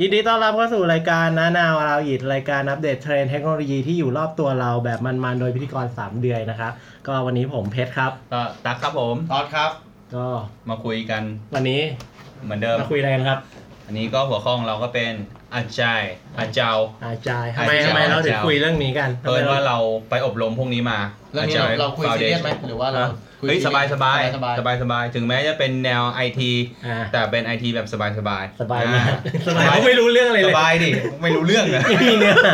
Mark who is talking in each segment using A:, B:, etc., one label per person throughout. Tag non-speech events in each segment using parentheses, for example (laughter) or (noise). A: ยินดีต้อนรับเข้าสู่รายการนะนาวเราอิดรายการอัปเดตเทรนด์เทคโนโลยีที่อยู่รอบตัวเราแบบมันๆ โดยพิธีกร 3 เดือนนะครับก็วันนี้ผมเพชรครับ
B: ก็ตักครับผม
C: ตอดครับ
A: ก็
B: มาคุยกัน
A: วันนี้
B: เหมือนเดิม
A: มาคุยอะไรกันครับ
B: อันนี้ก็หัวข้อของเราก็เป็นอาจายอาเจ้า
A: อาจารย์ทำไม
B: อาจารย์
A: ทำไมเราถึงคุยเรื่องนี้กัน
B: เพิ่นว่าเราไปอบรมพวกนี้มา
C: เรื่องนี้เรา
B: อจ
C: เราคุยซีเรียสไหมหรือว่าเรา
B: ฮะ
C: คุย
B: เฮ้ย
C: ซี
B: ส
C: เรี
B: บาย ย
C: ส
B: สบาย
C: สบาย
B: สบายสบายถึงแม้จะเป็นแนวไอที
A: อ่า
B: แต่เป็นไอทีแบบสบายสบาย
A: สบายมากสบาย
B: อ่
A: เขาไม่รู้เรื่องอะไร
B: ส
A: เลย
B: บายดิไม่รู้เรื่องเลย
A: ไม่มีเนื้อห (laughs) า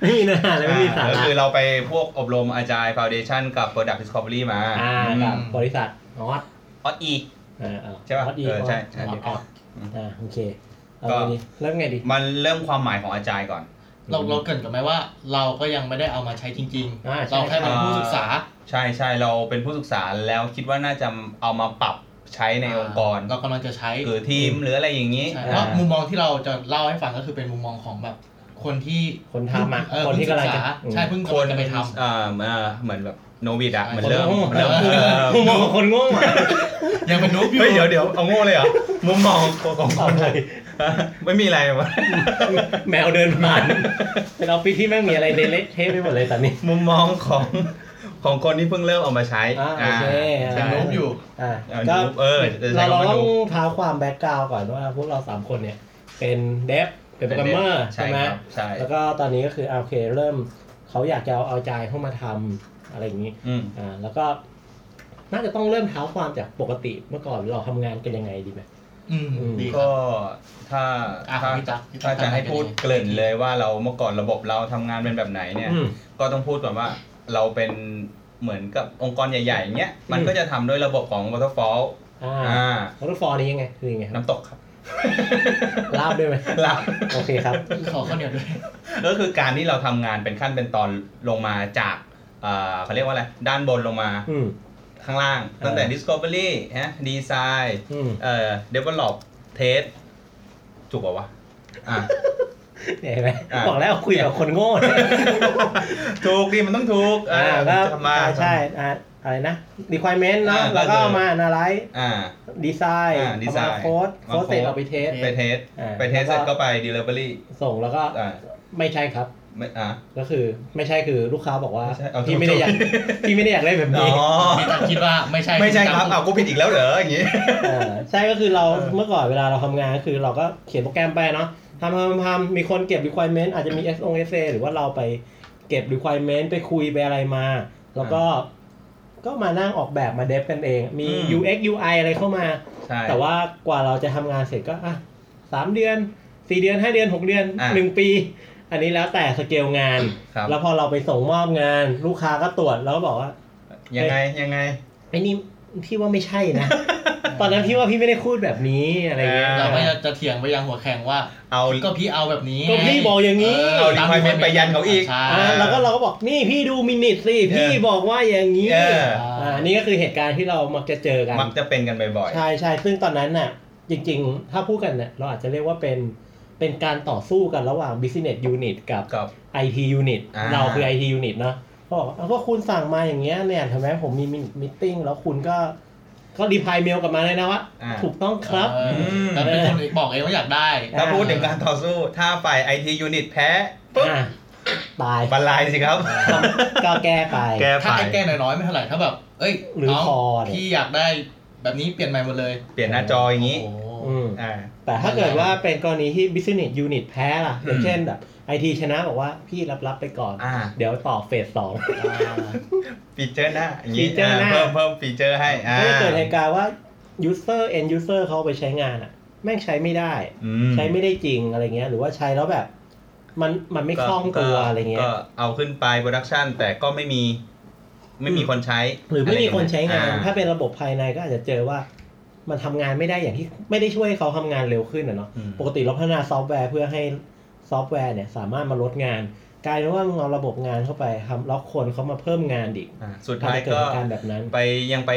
A: ไม่มีเนื้อหาเลยไม่มีสา
B: ก็
A: ระ
B: คือเราไปพวกอบรมอาจารย์ Foundation กับ Product Discovery มา
A: อ่ากับบริษัทออส
B: อ๋ออี
A: เออเออ
B: ใช่ปะ
A: ออสอี
B: เออใช่ใช่
A: ออสออสอ่าโอเคเอา
B: ก็
A: วันนี้เริ่มไงดี
B: มันเริ่มความหมายของอาจารย์ก่อน
C: เราเราเกรินกันไหมว่า เราก็ยังไม่ได้เอามาใช้จริง
A: อ่า
C: ๆ
A: ใช่
C: เราแค่เป็นผู้ศึกษา
B: ใช่ใช่เราเป็นผู้ศึกษาแล้วคิดว่าน่าจะเอามาปรับใช้ในองค์กร
C: เรากำลังจะใช้
B: หรือทีมหรืออะไรอย่างนี้
C: ใช่เพราะมุมมองที่เราจะเล่าให้ฟังก็คือเป็นมุมมองของแบบ คนที่
A: คนทำอ่ะ
C: เออ
A: คนที่
C: เพิ่
A: กำลัง
C: ศึ
A: จะ
C: ษาใช่เพิ่ง
B: ค
C: กำลั
B: น
C: งจะไปทำ
B: เอ่อเอ่อเหมือนแบบโนบิดอะเห
C: ใช่
B: มือนเริ่ม
A: โอ้โห
B: เริ่มเออ
A: มุมมองของคนโง่อะ
C: ยังเป็นนุ๊กอยู่
B: เฮ้ยเดี๋ยวเดี๋ยวเอาโง่เลยเหรอมุมมองของของคนไทยไม่มีอะไรวะ
A: (laughs) แมวเดินผ่านเป็นออฟฟิศที่แม่งมีอะไรเละเทะไปหมดเลยตอนนี้
B: มุมมองของของคนที่เพิ่งเริ่มเอามาใช้
A: อ่าโอเค
B: อ่า
C: เป็นนุ๊กอยู่
A: อ่า
B: เอา
A: ก็
B: ดูเออจะใช้
A: เราเรา
B: คำว่
A: ต้อง
B: ดู
A: เท้าความแบ็กกราวก่อนว่าพวกเราสามคนเนี่ย เป็นเดฟเป็นโปรแกรมเมอร์
B: ใช่
A: ใช่ไหม
B: ครับใช่
A: แล้วก็ตอนนี้ก็คืออ่าโอเคเริ่มเขาอยากจะเอาเอาใจเข้ามาทำอะไรอย่างนี้
B: อืม
A: อ่าแล้วก็ น่าจะต้องเริ่มเท้าความจากปกติเมื่อก่อนเราทำงานกันยังไงดีไหม
C: อืมดีครั
B: ก็
C: บ
B: ถ้า
C: อ่ะ
B: ถ้า
C: พี่ตั๊กพี่ตั๊ก
B: ถ้าจะให้พูดเกริ่นเลยว่าเราเมื่อก่อนระบบเราทำงานเป็นแบบไหนเนี่ย
A: อืม
B: ก็ต้องพูดก่อนว่าเราเป็นเหมือนกับองค์กรใหญ่ๆอย่างเงี้ยมัน
A: อืม
B: ก็จะทำด้วยระบบของ waterfall
A: อ่า
B: อ่า
A: วอเตอร์ฟอร์นี่ยังไงคือยังไงครับ
B: น้ำตกครับ (laughs)
A: ลาบด้วยไหม
B: เรา
A: โอเคครับ
C: ขอข้าวเหนียวด้วย
B: ก็คือการที่เราทำงานเป็นขั้นเป็นตอนลงมาจากเอ่อเขาเรียกว่าอะไร ด้านบนลงมา
A: อืม
B: ข้างล่าง ตั้งแต่ discovery ฮะ design
A: อืม
B: เอ่อ develop test ถูกป่าว (laughs) ะอ่ะ
A: เนี่ยเห็นไหม
B: อ่า
A: บอกแล้วคุยกับคนโง่
B: ถูกดิมันต้องถูก
A: อ่า
B: เอ
A: ก็
B: อทำมา
A: อ่าใช่อ่าอะไรนะ requirement เนอะ
B: อ่า
A: แล้วก็
B: ก็คือ
A: เอามา analyze
B: อ่า
A: design
B: อ่า
A: เอา
B: design
A: มา code
B: มา
A: code เสร็จ
B: code
A: เอาไป test
B: ไปเทส
A: อ่า
B: ไปเทสเสร็จ
A: แล้วก็
B: ก็ไป delivery
A: ส่งแล้วก็
B: อ่า
A: ไม่ใช่ครับ
B: ไม่อ่า
A: ก็คือไม่ใช่คือลูกค้าบอกว่า
B: ไม่ใช่เอา
A: พี่ไม่ได้อยาก
B: ถูก
A: พี่ไม่ได้อยากได้แบบ (laughs)
B: อ๋
A: นี้
B: อ
C: พี่ตักคิดว่าไม่ใช่
B: ไม่ใช่ครับ
C: พี่ตั๊ก
B: อ้าวกูผิดอีกแล้วเหรออย่างงี้
A: เออใช่ก็คือเรา
B: เออ
A: เมื่อก่อนเวลาเราทำงานก็คือเราก็เขียนโปรแกรมไปเนาะทำทำทำทำมีคนเก็บ requirement อาจจะมี S O S A หรือว่าเราไปเก็บ requirement ไปคุยไปอะไรมา แล้วก็ก็มานั่งออกแบบมาเดฟกันเอง มี
B: อืม
A: U X U I อะไรเข้ามา
B: (laughs) ใช่
A: แต่ว่ากว่าเราจะทำงานเสร็จก็อ่ะสามเดือนสี่เดือนห้าเดือนหกเดือน
B: อ่ะ
A: หนึ่งปี อันนี้แล้วแต่สเกลงาน
B: ครับ
A: แล้วพอเราไปส่งมอบงาน ลูกค้าก็ตรวจแล้วก็บอกว่า
B: ยังไงยังไง
A: ไอ้นี่พี่ว่าไม่ใช่นะ
B: (laughs)
A: ตอนนั้นพี่ว่าพี่ไม่ได้พูดแบบนี้อะไรเงี้ย
B: อ่
C: เราก็จะเถียงไปยังหัวแข่งว่า
B: เอา
C: ก็พี่เอาแบบนี้
A: ก็พี่บอกอย่างนี้
B: เออ requirement ไปยันเขาอีก
C: ใช่
A: อ่ะเราก็เราก็บอกนี่พี่ดูมินิสิพี่
B: เออ
A: บอกว่าอย่างนี้
B: เออ
A: อ่ะอันนี้ก็คือเหตุการณ์ที่เรามักจะเจอกัน
B: มักจะเป็นกันบ่อย
A: ใช่ใช่ซึ่งตอนนั้นน่ะ จริงๆ ถ้าพูดกันเนี่ยเราอาจจะเรียกว่าเป็นเป็นการต่อสู้กันระหว่าง business unit กับ
B: ๆ กับ
A: IT unit
B: อ่า
A: เราคือ IT unit เนอะเขาบอกว่าก็คุณสั่งมาอย่างเงี้ยเนี่ยทำไมผมมีมิ팅แล้วคุณก็ก็รีพายเมลกลับมาเลยนะว่า
B: อ่า
A: ถูกต้องครับ
C: เออ
B: ม
C: แต่เป็นคนบอกเองว่าอยากได้
B: ถ้าพูดถึงการต่อสู้ ถ้าฝ่ายไอทียูนิตแพ้ปุ๊บ
A: อ่าตาย
B: บรรลัยสิครับ
A: ก็แก้ไป
B: แก้
C: ถ้า
B: ฝ่าย
C: ไอ้แก้น้อยๆไม่เท่าไหร่ ถ้าแบบ เอ้ย
A: หรือ
C: น้ง
A: คอเนี่ย
C: พี่อยากได้แบบนี้เปลี่ยนใหม่หมดเลย
B: เปลี่ยนหน้าจออย่างนี้
C: โอ้โห
A: อืม
B: อ่า
A: แต่ถ้าเกิดว่าเป็นกรณีที่ business unit แพ้ล่ะอย่างเช่นแบบ IT ชนะบอกว่าพี่รับรับๆไปก่อน
B: อ่า
A: เดี๋ยวต่อเฟสสอง
B: ฟีเจอร์หน้าอย่างนี้
A: feature
B: อ่า
A: หน้า
B: เพิ่มเพิ่มฟีเจอร์ให้อ่า
A: ก็จะเกิดเหตุการณ์ว่า user end user เขาเอาไปใช้งานอ่ะ แม่งใช้ไม่ได้
B: อื
A: ใช้ไม่ได้จริงอะไรเงี้ย หรือว่าใช้แล้วแบบ มันมันไม่คล่องตัว
B: ก็
A: อะไรเงี้ย
B: ก็เอาขึ้นไปโปรดักชันแต่ก็ไม่มี ไม่มีคนใช้
A: หรือไม่มีคนใช้งาน
B: อ่
A: ถ้าเป็นระบบภายในก็อาจจะเจอว่า มันทำงานไม่ได้อย่างที่ไม่ได้ช่วยให้เขาทำงานเร็วขึ้นอ่ะเนาะ
B: อืม
A: ปกติเราพัฒนาซอฟต์แวร์เพื่อให้ซอฟต์แวร์เนี่ย สามารถมาลดงาน กลายเป็นว่ามึงเอาระบบงานเข้าไปทำแล้วคนเขามาเพิ่มงานอีก
B: อ่าสุด
A: อาจ
B: ท้าย
A: จะเกิด
B: ก็
A: เหตุการณ์แบบนั้น
B: ไปยังไป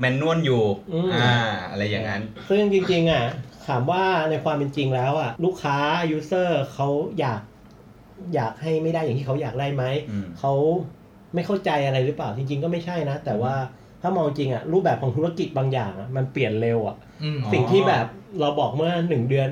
B: แมนนวลอยู่
A: อืม
B: อ่า อะไรอย่างนั้น
A: ซึ่งจริงๆอ่ะถามว่าในความเป็นจริงแล้วอ่ะลูกค้า user เขาอยากอยากให้ไม่ได้อย่างที่เขาอยากได้ไหม
B: อืม
A: เขาไม่เข้าใจอะไรหรือเปล่าจริง ๆ ก็ไม่ใช่นะ แต่ว่าถ้ามองจริงอ่ะรูปแบบของธุรกิจบางอย่างอะมันเปลี่ยนเร็วอ่ะ
C: อืม
B: อ๋อ
A: สิ่งที่แบบเราบอกเมื่อหนึ่งเดือน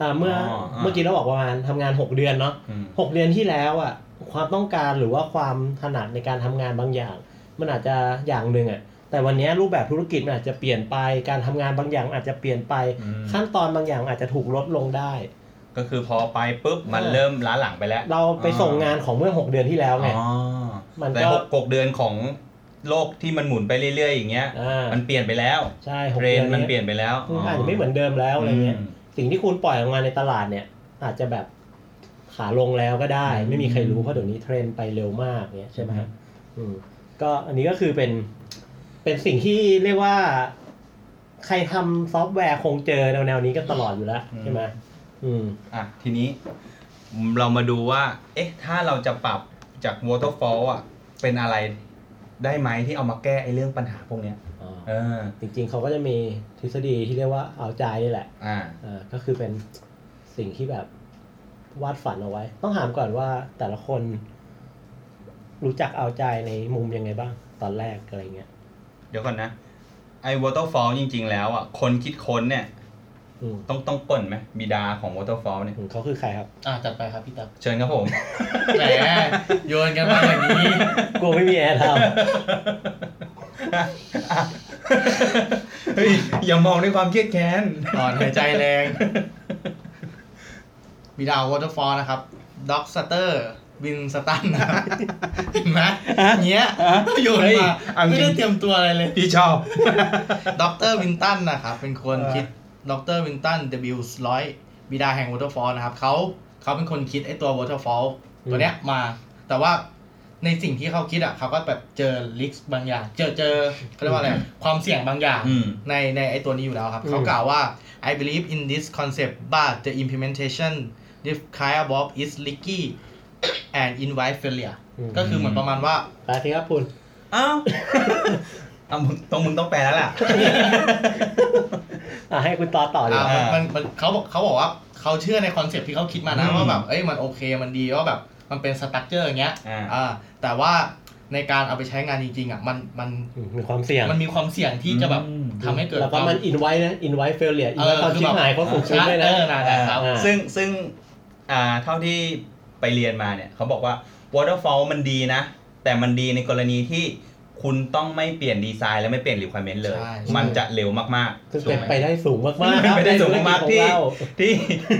A: อ่าเมื่อ
B: อ๋ออ่า
A: เมื่อกี้เราบอกประมาณทำงานหกเดือนเนาะ
B: อืม
A: หกเดือนที่แล้วอ่ะความต้องการหรือว่าความถนัดในการทำงานบางอย่าง มันอาจจะอย่างหนึ่งอ่ะแต่วันนี้รูปแบบธุรกิจมันอาจจะเปลี่ยนไปการทำงานบางอย่างอาจจะเปลี่ยนไป
B: อืม
A: ขั้นตอนบางอย่างอาจจะถูกลดลงได้
B: ก็คือพอไปปุ๊บมัน
A: เออ
B: เริ่มล้าหลังไปแล้ว
A: เราไปส่งงานของเมื่อหกเดือนที่แล้วไง
B: อ๋อ
A: มันก็
B: แต่หกหกเดือนของโลกที่มันหมุนไปเรื่อยๆอย่างเงี้ย
A: อ่า
B: มันเปลี่ยนไปแล้ว
A: ใช่หก
B: เทร
A: เดือน น
B: ด์มันเปลี่ยนไปแล้ว
A: คุณอาจจะไม่เหมือนเดิมแล้วอะไรเงี้ย
B: ม
A: สิ่งที่คุณปล่อยออกมาในตลาดเนี่ย อาจจะแบบขาลงแล้วก็ได้
B: อืม
A: ไม่มีใครรู้เพราะเดี๋ยวนี้เทรนด์ไปเร็วมากเนี่ยใช่ไหมฮะอืมก็อันนี้ก็คือเป็น เป็นสิ่งที่เรียกว่า ใครทำซอฟต์แวร์คงเจอแนวๆนี้ก็ตลอดอยู่แล้ว
B: อืม
A: ใช่ไหมอืม
B: อ่ะทีนี้เรามาดูว่า เอ๊ะ ถ้าเราจะปรับจาก waterfall อ่ะ เป็นอะไรได้ไหมที่เอามาแก้ไอ้เรื่องปัญหาพวกเนี้ย
A: อ่า
B: เออ
A: จริงๆเขาก็จะมีทฤษฎีที่เรียกว่าเอาใจนี่แหละ
B: อ่า
A: อ่าก็คือเป็นสิ่งที่แบบวาดฝันเอาไว้ ต้องถามก่อนว่าแต่ละคน รู้จักเอาใจในมุมยังไงบ้าง ตอนแรกอะไรเงี้ย
B: เดี๋ยวก่อนนะ ไอ้ waterfall จริง ๆ แล้วอ่ะ คนคิดค้นเนี่ย
A: อืม
B: ต้องต้องกล่นไหมบิดาของ waterfall เนี่ย
A: อืมเขาคือใครครับ
C: อ่ะจัดไปครับพี่ตับ
B: เชิญครับผม
C: แหมโยนกันมาอย่างนี้
A: กลัวไม่มีแอร์ท (laughs)
B: เฮ้ย อย่ามองด้วยความเครียดแค้น
C: ถอนหายใจแรงบิดาววอเตอร์ฟอลนะครับ ด็อกสเตอร์ บินสตันนะเห็นไหมเงี้ยโยน
B: เฮ้ย
C: มา
B: เอาจริง
C: ไม่ได้เตรียมตัวอะไรเลย
B: พี่ชอบ
C: ด็อกเตอร์วินตันนะครับ เป็นคนคิดด็อกเตอร์วินตันเดบิวส์ร้อยบิดาแห่งวอเตอร์ฟอลนะครับเขาเขาเป็นคนคิดไอตัววอเตอร์ฟอลตัวเนี้ยมา แต่ว่าในสิ่งที่เขาคิดอ่ะเขาก็แบบเจอลิกบางอย่าง เจอเจอเขาเรียกว่าอะไรความเสี่ยงบางอย่าง
B: อืม
C: ในในไอตัวนี้อยู่แล้วครับ เขากล่าวว่า I believe in this concept but the implementation this kind of bob is leaky and invite failure
A: ำ
C: ก็คือเหมือนประมาณว่า
A: ไปที่ครับคุณ
B: อ้าวอ่ะมึงต้องมึงต้องแปลแล้วล่ะ
A: อ่ะให้คุณต่อต่อเลย
C: อ่า
B: อ่ามั
C: มันมันเขาบอกเขาบอกว่าเขาเชื่อในคอนเซปต์ที่เขาคิดมานะ
B: อืม
C: ว่าแบบเอ้ยมันโอเคมันดีว่าแบบมันเป็นสตั๊กเจอร์อย่างเงี้ย
B: อ่า
C: อ่าแต่ว่าในการเอาไปใช้งานจริงๆอ่ะมันมัน
A: มีความเสี่ยง
C: มันมีความเสี่ยงที่จะแบบ
B: อืม
C: ทำให้เกิด
A: แล้วก็มันอินไว้นะอินไว้เฟลเลียอิน
C: เอ
A: ไว้
C: อ
A: ความ
C: คือ
A: ชิบ
C: แบบ
A: หายเขาสูงขึ้นด้วย
C: เอ
A: นะ
C: อนะครับ
A: อ่า
B: ซึ่งซึ่งอ่าเท่าที่ไปเรียนมาเนี่ยเขาบอกว่า waterfall มันดีนะ แต่มันดีในกรณีที่คุณต้องไม่เปลี่ยนดีไซน์และไม่เปลี่ยน requirement เลย
C: ใช่
B: มันจะเร็วมากๆ
A: คือ
B: ถู
A: เป็น
B: กหม
A: ไปได้สูงมากๆ
B: เป็นไปได้สูงมากๆ
A: ในธุรจ
B: ที่
A: ของเร
B: ที่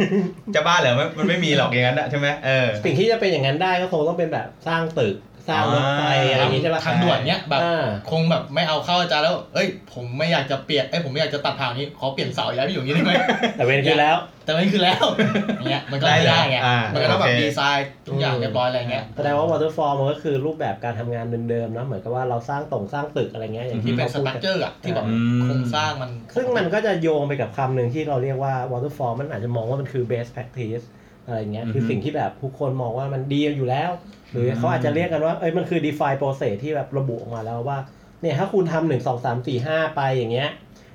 B: (laughs) จะบ้าเหรอมันมันไม่มีหรอกอย่างนั้นอะใช่ไหมเออ
A: สิ่งที่จะเป็นอย่างนั้นได้ก็คงต้องเป็นแบบสร้างตึกสร้างรถไฟอะไรอย่างงี้ใช่ปะ
C: ทางด่วนเนี้ยแบบ
A: อ่า
C: คงแบบไม่เอาเข้าอาจารย์แล้วเอ้ยผมไม่อยากจะเปลี่ยนเอ้ยผมไม่อยากจะตัดทางนี้ขอเปลี่ยนเสาย้ายไปอยู่อย่างนี้ได้ไหม (laughs)
A: แต่เวนคือแล้ว
C: แต่มันคือแล้วอย่างเงี้ยมันก็ไม่
B: ได้
C: ได้
B: เลย
C: ไง
B: อ่ามั
C: มันก็ต้องแบ
B: โอบ เค
C: ดีไซน์ทุกอย่างเรียบร้อยอะไรเงี้ย
A: แสดงว่าวอเตอร์ฟอร์มันก็คือรูปแบบการทำงานเดิมๆเนอะเหมือนกับว่าเราสร้างตรงสร้างตึกอะไรเงี้ยอย่าง
C: ที่
A: ที่
C: เป็นส
A: ขาพูด
C: ตั๊กเจอร์อะที่แบบ
B: อืม
C: โครงสร้างมัน
A: ซึ่งมันก็จะโยงไปกับคำหนึ่งที่เราเรียกว่าวอเตอร์ฟอร์มันอาจจะมองว่ามันคือ best practice อะไรเงี้ย
B: อือฮึ
A: คือสิ่งที่แบบทุกคนมองว่ามันดีอยู่แล้ว หรืออ
B: ม
A: เขาอาจจะเรียกกันว่าเอ้ยมันคือ define process ที่แบบระบุออกมาแล้วว่าเนี่ยถ้าคุณทำหนึ่งสองสามสี่ห้าไปอย่างเงี้ย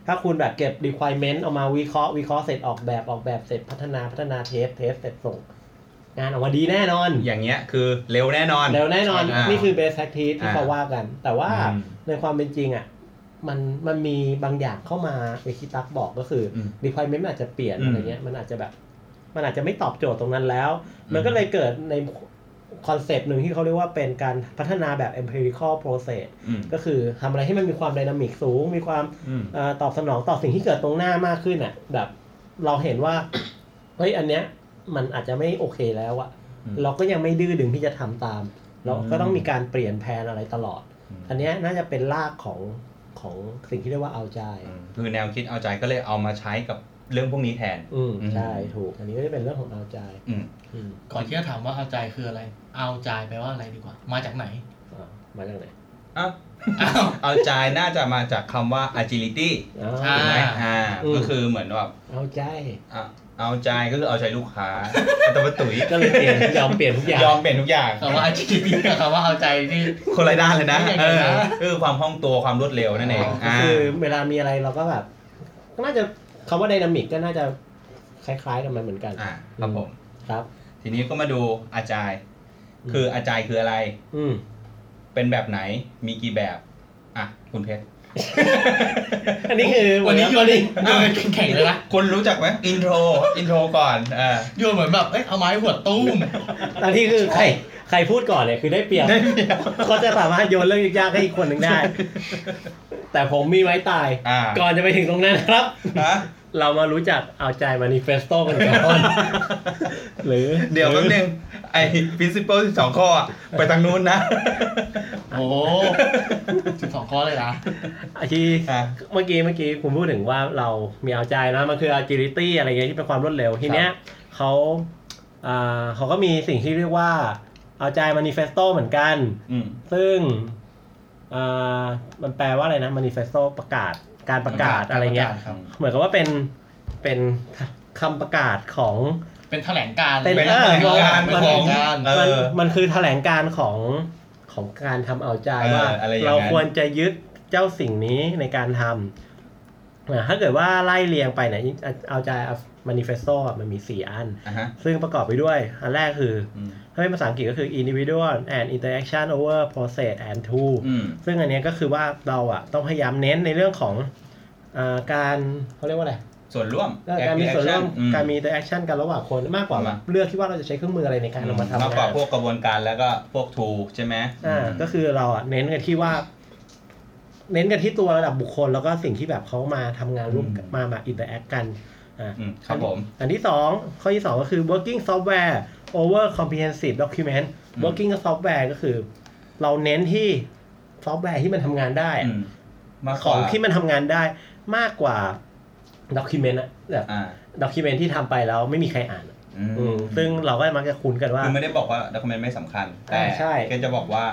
A: ถ้าคุณแบบเก็บ requirement เอามาวิเคราะห์วิเคราะห์เสร็จออกแบบออกแบบเสร็จพัฒนาพัฒนาเทสเทสเสร็จส่ง งานออกมาดีแน่นอน
B: อย่างเงี้ยคือเร็วแน่นอน
A: แล้วแน่นอน
B: อ่านี่
A: นี่คือ best practice ที่
B: อ่า
A: เขาว่ากัน แต่ว่า
B: อืม
A: ในความเป็นจริงอ่ะมันมันมีบางอย่างเข้ามาเอคิตักบอกก็คืออ
B: ม
A: requirement มันอาจจะเปลี่ยน
B: อืม
A: อะไรเงี้ยมันอาจจะแบบ มันอาจจะไม่ตอบโจทย์ตรงนั้นแล้ว
B: ม
A: มันก็เลยเกิดในคอนเซปต์หนึ่งที่เขาเรียกว่าเป็นการพัฒนาแบบ empirical process
B: อืม
A: ก็คือทำอะไรให้มันมีความไดนามิกสูง มีความ
B: อืม
A: เออตอบสนองต่อสิ่งที่เกิดตรงหน้ามากขึ้นอ่ะ แบบเราเห็นว่า เฮ้ยอันเนี้ย มันอาจจะไม่โอเคแล้วอะ
B: อืม
A: เราก็ยังไม่ดื้อดึงที่จะทำตาม เราก็
B: อืม
A: ต้องมีการเปลี่ยนแผนอะไรตลอด อันเนี้ยน่าจะเป็นรากของของสิ่งที่เรียกว่าเอาใจ
B: คือแนวคิดเอาใจก็เลยเอามาใช้กับเรื่องพวกนี้แทน
A: อืม
B: อืม
A: ใช่ถูก อันนี้ก็จะเป็นเรื่องของเอาใจ
B: อืม
A: อืม
C: ก่อนที่จะถามว่าเอาใจคืออะไร เอาใจแปลว่าอะไรดีกว่า มาจากไหน
A: อ่ามาจากไหน
B: อ่ะ
C: อ้าว
B: เอาใจน่าจะมาจากคำว่า agility
A: อ๋อ
C: ใช่
B: ถูกไหม
C: อ่า
B: อ่า
A: อืม
B: ก็คือเหมือนแบบ
A: เอาใจ
B: อ่ะเอาใจก็คือเอาใจลูกค้าแต่ว่าตุ๋ย
A: ก็เลยเปลี่ยนยอมเปลี่ยนทุกอย่าง
B: (laughs) ยอมเปลี่ยนทุกอย่าง
C: คำว่าอาชีพกับคำว่าเอาใจนี่
B: คนละด้านเลยนะ
C: ไม่อย่างนั้
B: เอน อ
C: นะ
B: คือความคล่องตัวความรวดเร็วนั่นเอง
A: ก็
B: า
A: คือเวลามีอะไรเราก็แบบก็น่าจะคำว่าไดนามิกก็น่าจะคล้ายๆกันมาเหมือนกัน
B: อ่าครับผม
A: ครับ
B: ทีนี้ก็มาดูอาจารย์
A: อืม
B: คืออาจารย์คืออะไร
A: อืม
B: เป็นแบบไหน มีกี่แบบ อ่ะ คุณเพชร
A: อันนี้คือ
C: วันนี้โยน
A: เล
C: ดิโยนกันแข่งๆเลยนะ
B: คุณรู้จักไหมอินโทรอินโทรก่อนอ่า
C: โยนเหมือนแบบเอ้ยเอาไม้หัวตู้ม
A: อันนี้คือใครใครพูดก่อนเนี่ยคือได้เปรียบ
B: ได้เปรียบ
A: เขาจะสามารถโยนเรื่องยากๆให้อีกคนหนึ่ง
B: (laughs)
A: ได้ แต่ผมมีไว้ตาย
B: อ่า
A: ก่อนจะไปถึงตรงนั้นนะครับ
B: ฮะ
A: เรามารู้จักเอาใจมานิเฟสโตกันก่
B: (laughs)
A: อนหรือ
B: เดี๋ยวแป๊บนึงไอ้ principle 12 ข้ออะไปทางนู้นนะ
C: โอ้สิบสองข้อเลยนะ
A: อาชี
B: อ่ะ
A: เมื่อกี้เมื่อกี้คุณพูดถึงว่าเรามีเอาใจนะมันคือ agility อะไรเงี้ยที่เป็นความรวดเร็วทีเนี้ยเขาอ่าเขาก็มีสิ่งที่เรียกว่าเอาใจมานิเฟสโตเหมือนกัน
B: อืม
A: ซึ่งอ่ามันแปลว่าอะไรนะ manifesto ประกาศการประกาศ
C: ประกาศ
A: อะไรเงี้ย
C: การประกาศ ครับ
A: เหมือนกับว่าเป็นเป็นคำประกาศของ
C: เป็นแถลงการ
A: เป็น
C: แถลงการ
A: เออ
C: เป็นแถลงการ
B: เออ
A: มันมันคือแถลงการณ์ของของการทำเอาใจ
B: เออ
A: ว่า
B: อะไรอย่างนั้น
A: เราควรจะยึดเจ้าสิ่งนี้ในการทำอ่าถ้าเกิดว่าไล่เรียงไปเนี่ยเอาใจ manifesto อ่ะมันมี 4 อัน
B: อ่ะฮะ
A: ซึ่งประกอบไปด้วย อันแรกคือ
B: อืม
A: ถ้าเป็นภาษาอังกฤษก็คือ individual and interaction over process and tool
B: อืม
A: ซึ่งอันเนี้ยก็คือว่าเราอ่ะต้องพยายามเน้นในเรื่องของอาการเขาเรียกว่าอะไร
B: ส่วนร่วม
A: การมีส่วนร่วม
B: action อื
A: การมี interaction กันระหว่างคนมากกว่า
B: อืม
A: เลือกที่ว่าเราจะใช้เครื่องมืออะไรในการเอามาทำ
B: มากกว่าง
A: าน
B: พวกกระบวนการแล้วก็พวกทูใช่ไหม
A: อ่าก็คือเราอ่ะเน้นกันที่ว่า เน้นกันที่ตัวระดับบุคคล แล้วก็สิ่งที่แบบเขามาทำงานร่วมกันมามา interact กันอ่า
B: มครับผม
A: อันที่สองข้อที่สองก็คือ working software over comprehensive document
B: อืม
A: working software ก็คือ เราเน้นที่ซอฟต์แวร์ที่มันทำงานได้อะ
B: อืมมากก
A: ขอ
B: ว่าง
A: ที่มันทำงานได้มากกว่า document อะแบบ
B: อ่า
A: document ที่ทำไปแล้วไม่มีใครอ่านอะ
B: อืม
A: อืมซึ่งเราก็มักจะคุ้นกันว่า
B: คือไม่ได้บอกว่าด็อกิเมนต์ไม่สำคัญ แต่
A: อ่าใช่
B: ก็จะบอกว่า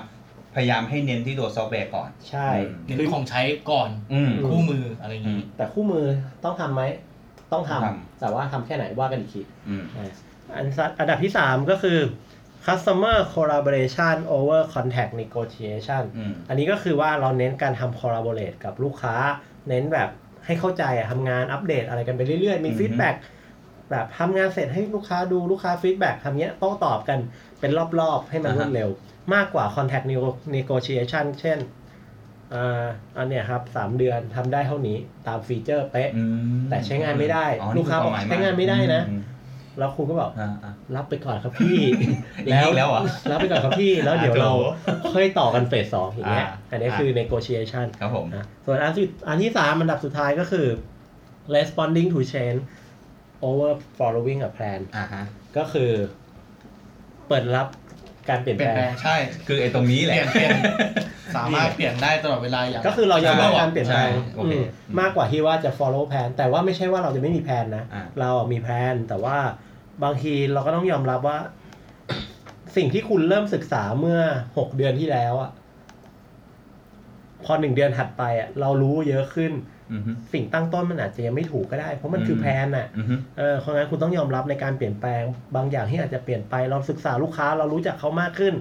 B: พยายามให้เน้นที่ตัวซอฟต์แวร์ก่อน
A: ใช่
C: เน้นของใช้ก่อน
B: อืม
A: อื
C: คู่มืออะไรอย่างนี้
A: แต่คู่มือต้องทำไหม ต้องท
B: ท
A: ำแต่ว่าทำแค่ไหนว่ากันอีกที
B: อืม
A: อ่ะอันสัอันดับที่ 3 ก็คือ customer collaboration over contact negotiation
B: อืม
A: อันนี้ก็คือว่าเราเน้นการทำ collaborate กับลูกค้า เน้นแบบให้เข้าใจอะทำงานอัปเดตอะไรกันไปเรื่อยๆ มี
B: อือฮึ
A: feedback แบบทำงานเสร็จให้ลูกค้าดูลูกค้า feedback ทำเนี้ยโต้ตอบกันเป็นรอบๆ ให้มัน
B: อ่ารฮะ
A: วดเร็ว มากกว่า contact nego- negotiation เช่นอ่าอันเนี้ยครับ 3 เดือนทำได้เท่านี้ตามฟีเจอร์เป๊ะ
B: อืม
A: แต่ใช้งานไม่ได้
B: อ๋อ
A: ลูกค้าบอก
B: นี่
A: ใช้งานไม่ได้นะ
B: อืม
A: แล้วครูก็บอก
B: อ่าอ่า
A: รับไปก่อนครับพี่
B: (laughs) อย่างนี้อีกแล้วเหรอ
A: รับไปก่อนครับพี่ แล้วเดี๋ยวเรา
B: อ่า
A: ค่อยต่อกันเฟสสองอย่างเงี้ย
B: อ่า
A: อันนี้
B: อ่า
A: คือ negotiation
B: ครับผม
A: นะส่วนอันสุดอันที่สามอันดับสุดท้ายก็คือ responding to change over following a plan
B: อ่าฮะ
A: ก็คือ เปิดรับการเปลี่ยน
C: เปลี่
A: แป
C: ยน
A: ลง
C: แปลงใช่
B: คือไอ้ตรงนี้
C: เป
B: แหละ
C: ลี่ยนเปลี่ยนสามารถเปลี่ยนได้ตลอดเวลาอย่าง
A: ก็คือเรายอมรับ
B: ใช่
A: การเปลี่ยนแปลง
B: ใช่โอเค
A: อืม
B: อืม
A: มากกว่าที่ว่าจะ follow plan แต่ว่าไม่ใช่ว่าเราจะไม่มีแผนนะ
B: อ่า
A: เราอะมีแผนแต่ว่าบางทีเราก็ต้องยอมรับว่า สิ่งที่คุณเริ่มศึกษาเมื่อหกเดือนที่แล้วอะพอหนึ่งเดือนถัดไปอะเรารู้เยอะขึ้น
B: อืมฮึ
A: สิ่งตั้งต้นมันอาจจะยังไม่ถูกก็ได้ เพราะมัน
B: อืม
A: คือแผนน่ะ
B: อืมฮึ
A: เออเพราะงั้นคุณต้องยอมรับในการเปลี่ยนแปลง บางอย่างที่อาจจะเปลี่ยนไป เราศึกษาลูกค้าเรารู้จักเขามากขึ้น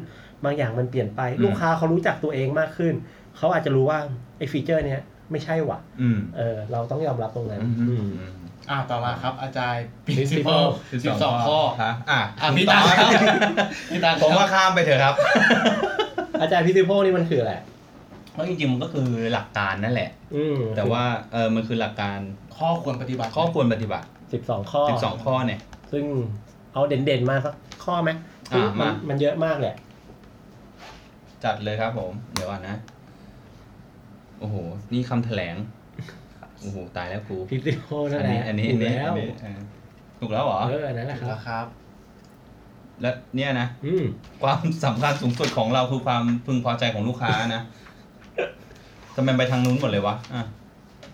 A: บางอย่างมันเปลี่ยนไป ลูกค้าเขารู้จักตัวเองมากขึ้น เขาอาจจะรู้ว่าไอ้ฟีเจอร์ เนี้ยไม่ใช่ว่ะ
B: อืม
A: เออเราต้องยอมรับตรงนั้น
B: อืมฮึ
A: อืม
B: อืม
C: อ่าต่อมาครับ อาจารย์
A: Principle
C: principle สิบสองข้อ
B: ฮะอ่ะ
C: อ่ะพี่ตาครับพี่ตา
B: ผมว่าข้ามไปเถอะครับ
A: อาจารย์พิซิโพนี่มันคืออะไร
B: เพราะจริงๆมันก็คือหลักการนั่นแหละ
A: อืม
B: แต่ว่าเออมันคือหลักการ
C: ข้อควรปฏิบัติ
B: ข้อควรปฏิบัติ
A: สิบสองข้อ
B: 12 ข้อเนี่ย
A: ซึ่งเอาเด่นๆมาสักข้อไหม
B: อ่ามามั
A: นมันเยอะมากเลย
B: จัดเลยครับผม เดี๋ยวอ่านนะ โอ้โห นี่คำแถลง โอ้โห ตายแล้วครู
A: พิซิโพนั่น
B: อัน
A: แหละ
B: นี้อัน
A: ถูก
B: นี้อันนี้
A: แล้
B: อั
A: วน
B: นี้เออถูกแล้วเหรอ
A: เอออันนั่นแหละครับ
C: นะครับ
B: แล้วเนี่ยนะ
A: อืม
B: ความสำคัญสูงสุดของเราคือความพึงพอใจของลูกค้านะทำไมไปทางนู้นหมดเลยวะอ่ะ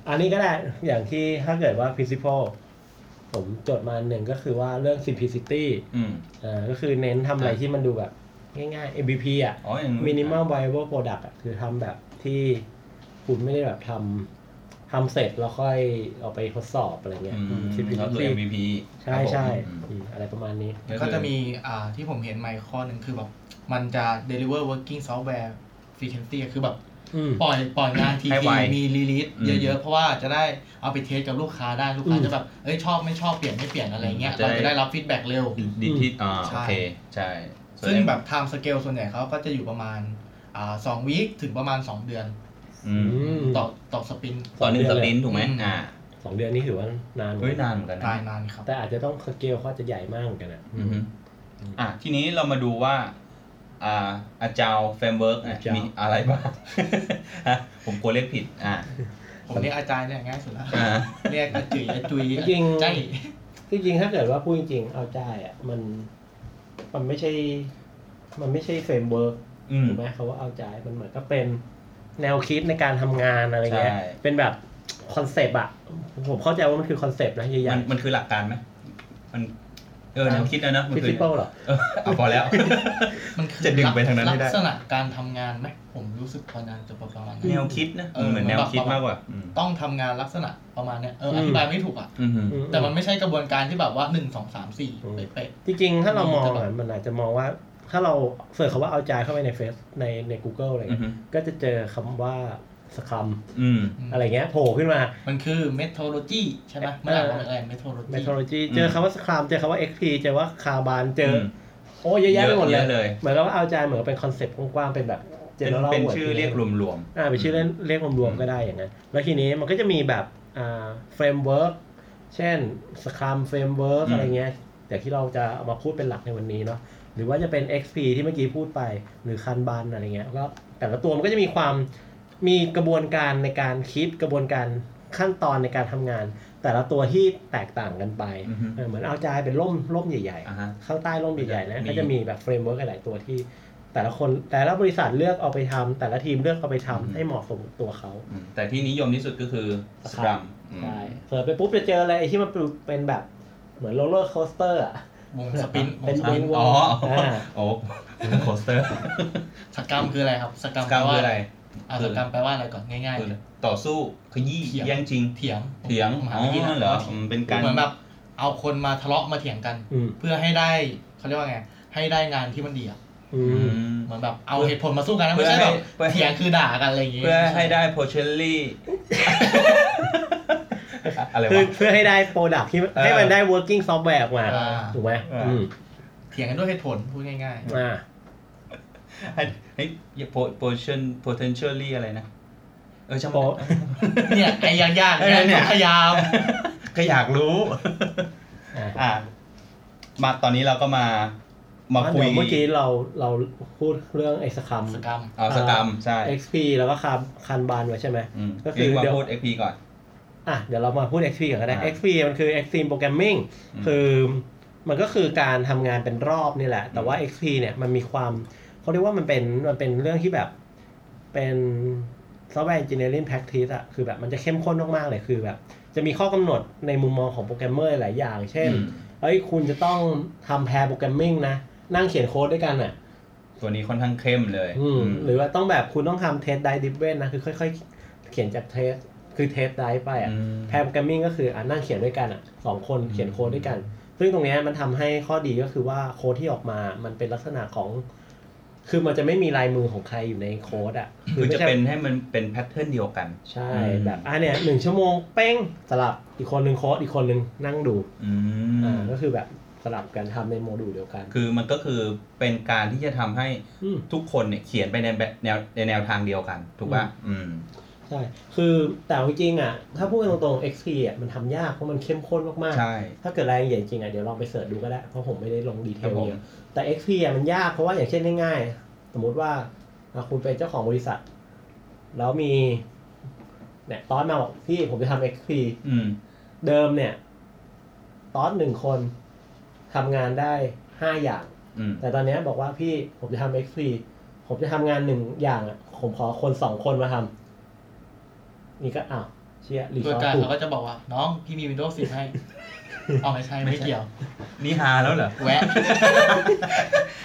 A: อันนี้ก็ได้ อย่างที่ถ้าเกิดว่า principle ผมจดมาอันหนึ่งก็คือว่าเรื่อง simplicity
B: อืม
A: อ่าก็คือเน้นทำอะไร
B: อ่ะ
A: ที่มันดูแบบง่ายๆ MVP อ่ะ
B: อ๋ออย่างนู้น
A: minimal viable product อ่ะ คือทำแบบที่คุณไม่ได้แบบทำทำเสร็จแล้วค่อยเอาไปทดสอบอะไรเงี้ย
B: อืม
A: อืม
B: ก็คือ
A: simplicity
B: MVP
A: ใช่
B: ครับผม
A: ใช่
B: อืม
A: อืมอะไรประมาณนี้
C: ก็จะมีอ่าที่ผมเห็นไมค์ข้อหนึ่งคือแบบมันจะ deliver working software frequency คือแบบ
A: อืม
C: ปล่อยปล่อยงานที
B: ให้ไว
C: มีรีลีส
B: อืม
C: เยอะๆ เพราะว่าจะได้เอาไปเทสกับลูกค้าได้ลูกค้า
A: อืม
C: จะแบบเอ้ยชอบไม่ชอบเปลี่ยนไม่เปลี่ยนอะไรเงี้ย
B: จะได้
C: เราจะได้รับฟีดแบ็กเร็ว
B: ดีที่อ่า
C: ใช่
B: โอเค ใช่
C: ซึ่งแบบ time scale ส่วนใหญ่เขาก็จะอยู่ประมาณอ่าสองวีคถึงประมาณ 2 เดือน
B: อืม
A: ม
C: ต่อต่อสปิน
B: ตอนหนึ่ง
A: ส
B: ส
A: องเดื
B: ปริ
A: อน น
B: ต์ถูกไหม
C: อืม
B: อ่า
A: สองเดือนนี่ถือว่านานเหมือ
B: เฮ้ย
A: นกัน
B: นานเหมือนกัน
C: ตา
B: นะ
C: ยนานครับ
A: แต่อาจจะต้องสเกลเขาอาจจะใหญ่มากเหมือนกันอ่ะ
B: อือฮึอ่ะทีนี้เรามาดูว่า อ่าอาจารย์เฟรมเวิร์กมีอะไรบ้าง (laughs) ฮะผมกลัวเรียกผิด อ่า
C: ผมเรียกอาจารย์เนี่ยง่ายสุดละ
B: อ่า
C: เรียกอาจุยอาจุย
A: จริง
C: ใจ
A: ที่จริงถ้าเกิดว่าพูดจริงๆเอาใจอ่ะมันมันไม่ใช่ มันไม่ใช่เฟรมเวิร์ก
B: อืม
A: ถูกไหมเขาว่าเอาใจมันเหมือนก็เป็นแนวคิดในการทำงานอะไรเงี้ย
B: ใช่
A: เป็นแบบคอนเซปต์อะผมเข้าใจว่ามันคือคอนเซปต์นะให
B: มั
A: ญ่
B: นมันคือหลักการไหมมัน เออแนวคิดนะเนอะ
A: ๆ
B: มัน
A: พิ
B: คือ
A: ซิเปิลหรอ
B: เออเอาพอ
A: (laughs)
B: แล้ว
C: มันคือ
B: จะดึงไปทางนั้นให้ได้
C: ลักษณะการทำงานไหมผมรู้สึกตอนนั้นจะประมาณ
B: แน
C: นี้น
B: วคิดนะ
C: เออ
B: เหมือนแนวคิด
C: มันแบบ
B: มากกว่า อืม
C: ต้องทำงานลักษณะประมาณเนี้ยเอออ
A: ม
C: ธิบายไม่ถูกอ่ะ
B: อืมฮึ
A: อื
C: แต่มันไม่ใช่กระบวนการที่แบบว่าหนึ่งสองสามสี่เป๊ะ
A: จริงๆ ถ้าเรามอง
C: มันจะแบ
A: อะ
C: บ
A: มันอาจจะมองว่า ถ้าเราเสิร์ชคำว่าเอาใจเข้าไปในเฟซในใน Google อะไรเงี้ย
B: อือฮึ
A: ก็จะเจอคำว่าสครัม
B: อืม
C: ๆม
A: อะไรเงี้ยโผล่ขึ้นมา
C: มันคือ methodology ใช่ไหมไม่หลักว่าอะไร
A: m
C: methodology
A: e t h o d o l o g y
B: อืม
A: เจอคำว่าสครัมเจอคำว่า XP เจอว่าคาบานเจออ
B: ม
A: โอ้เยอะแยะไปหมดเล
B: เย
A: ย
B: อะเลย
A: เหมือนกับว่าเอาใจเหมือนกับเป็นคอนเซปต์กว้างๆเป็นแบบ
B: เป็น
A: general
B: เป็น
A: word
B: ชื่อ
A: ที่
B: เรียกรวม
A: อ่าไปชื่อเล่นเรียกรวมๆก็ได้อย่างนั้น แล้วทีนี้มันก็จะมีแบบอ่าเฟรมเวิร์กเช่นสครัมเฟรมเวิร์ก
B: อืม
A: อะไรเงี้ยแต่ที่เราจะเอามาพูดเป็นหลักในวันนี้เนาะหรือว่าจะเป็น XP ที่เมื่อกี้พูดไปหรือคันบันอะไรเงี้ยก็แต่ละตัวมันก็จะมีความมีกระบวนการในการคิดกระบวนการขั้นตอนในการทำงาน แต่ละตัวที่แตกต่างกันไป
B: ๆอือฮึ
A: เออเหมือนเอาใจายเป็นร่มร่มใหญ่ๆ
B: อ่าฮะ
A: ข้างใต้ร่มใหญ่ๆนะ
B: มี
A: ก็จะมีแบบเฟรมเวิร์กหลายๆตัวที่ แต่ละคนแต่ละบริษัทเลือกเอาไปทำแต่ละทีมเลือกเอาไปทำให้เหมาะสมกับตัวเขา
B: อืมแต่ที่นิยมที่สุดก็คือสครัมอืม
A: ใช่เสิร์ชไปปุ๊บจะเจออะไรไอ้ที่มันเป็นแบบเหมือนโรลเลอร์โคสเตอร์อะ
C: วงสปิ (laughs) นว
A: เป็
C: ง
A: น
C: สปิน
A: วอล
B: อ๋อ
C: (laughs)
A: อ่า
B: (laughs) โอ้โคสเตอร์
C: สกรรมคืออะไรครับสกรรม
B: ก
C: แป
B: ล้า
C: ล
B: ม
C: ว่า
B: คือ
C: อะ
B: อะไร ไร
C: อ่ะ
B: คืออะ
C: ส
B: ไร
C: กรรมแปลว่าอะไรก่อนง่าย
B: คืออะไรต่อสู้ขยี้
C: เถียง
B: แย่งชิง
C: ๆ เถียง
B: เถียง
C: มหา
B: อ๋อ
C: วิทยาลัย
B: เหรอ
C: ถียง
B: มันเป็นการ
C: เหมือนแบบเอาคนมาทะเลาะมาเถียงกัน
A: อืม
C: เพื่อให้ได้เขาเรียกว่าไง ให้ได้งานที่มันดีอ่ะ
A: อื
B: อื
A: ม
B: ม
C: เหมือนแบบเอาเหตุผลมาสู้กันนะ
B: เพื่
C: ไม่
B: อ
C: ใช่แบบ
B: ให้เพื่อให้
C: เถียงคือด่ากันอะไรอย่างงี้
B: เพื่อให้ได้โพเชล
C: (laughs)
B: ลี่ อะไร
A: คือ
B: วะ
A: เพื่อให้ได้โปรดักที่
B: เออ
A: ให้มันได้ working software ออกมา
C: อ่า
A: ถูกไหม
B: เอออื
A: ม
C: เถียงกันด้วยเหตุผลพูดง่าย
A: อ่า
B: ให้เฮ้ยโพเชน potentially อะไรนะ เออช่าง
A: โปร
B: มัน
C: ๆ
B: (laughs)
C: เนี่ยไอ้ยากๆเนี่ย
B: เนี่ย
C: ต้องพยายาม
B: ก็อยาก
C: (laughs)
B: รู้
A: อ่า
B: อ่ะมาตอนนี้เราก็มามาคุย
A: เดี๋วเมื่อกี้เราเราพูดเรื่องไอ้สครัม
C: สกรรม
B: เอาสกรรมใช่
A: XP แล้วก็คาคันบานไว้ใช่ไหม
B: อืม
A: ก็คื
B: เรี
A: อย
B: กมา
A: เดี๋ยว
B: พูด XP ก่อน
A: อ่ะเดี๋ยวเรามาพูด XP กันก็ได้
B: อ่า
A: XP มันคือ Extreme Programming
B: อืม
A: คือมันก็คือการทำงานเป็นรอบนี่แหละ แต่ว่า XP เนี่ยมันมีความเขาเรียกว่ามันเป็นมันเป็นเรื่องที่แบบเป็น software engineering practice อะคือแบบมันจะเข้มข้นมากๆเลยคือแบบ จะมีข้อกำหนดในมุมมองของโปรแกรมเมอร์หลายอย่าง เช่น
B: อืม
A: เอ้ยคุณจะต้องทำแพร์โปรแกรมมิ่งนะ นั่งเขียนโค้ดด้วยกันอะ
B: ตัวนี้ค่อนข้างเข้มเลย
A: อืมหรือว่าต้องแบบคุณต้องทำเทสไดดิฟเวนนะ คือค่อยๆ เขียนจากเทสคือเทสไดไปอ่ะ
B: อืม
A: แพร์โปรแกรมมิ่งก็คืออ่านั่งเขียนด้วยกันอ่ะสองคน
B: อืม
A: เขียนโค้ดด้วยกัน ซึ่งตรงเนี้ยมันทำให้ข้อดีก็คือว่าโค้ดที่ออกมามันเป็นลักษณะของ คือมันจะไม่มีลายมือของใครอยู่ในโค้ดอ่ะ
B: คือจะ
A: ไม่ใช่
B: เป็นให้มันเป็นแพทเทิร์นเดียวกัน
A: ใช่
B: อืม
A: แบบอ่ะเนี่ยหนึ่งชั่วโมงเป้งสลับอีกคนหนึ่งโค้ดอีกคนหนึ่งนั่งดู
B: อื
A: อ่าม ก็คือแบบสลับกันทำในโมดูลเดียวกัน
B: คือมันก็คือเป็นการที่จะทำให้
A: อืม
B: ทุกคนเนี่ยเขียนไปในแบบแนวในแนวทางเดียวกัน ถูกป่ะอืม
A: ใช่ คือแต่จริงๆอ่ะ ถ้าพูดกันตรงๆ XP อ่ะมันทำยากเพราะมันเข้มข้นมาก
B: ใช่
A: ๆ ถ้าเกิดรายละเอียดจริงอ่ะเดี๋ยวลองไปเสิร์ชดูก็ได้ เพราะผมไม่ได้ลงดีเท
B: ครับ
A: ล
B: ผม
A: เยอะ แต่ XP อ่ะมันยากเพราะว่าอย่างเช่นง่ายๆ สมมุติว่าอ่ะคุณเป็นเจ้าของบริษัท แล้วมีเนี่ยตอนมาบอกพี่ผมจะทำ XP
B: อืม
A: เดิมเนี่ย ตอนหนึ่งคนทำงานได้ห้าอย่าง
B: อืม
A: แต่ตอนเนี้ยบอกว่าพี่ผมจะทำ XP ผมจะทำงานหนึ่งอย่างอ่ะ ผมขอคนสองคนมาทำนี่ก็อ้าวเชียรี
C: ตั
A: ซ
C: ว
A: อส
C: การ
A: ถูก
C: เขาก็จะบอกว่า น้องพี่มี Windows 10 ให้ เอาไม่ใช่
B: ไม่
C: ไม่
B: ใช่
C: เกี่ยว
B: นี่ฮาแล้วเหรอ (laughs)
C: แวะ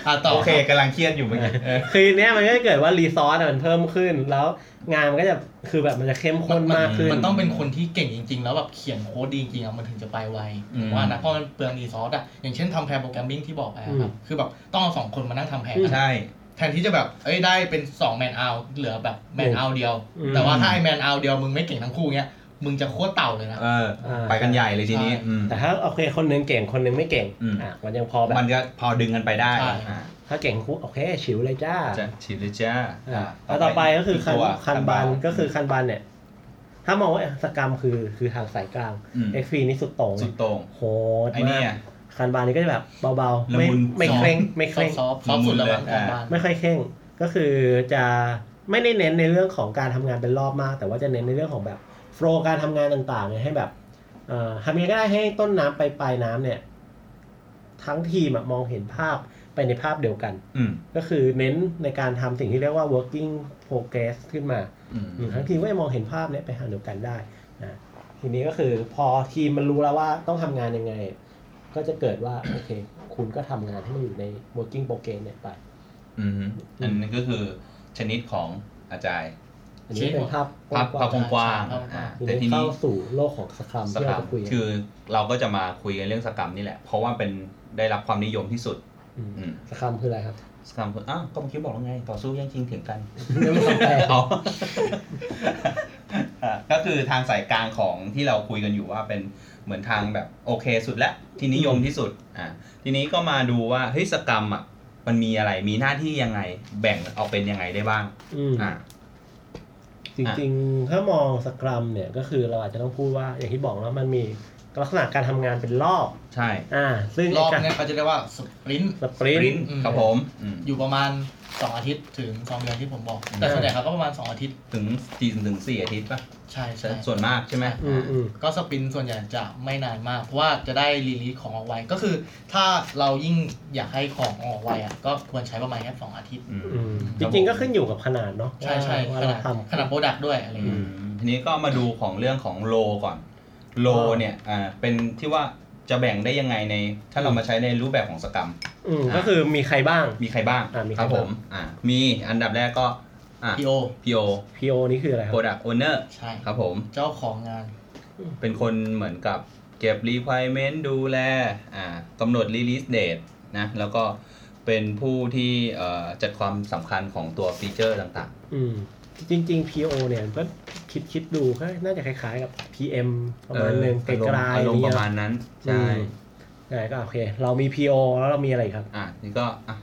C: อ่ะต่อ
B: โอเคกำลังเครียดอยู่เมื่อกี้เออ
A: คือเนี้ยมันก็เกิดว่ารีซอสอะมันเพิ่มขึ้น แล้วงานมันก็จะคือแบบมันจะเข้มข้นมากขึ้น
C: มันต้องเป็นคนที่เก่งจริง ๆ แล้วแบบเขียนโค้ดดีจริงๆอ่ะมันถึงจะไปไว
B: อืม
C: ว่านะเพราะมันเปลืองรีซอสอ่ะอย่างเช่นทำแพร์โปรแกรมมิ่งที่บอกไปอะครับคือแบบต้องเอาสองคนมานั่งทำแพร์
B: ใช่
C: แทนที่จะแบบเอ้ยได้เป็นสองแมนเอาเหลือแบบแมนเอาเดียว
A: อืม
C: แต่ว่าถ้าไอแมนเอาเดียวมึงไม่เก่งทั้งคู่เงี้ย มึงจะโคตรเต่าเลยนะ
B: เออ
A: อ่า
B: ไปกันใหญ่เลยทีนี้
C: ใช่
B: อืม
A: แต่ถ้าโอเคคนหนึงเก่งคนหนึงไม่เก่ง
B: อืม
A: อ่ะมันยังพอแบบ
B: มันก็พอดึงกันไปได้
C: ใช่
B: อ่า
A: ถ้าเก่งคู่โอเคฉิวเลยจ้า
B: จะฉีดเลยจ้า
A: อ่ะแล้วต่อไปก็คือคัน
B: ตัว
A: คันบันก็คือ
B: คั
A: คันบันเนี่ย ถ้ามองว่าสกรรมคือคือทางสายกลาง
B: อืม
A: เอ็กซ์พีนี่สุดโต่ง
B: สุดโต่ง
A: โหด
B: ไอ้เนี่
A: มาก
B: ย
A: คันบันนี่ก็จะแบบเบาๆ
B: ละ
A: ไม่
B: มุน
A: ไม่เคร่งไม่เค
C: ซอ
A: ร่ง
C: ฟต์ซอฟต์ซอฟต์สุดแล้วมั้งของบ้าน
A: ไม่ค่อยเข่งก็คือจะไม่ได้เน้นในเรื่องของการทำงานเป็นรอบมาก แต่ว่าจะเน้นในเรื่องของแบบโฟลว์การทำงานต่างๆเนี่ยให้แบบเอ่อทำยังไงก็ได้ให้ต้นน้ำไปปลายน้ำเนี่ย ทั้งทีมอะมองเห็นภาพไปในภาพเดียวกัน
B: อืม
A: ก็คือเน้นในการทำสิ่งที่เรียกว่า working progress ขึ้นมา
B: อืม
A: อืมทั้งทีมก็จะมองเห็นภาพเนี้ยไปทางเดียวกันได้นะทีนี้ก็คือพอทีมมันรู้แล้วว่าต้องทำงานยังไง ก็จะเกิดว่า โอเค คุณก็ทำงานให้มันอยู่ใน working progress เนี่ยไป
B: อืมอันนั้นก็คือชนิดของอาจารย์
A: อันนี้เป็นภาพ
B: ภาพภาพกว้าง
C: ใช่
B: ๆอ่า
A: ที
B: แต่ที
A: นี้
B: นี้
A: เข้าสู่โลกของสครัม
B: ส
A: ที่
B: กร
A: เรา
B: รม
A: จะคุยกัน
B: คือเราก็จะมาคุยกันเรื่องสกรรมนี่แหละ เพราะว่าเป็นได้รับความนิยมที่สุด
A: ม
B: อืม
A: สครัมคืออะไรครับ
B: สกรรมคืออ้าวก็เมื่อกี้บอกแล้วไง ต่อสู้แย่งชิงเถียงกัน
A: ยังไม่สนใจ
B: อ๋ (laughs) ออ่ะก็คือทางสายกลางของที่เราคุยกันอยู่ว่าเป็นเหมือนทางแบบโอเคสุดและที่นิยมที่สุดอ่ะทีนี้ก็มาดูว่าเฮ้ยสกรรมอ่ะมันมีอะไรมีหน้าที่ยังไงแบ่งออกเป็นยังไงได้บ้าง
A: อืม
B: อ่ะ
A: จริงๆ ถ้ามองสครัมเนี่ยก็คือเราอาจจะต้องพูดว่าอย่างที่บอกแล้วมันมีลักษณะการทำงานเป็นรอบ
B: ใช่
A: อ่า ซึ่ง
C: รอบ
A: ไการ
C: เนี้ยเขาจะเรียกว่าสปรินต์
A: สปริน
B: ริ้น
A: ต์
B: ครับผมอืม
C: อยู่ประมาณ 2 อาทิตย์ถึง 2 เดือนที่ผมบอก
B: อืม
C: แต่ส่วนใหญ่เขาก็ประมาณ 2 อาทิตย์
B: ถึงสี่ถึงสี่อาทิตย์ป่ะ
C: ใช่ใช่
B: ส่วนมากใช่ไหม
A: อืมอืม
C: ก็สปินส่วนใหญ่จะไม่นานมาก เพราะว่าจะได้รีลีสของออกไวก็คือ ถ้าเรายิ่งอยากให้ของออกไวอ่ะก็ควรใช้ประมาณแค่สองอาทิตย์
B: อืม
A: อืมจริงๆก็ขึ้นอยู่กับขนาดเนาะ
C: ใช่ใช่
A: ว่า
C: ข
A: เรา
C: นาด
A: ทำ
C: ขนาดโปรดักด้วยอะไรอย่าง
B: อืม
C: เงี้ย
B: ทีนี้ก็มาดูของเรื่องของโลก่อน โล
A: อ่า
B: เนี่ยอ่าเป็นที่ว่าจะแบ่งได้ยังไงใน ถ้าเรามาใช้ในรูปแบบของสกรรม
A: อืมก็คือมีใครบ้าง
B: มีใครบ้าง
A: อ่ามีใคร
B: ครับ
A: บ้าง
B: ผมอ่ามีอันดับแรกก็อ่า
C: พีโอ
B: PO
A: PO นี่คืออะไรครับ
B: Product Owner
C: ใช่
B: ครับผม
C: เจ้าของงาน
B: เป็นคนเหมือนกับเก็บ requirement ดูแลอ่ากำหนด release date นะ แล้วก็เป็นผู้ที่เอ่อจัดความสำคัญของตัวฟีเจอร์ต่าง
A: อืมจริง ๆ PO เนี่ยก็คิดคิดดูก็น่าจะคล้ายๆกับ PM
B: ๆ
A: ประมาณหนึ่งไกล
B: เออ
A: ๆ
B: อารมณ์อารมณ์ป
A: เงี้ย
B: ระมาณนั้นใช่
A: อืม อ่าก็โอเค เรามี PO แล้วเรามีอะไรครับ
B: อ่ะนี่ก็อ่ะ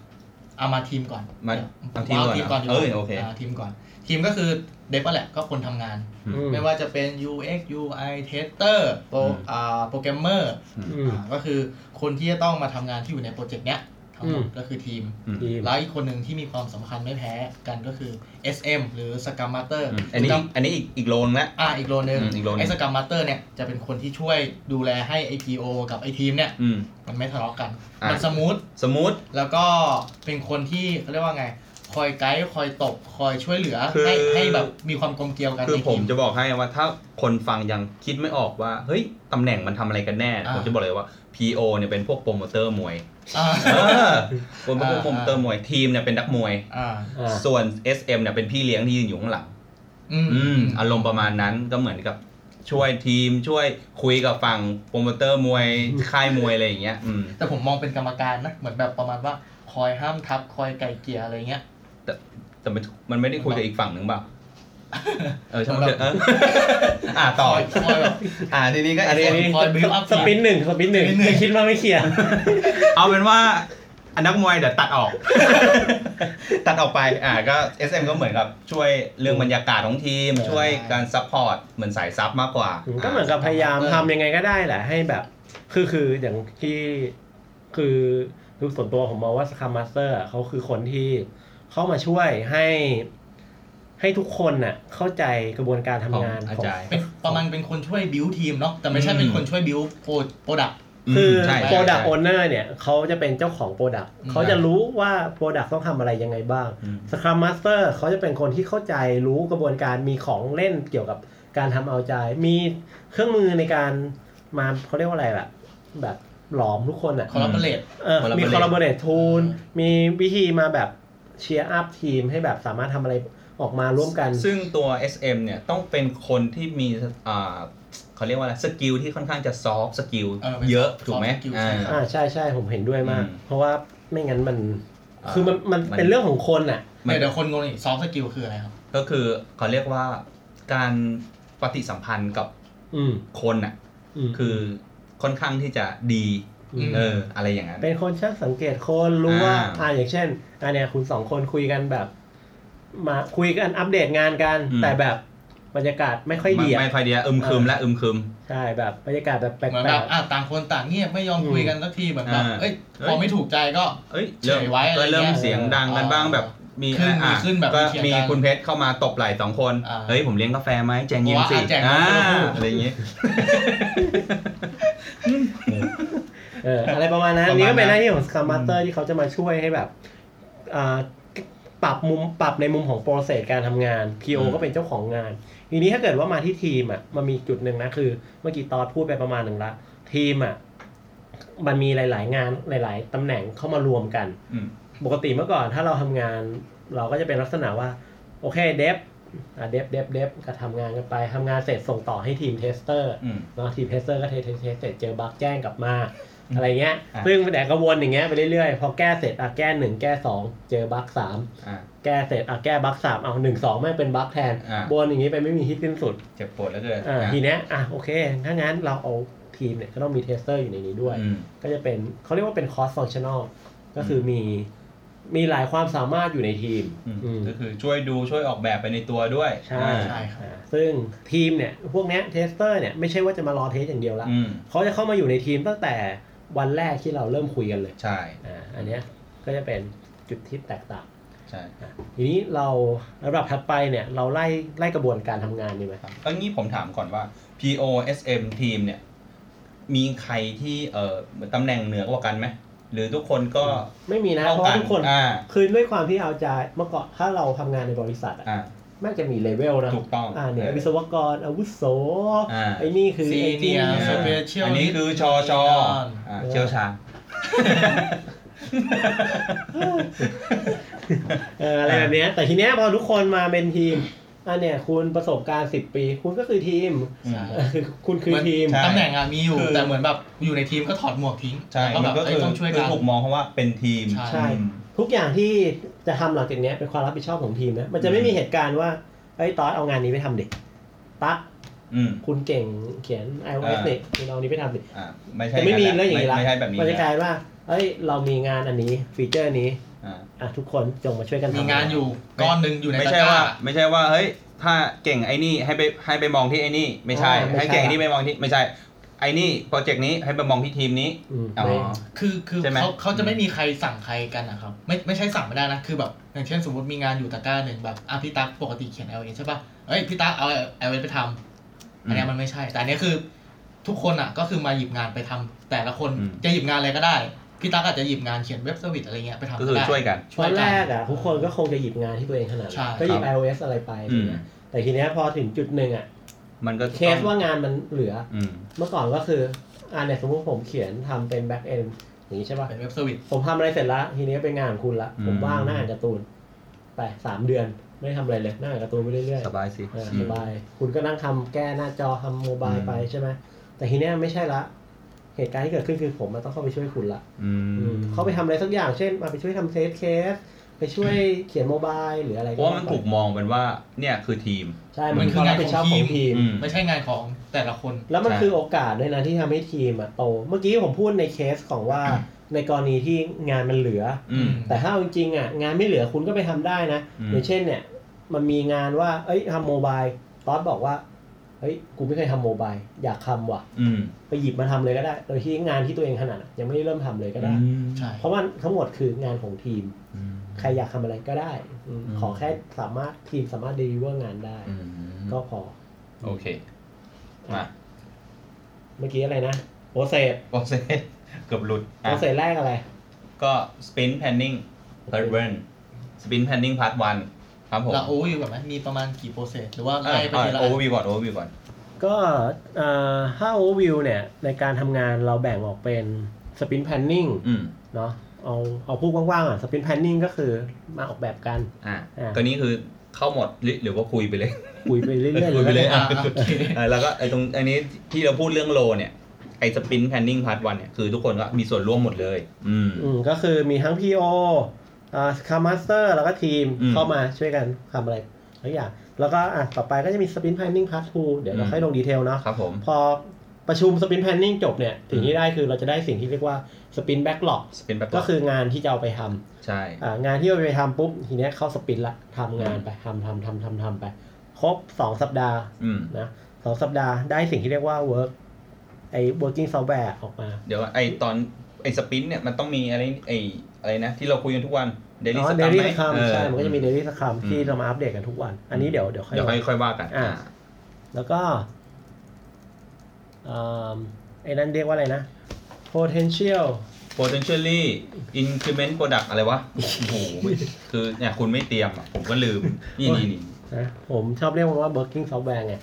C: เอามาทีมก่อน
B: มา
C: เอา
B: เอาที
C: ที
B: มก่
C: มก่
B: อ
C: อน น
B: เหรอเอ้ยโอเค
C: าทีมก่อน ทีมก็คือเดฟแหละก็คนทำงาน
B: อืม
A: อืม
C: ไม่ว่าจะเป็น UX UI tester โปร
B: อืม
C: อ่าโปรแกรมเมอร์
A: อืม
C: อ่าก็คือคนที่จะต้องมาทำงานที่อยู่ในโปรเจกต์เนี้ยทั้งหมด
A: อืม
C: ก็คือทีม
B: อืม
A: ทีม
C: แล้วอีกคนหนึ่งที่มีความสำคัญไม่แพ้กันก็คือ SM หรือ Scrum Master
B: อืมอันนี้อันนี้อีกอีกโลนละ
C: อ่าอีกโลนึง
B: อืมอีกโลนึง
C: ไอ้ Scrum Master เนี่ยจะเป็นคนที่ช่วยดูแลให้ไอ PO กับไอทีมเนี่ย
B: อืม
C: มันไม่ทะเลาะกัน
B: อ่ะ
C: มันสมูท
B: สมูท
C: แล้วก็เป็นคนที่เขาเรียกว่าไง คอยไกด์คอยตบคอยช่วยเหลือ
B: คือ
C: ให้ให้แบบมีความกลมเกลียวกัน
B: คือ
C: ใน
B: ผ
C: ที
B: ม
C: ม
B: จะบอกให้ว่าถ้าคนฟังยังคิดไม่ออกว่า เฮ้ย ตำแหน่งมันทำอะไรกันแน่
C: อ่า
B: ผมจะบอกเลยว่า PO เนี่ยเป็นพวกโปรโมเตอร์มวย
C: อ่า
B: เออคนเป็นพวก
C: อ่า
B: โปรโมเตอร์มวยทีมเนี่ยเป็นนักมวย
C: อ่า
A: อ่า
B: ส่วน SM เนี่ยเป็นพี่เลี้ยงที่ยืนอยู่ข้างหลัง
C: อืม
B: อืมอารมณ์ประมาณนั้นก็เหมือนกับช่วยทีมช่วยคุยกับฝั่งโปรโมเตอร์มวยค่ายมวยอะไรอย่างเงี้ยอืม
C: แต่ผมมองเป็นกรรมการนะเหมือนแบบประมาณว่าคอยห้ามทับคอยไก่เกลียอะไรเงี้ย
B: แต่มันมันไม่ได้คุยกับอีกฝั่งหนึ่ง (laughs) เปล่าเออช่างมันเถอะเอออ่า
C: ค
B: ต่อ
C: อยคอยแบบ
B: อ่าทีนี้ก็
A: อันนี้อันนี้
C: คอยบิ้วอัพ
A: สปินหนึ่งสปินหนึ่ง
C: สปินหนึ่ง
A: ไม่คิดว่าไม่เคลียร์
B: เอาเป็นว่าอันนักมวยเดี๋ยวตัดออก (laughs) ตัดออกไปอ่าก็ SM ก็เหมือนกับช่วยเรื่องบรรยากาศของทีม
A: ใช่
B: ช่วยการซัพพอร์ตเหมือนสายซับมากกว่า
A: ก็เหมือนกับพยายามทำยังไงก็ได้แหละให้แบบ คือคืออย่างที่คือคือส่วนตัวผมมองว่าสค r ัมมาสเตอร์เขาคือคนที่เข้ามาช่วยให้ ให้ทุกคนน่ะเข้าใจกระบวนการทำ
B: ของ
A: งาน
B: อา
A: ของ
B: จารย์
C: เป็นประมาณเป็นคนช่วยบิวทีมเนาะแต่ไม่ใช่เป็นคนช่วยบิวโปรดัก
A: คืออ
B: ใช่ใช่
A: Product
B: ใช่
A: Owner เนี่ยเขาจะเป็นเจ้าของ Product
C: อืม
A: เขาจะรู้ว่า Product ต้องทำอะไรยังไงบ้าง
B: อืม
A: Scrum Master เขาจะเป็นคนที่เข้าใจรู้กระบวนการมีของเล่นเกี่ยวกับการทำเอาใจ มีเครื่องมือในการมาเขาเรียกว่าอะไรแบบแบบหลอมทุกคนอ่ะ
C: คอลลาเบเรต
A: เออมี
B: collaborate
A: collaborate tool
C: อืม
A: มีวิธีมาแบบเชียร์อัพทีมให้แบบสามารถทำอะไรออกมาร่วมกัน
B: ซึ่งตัว SM เนี่ยต้องเป็นคนที่มีอ่าเขาเรียกว่าอะไรสกิลที่ค่อนข้างจะซอฟสกิล
C: เออเป็น
B: เยอะ
C: soft
B: ถูกไหม
C: soft skill ใช่ครับ
A: อ่าใช่ใช่ผมเห็นด้วยมาก
B: อืม
A: เพราะว่าไม่งั้นมัน
B: อ่า
A: คือมันมัน
B: มัน
A: เป็นเรื่องของคนอ่ะ
B: มัน
C: เดี๋ยวคนงงอีกซอฟต์สกิลคืออะไรครับ
B: ก็คือเขาเรียกว่าการปฏิสัมพันธ์กับ
A: อืม
B: คนอ่ะ
A: อืม
B: คือค่อนข้างที่จะดี
A: อืม
B: เอออะไรอย่างนั้น
A: เป็นคนช่างสังเกตคนรู้ว่า
B: อ่า
A: อ่าอย่างเช่นอ่าเนี่ยคุณสองคนคุยกันแบบ มาคุยกันอัปเดตงานกัน แต่แบบบรรยากาศไม่ค่อยดีอะ
B: ไม่ค่อยดีอะอึมครึมและอึมครึม
A: ใช่แบบบรรยากาศแบบแป
C: เหมือน
A: ล
C: แบ
A: ก
C: บอ่ะต่างคนต่างเงียบไม่ยอมคุยกันสักทีเหมือนแบบ
B: อ่า
C: เอ้ย
B: เอ้ย
C: พอไม่ถูกใจก็
B: เอ้ย
C: เฉยไว้อะไร
B: ก็เริ่ม
C: เงี้ย
B: เสียงดังกันบ้าง
C: เออ
B: แบบมี
C: ขึ้น
B: อ่ะ
C: มีขึ้นแบบ
B: ก็
C: มีเถียงกัน
B: มีคุณเพชรเข้ามาตบไหล่สองคน
C: อ่า
B: เฮ้ยผมเลี้ยงกาแฟไหมแจงเย็นสิ
C: เพราะว่าอ่ะแจง
B: อ่า
C: เย็นสิ
B: อะไรอย่างเงี้ย
A: ๆ เอออะไรประมาณนั้น
C: ประมาณ
A: นี่ก็เป็นหน้าที่ของ Scrum Master ที่เขาจะมาช่วยให้แบบอ่าปรับมุมปรับในมุมของโปรเซสการทำงาน PO
B: อืม
A: ก็เป็นเจ้าของงาน ทีนี้ถ้าเกิดว่ามาที่ทีมอ่ะมันมีจุดหนึ่งนะคือ เมื่อกี้ตอดพูดไปประมาณหนึ่งละทีมอ่ะมันมีหลาย ๆ งานหลาย ๆตำแหน่งเข้ามารวมกัน
B: อืม
A: ปกติเมื่อก่อนถ้าเราทำงาน เราก็จะเป็นลักษณะว่า โอเคเดฟอ่ะเดฟเดฟเดฟก็ทำงานกันไปทำงานเสร็จส่งต่อให้ทีมเทสเตอร์
B: อืม
A: เนาะทีมเทสเตอร์ก็เทสเทสเทสเสร็จเจอบั๊กแจ้งกลับมา
B: อืม
A: อะไรเงี้ย
B: อ่ะ
A: ซึ่งแต่กระวนอย่างเงี้ยไปเรื่อยๆ พอแก้เสร็จอ่ะแก้หนึ่งแก้สองเจอบั๊กสาม
B: อ่ะ
A: แก้เสร็จอ่ะแก้บั๊กสามเอาหนึ่งสองแม่งเป็นบั๊กแทน
B: อ่ะ
A: วนอย่างงี้ไปไม่มีที่สิ้นสุด
B: เจ็บปวดแล้วเกิน
A: อ่า
B: อ่ะ
A: ทีเนี้ยอ่ะโอเคถ้างั้นเราเอาทีมเนี่ยก็ต้องมีเทสเตอร์อยู่ในนี้ด้วย
B: อืม
A: ก็จะเป็นเขาเรียกว่าเป็นคอสฟังชั่นอลก็คือมีมีหลายความสามารถอยู่ในทีมอืม
B: ก็คือช่วยดูช่วยออกแบบไปในตัวด้วย
A: ใช่
B: อ่า
C: ใช่ครับ
A: อ่าซึ่งทีมเนี่ยพวกเนี้ยเทสเตอร์เนี่ยไม่ใช่ว่าจะมารอเทสอย่างเดียวละ
B: อืม
A: เขาจะเข้ามาอยู่ในทีมตั้งแต่วันแรกที่เราเริ่มคุยกันเลย
B: ใช่
A: อ่า อันเนี้ยก็จะเป็นจุดที่แตกต่าง
B: ใช่
A: อ่ะทีนี้เราระดับถัดไปเนี่ยเราไล่ไล่กระบวนการทำงานดีไหม
B: ครับแล้วงี้ผมถามก่อนว่า PO SM ทีมเนี่ย มีใครที่เอ่อตำแหน่งเหนือกว่ากันไหม หรือทุกคนก็
A: ไม่มีนะ
B: เท่า
A: เพราะ
B: กั
A: ว่าน ทุกคน
B: อ่า
A: คือด้วยความที่เอาใจเมื่อก่อนถ้าเราทำงานในบริษัทอะ
B: อ่า
A: แม่งจะมีเลเวลนะ
B: ถูกต้อง
A: อ่าเนี่ยวิศวกรอาวุโส
B: อ่า
A: ไอ้นี่คือ
C: ซี
A: ไอ้
C: เนี
A: ที่
C: ย
B: า
C: ร์ส
B: อ่า
C: เปเชียล
B: อันนี้คือชอชออ่าเชี่ยวชาญ
A: เอออะไรแบบเนี้ยแต่ทีเนี้ยพอทุกคนมาเป็นทีมอ่าเนี่ยคุณประสบการณ์สิบปี คุณก็คือทีม
B: อืม
A: เออคือคุณคือทีม
B: ใช่
C: ตำแหน่งอะมีอยู่
B: คือ
C: แต่เหมือนแบบอยู่ในทีมก็ถอดหมวกทิ้ง
B: ใช่
C: แล้วก็
B: มันก็
C: แบบเอ้ย
B: คือ
C: ต้องช่วย
B: คือ
C: กัน
B: ถูกมองเพราะว่าเป็นทีม
C: ใช่
A: ใช่
B: อืม
A: ทุกอย่างที่จะทำหลังจากเนี้ยเป็นความรับผิดชอบของทีมนะ มันจะไม่มีเหตุการณ์ว่าไอ้ยตอนเอางานนี้ไปทำดิตั๊ก
B: อืม
A: คุณเก่งเขียน iOS
B: อ่า
A: นี่คุณเอาอันนี้ไปทำดิ
B: อ่าไม่ใช่
A: จะไม่มี
B: แล้
A: เรื่องอย่างนี้ละ
B: ไม่ใช่แบบนี้
A: มันจะกลายว่าเอ้ยเรามีงานอันนี้ฟีเจอร์นี้
B: อ่า
A: อ่ะทุกคนจงมาช่วยกันทำ
C: มีงานอยู่ก้อนหนึ่งอยู่ใน
B: ไม่
C: ตะ
B: ใช่
C: กร้า
B: ว่าไม่ใช่ว่าเฮ้ยถ้าเก่งไอ้นี่ให้ไปให้ไปมองที่ไอ้นี่ไม่ใช่ ให้เก่งไอ้นี่ไปมองที่ไม่ใช่ไอ้นี่โปรเจกต์นี้ให้ไปมองที่ทีมนี้
A: อืม
B: อ๋อ
A: ไม่
C: คือคือ
B: ใช่ไหม
C: เขาเขา
B: อื
C: จะ
B: ม
C: ไม่มีใครสั่งใครกันนะครับ ไม่ไม่ใช่สั่งไม่ได้นะคือแบบ อย่างเช่นสมมติมีงานอยู่ตะกร้าหนึ่งแบบอ่ะพี่ตั๊กปกติเขียน l อใช่ป่ะเอ้ยพี่ตั๊กเอา l อไปทำอันเนี้ยมันไม่ใช่ แต่อันเนี้ยคือ ทุกคนอ่ะก็คือมาหยิบงานไปทำแต่ละคน
B: อืม
C: จะหยิบงานอะไรก็ได้พี่ตั๊กอาจจะหยิบงานเขียนเว็บเซอร์วิสอะไรเงี้ยไปทำ
B: ก็คือ
C: ได้
B: ช่วยกัน
A: ตอนแรกอ่ะทุกคนก็คงจะหยิบงานที่ตัวเองถนัด
C: ใช่
A: ก็หยิบ
B: ครับ
A: iOS อะไรไปอะไรเงี้ยแต่ทีเนี้ยพอถึงจุดหนึ่งอ่ะ
B: มันก็
A: เคสว่างานมันเหลือ
B: อืม
A: เมื่อก่อนก็คืออ่าเนี่ยสมมติผมเขียนทำเป็น back end อย่างนี้ใช่ป่ะ
C: เป็นเว็บเซอร์วิส
A: ผมทำอะไรเสร็จละทีนี้ก็เป็นงานของคุณละ
B: อืม
A: ผมว่างนั่งอ่านการ์ตูน ไปสามเดือนไม่ได้ทำอะไรเลยนั่งอ่านการ์ตูนไปเรื่อยๆ
B: สบายสิ
A: เออสบายคุณก็นั่งทำแก้หน้าจอทำโมบาย
B: อืม
A: ไปใช่ไหมแต่ทีเนี้ยไม่ใช่ละ เหตุการณ์ที่เกิดขึ้นคือผมมันต้องเข้าไปช่วยคุณละ
B: อื
A: อืม
B: ม
A: เขาไปทำอะไรสักอย่างเช่นมาไปช่วยทำเซฟเคส ไปช่วยเขียนโมบายหรืออะไร
B: เพราะว่ามันถูกมองเป็นว่าเนี่ยคือทีม
A: ใช่
C: มั
A: มัน
C: น
A: คื
C: คือ อ
A: ความ
C: งา
A: รั
C: น
A: บผิด
C: ของ
A: ชอบของ
C: ที
A: ทีม
C: ม
B: อืม
C: ไม่ใช่งานของแต่ละคน
A: แล้วมัน
B: ใช่
A: คือโอกาสด้วยนะที่ทำให้ทีมอะโต เมื่อกี้ผมพูดในเคสของว่าในกรณีที่งานมันเหลือ
B: อืม
A: แต่ถ้าเอาจริงๆอ่ะงานไม่เหลือคุณก็ไปทำได้นะ
B: อืม
A: อย่างเช่นเนี่ย มันมีงานว่า เอ้ยทำโมบายตอสบอกว่า เฮ้ย กูไม่เคยทำโมบายอยากทำว่ะ
B: อืม
A: ไปหยิบมาทำเลยก็ได้ โดยที่งานที่ตัวเองถนัดอะยังไม่ได้เริ่มทำเลยก็ได้
C: ใช่
A: เพราะมันทั้งหมดคืองานของทีม
B: อืม
A: ใครอยากทำอะไรก็ได้อืม
B: อืม
A: ขอแค่สามารถทีมสามารถเดลิเวอร์งานได้
B: อืม
A: ก็พอ
B: โอเคมา
A: เมื่อกี้อะไรนะโปรเซส
B: โปรเซสเกือบหลุด
A: โป
B: อ่ะ
A: รเซสแรกอะไร
B: ก็ spin planning part one spin planning part one ครับผม
C: เราโอ้ยแบบไหมมีประมาณกี่โปรเซส หรือว่า
B: เอ
C: ไล่ไปทีละ
B: โอเวอร์วิวก่อนโอเวอร์วิวก่อน
A: ก็เอ่อถ้าโอเวอร์วิวเนี่ย ในการทำงานเราแบ่งออกเป็นสปินแพนนิ่ง
B: อืม
A: เนาะเอาเอาพูดกว้างๆอ่ะสปรินแพนนิ่งก็คือมาออกแบบกัน
B: อ่ะ
A: อ่ะ
B: ก็นี้คือเข้าหมดหรือหรือว่าคุยไปเลย
A: คุยไปเรื่อยๆ
B: คุยไป
A: เล
B: เรื่
A: ย ย
C: อ่ะโอเค
B: เออแล้วก็ไอ้ตรงอันนี้ที่เราพูดเรื่องโลเนี่ย ไอ้สปินแพนนิ่งพาร์ทวันเนี่ย คือทุกคนก็มีส่วนร่วมหมดเลย อืม
A: อืมก็คือมีทั้ง PO อ่าคัมมาสเตอร์แล้วก็ทีม
B: อืม
A: เข้ามาช่วยกันทำอะไรทุกอย่าง แล้วก็อ่ะต่อไปก็จะมี Sprint Planning Part 2 เดี๋ยวเราค่อยลงดีเทลเนาะ
B: ครับผม
A: พอประชุม Sprint Planning จบเนี่ยสิ่งที่ได้คือเราจะได้สิ่งที่เรียกว่า Sprint Backlog
B: สปินแบ็ค
A: ก็คืองานที่จะเอาไปทำ
B: ใช่
A: อ่างานที่เราไปทำปุ๊บทีเนี้ยเข้าสปรินต์ละทำงานไปทำทำทำทำทำไป ครบสองสัปดาห์
B: อืม
A: นะสองสัปดาห์ได้สิ่งที่เรียกว่า work ไอ้ working software ออกมา
B: เดี๋ยวไอตอนไอสปินเนี่ยมันต้องมีอะไรไออะไรนะ ที่เราคุยกันทุกวันเดลิ
A: อ๋อ
B: ส
A: daily
B: ม
A: scrum ใช่ มันก็จะมี daily scrum
B: อืม
A: ที่เรามาอัปเดตกันทุกวัน อันนี้เดี๋ยวเดี๋ยวค่อย
B: เดี๋ยวค่อ
A: ว่า
B: ยค่อยว่ากัน
A: อ่า แล้วก็อ่าไอ้นั่นเรียกว่าอะไรนะ potential
B: potentially increment product อะไรวะ โอ้โหคือเนี่ยคุณไม่เตรียมอ่ะผมก็ลืม นี่นี่นี่
A: นะผมชอบเรียกมันว่า working software ไง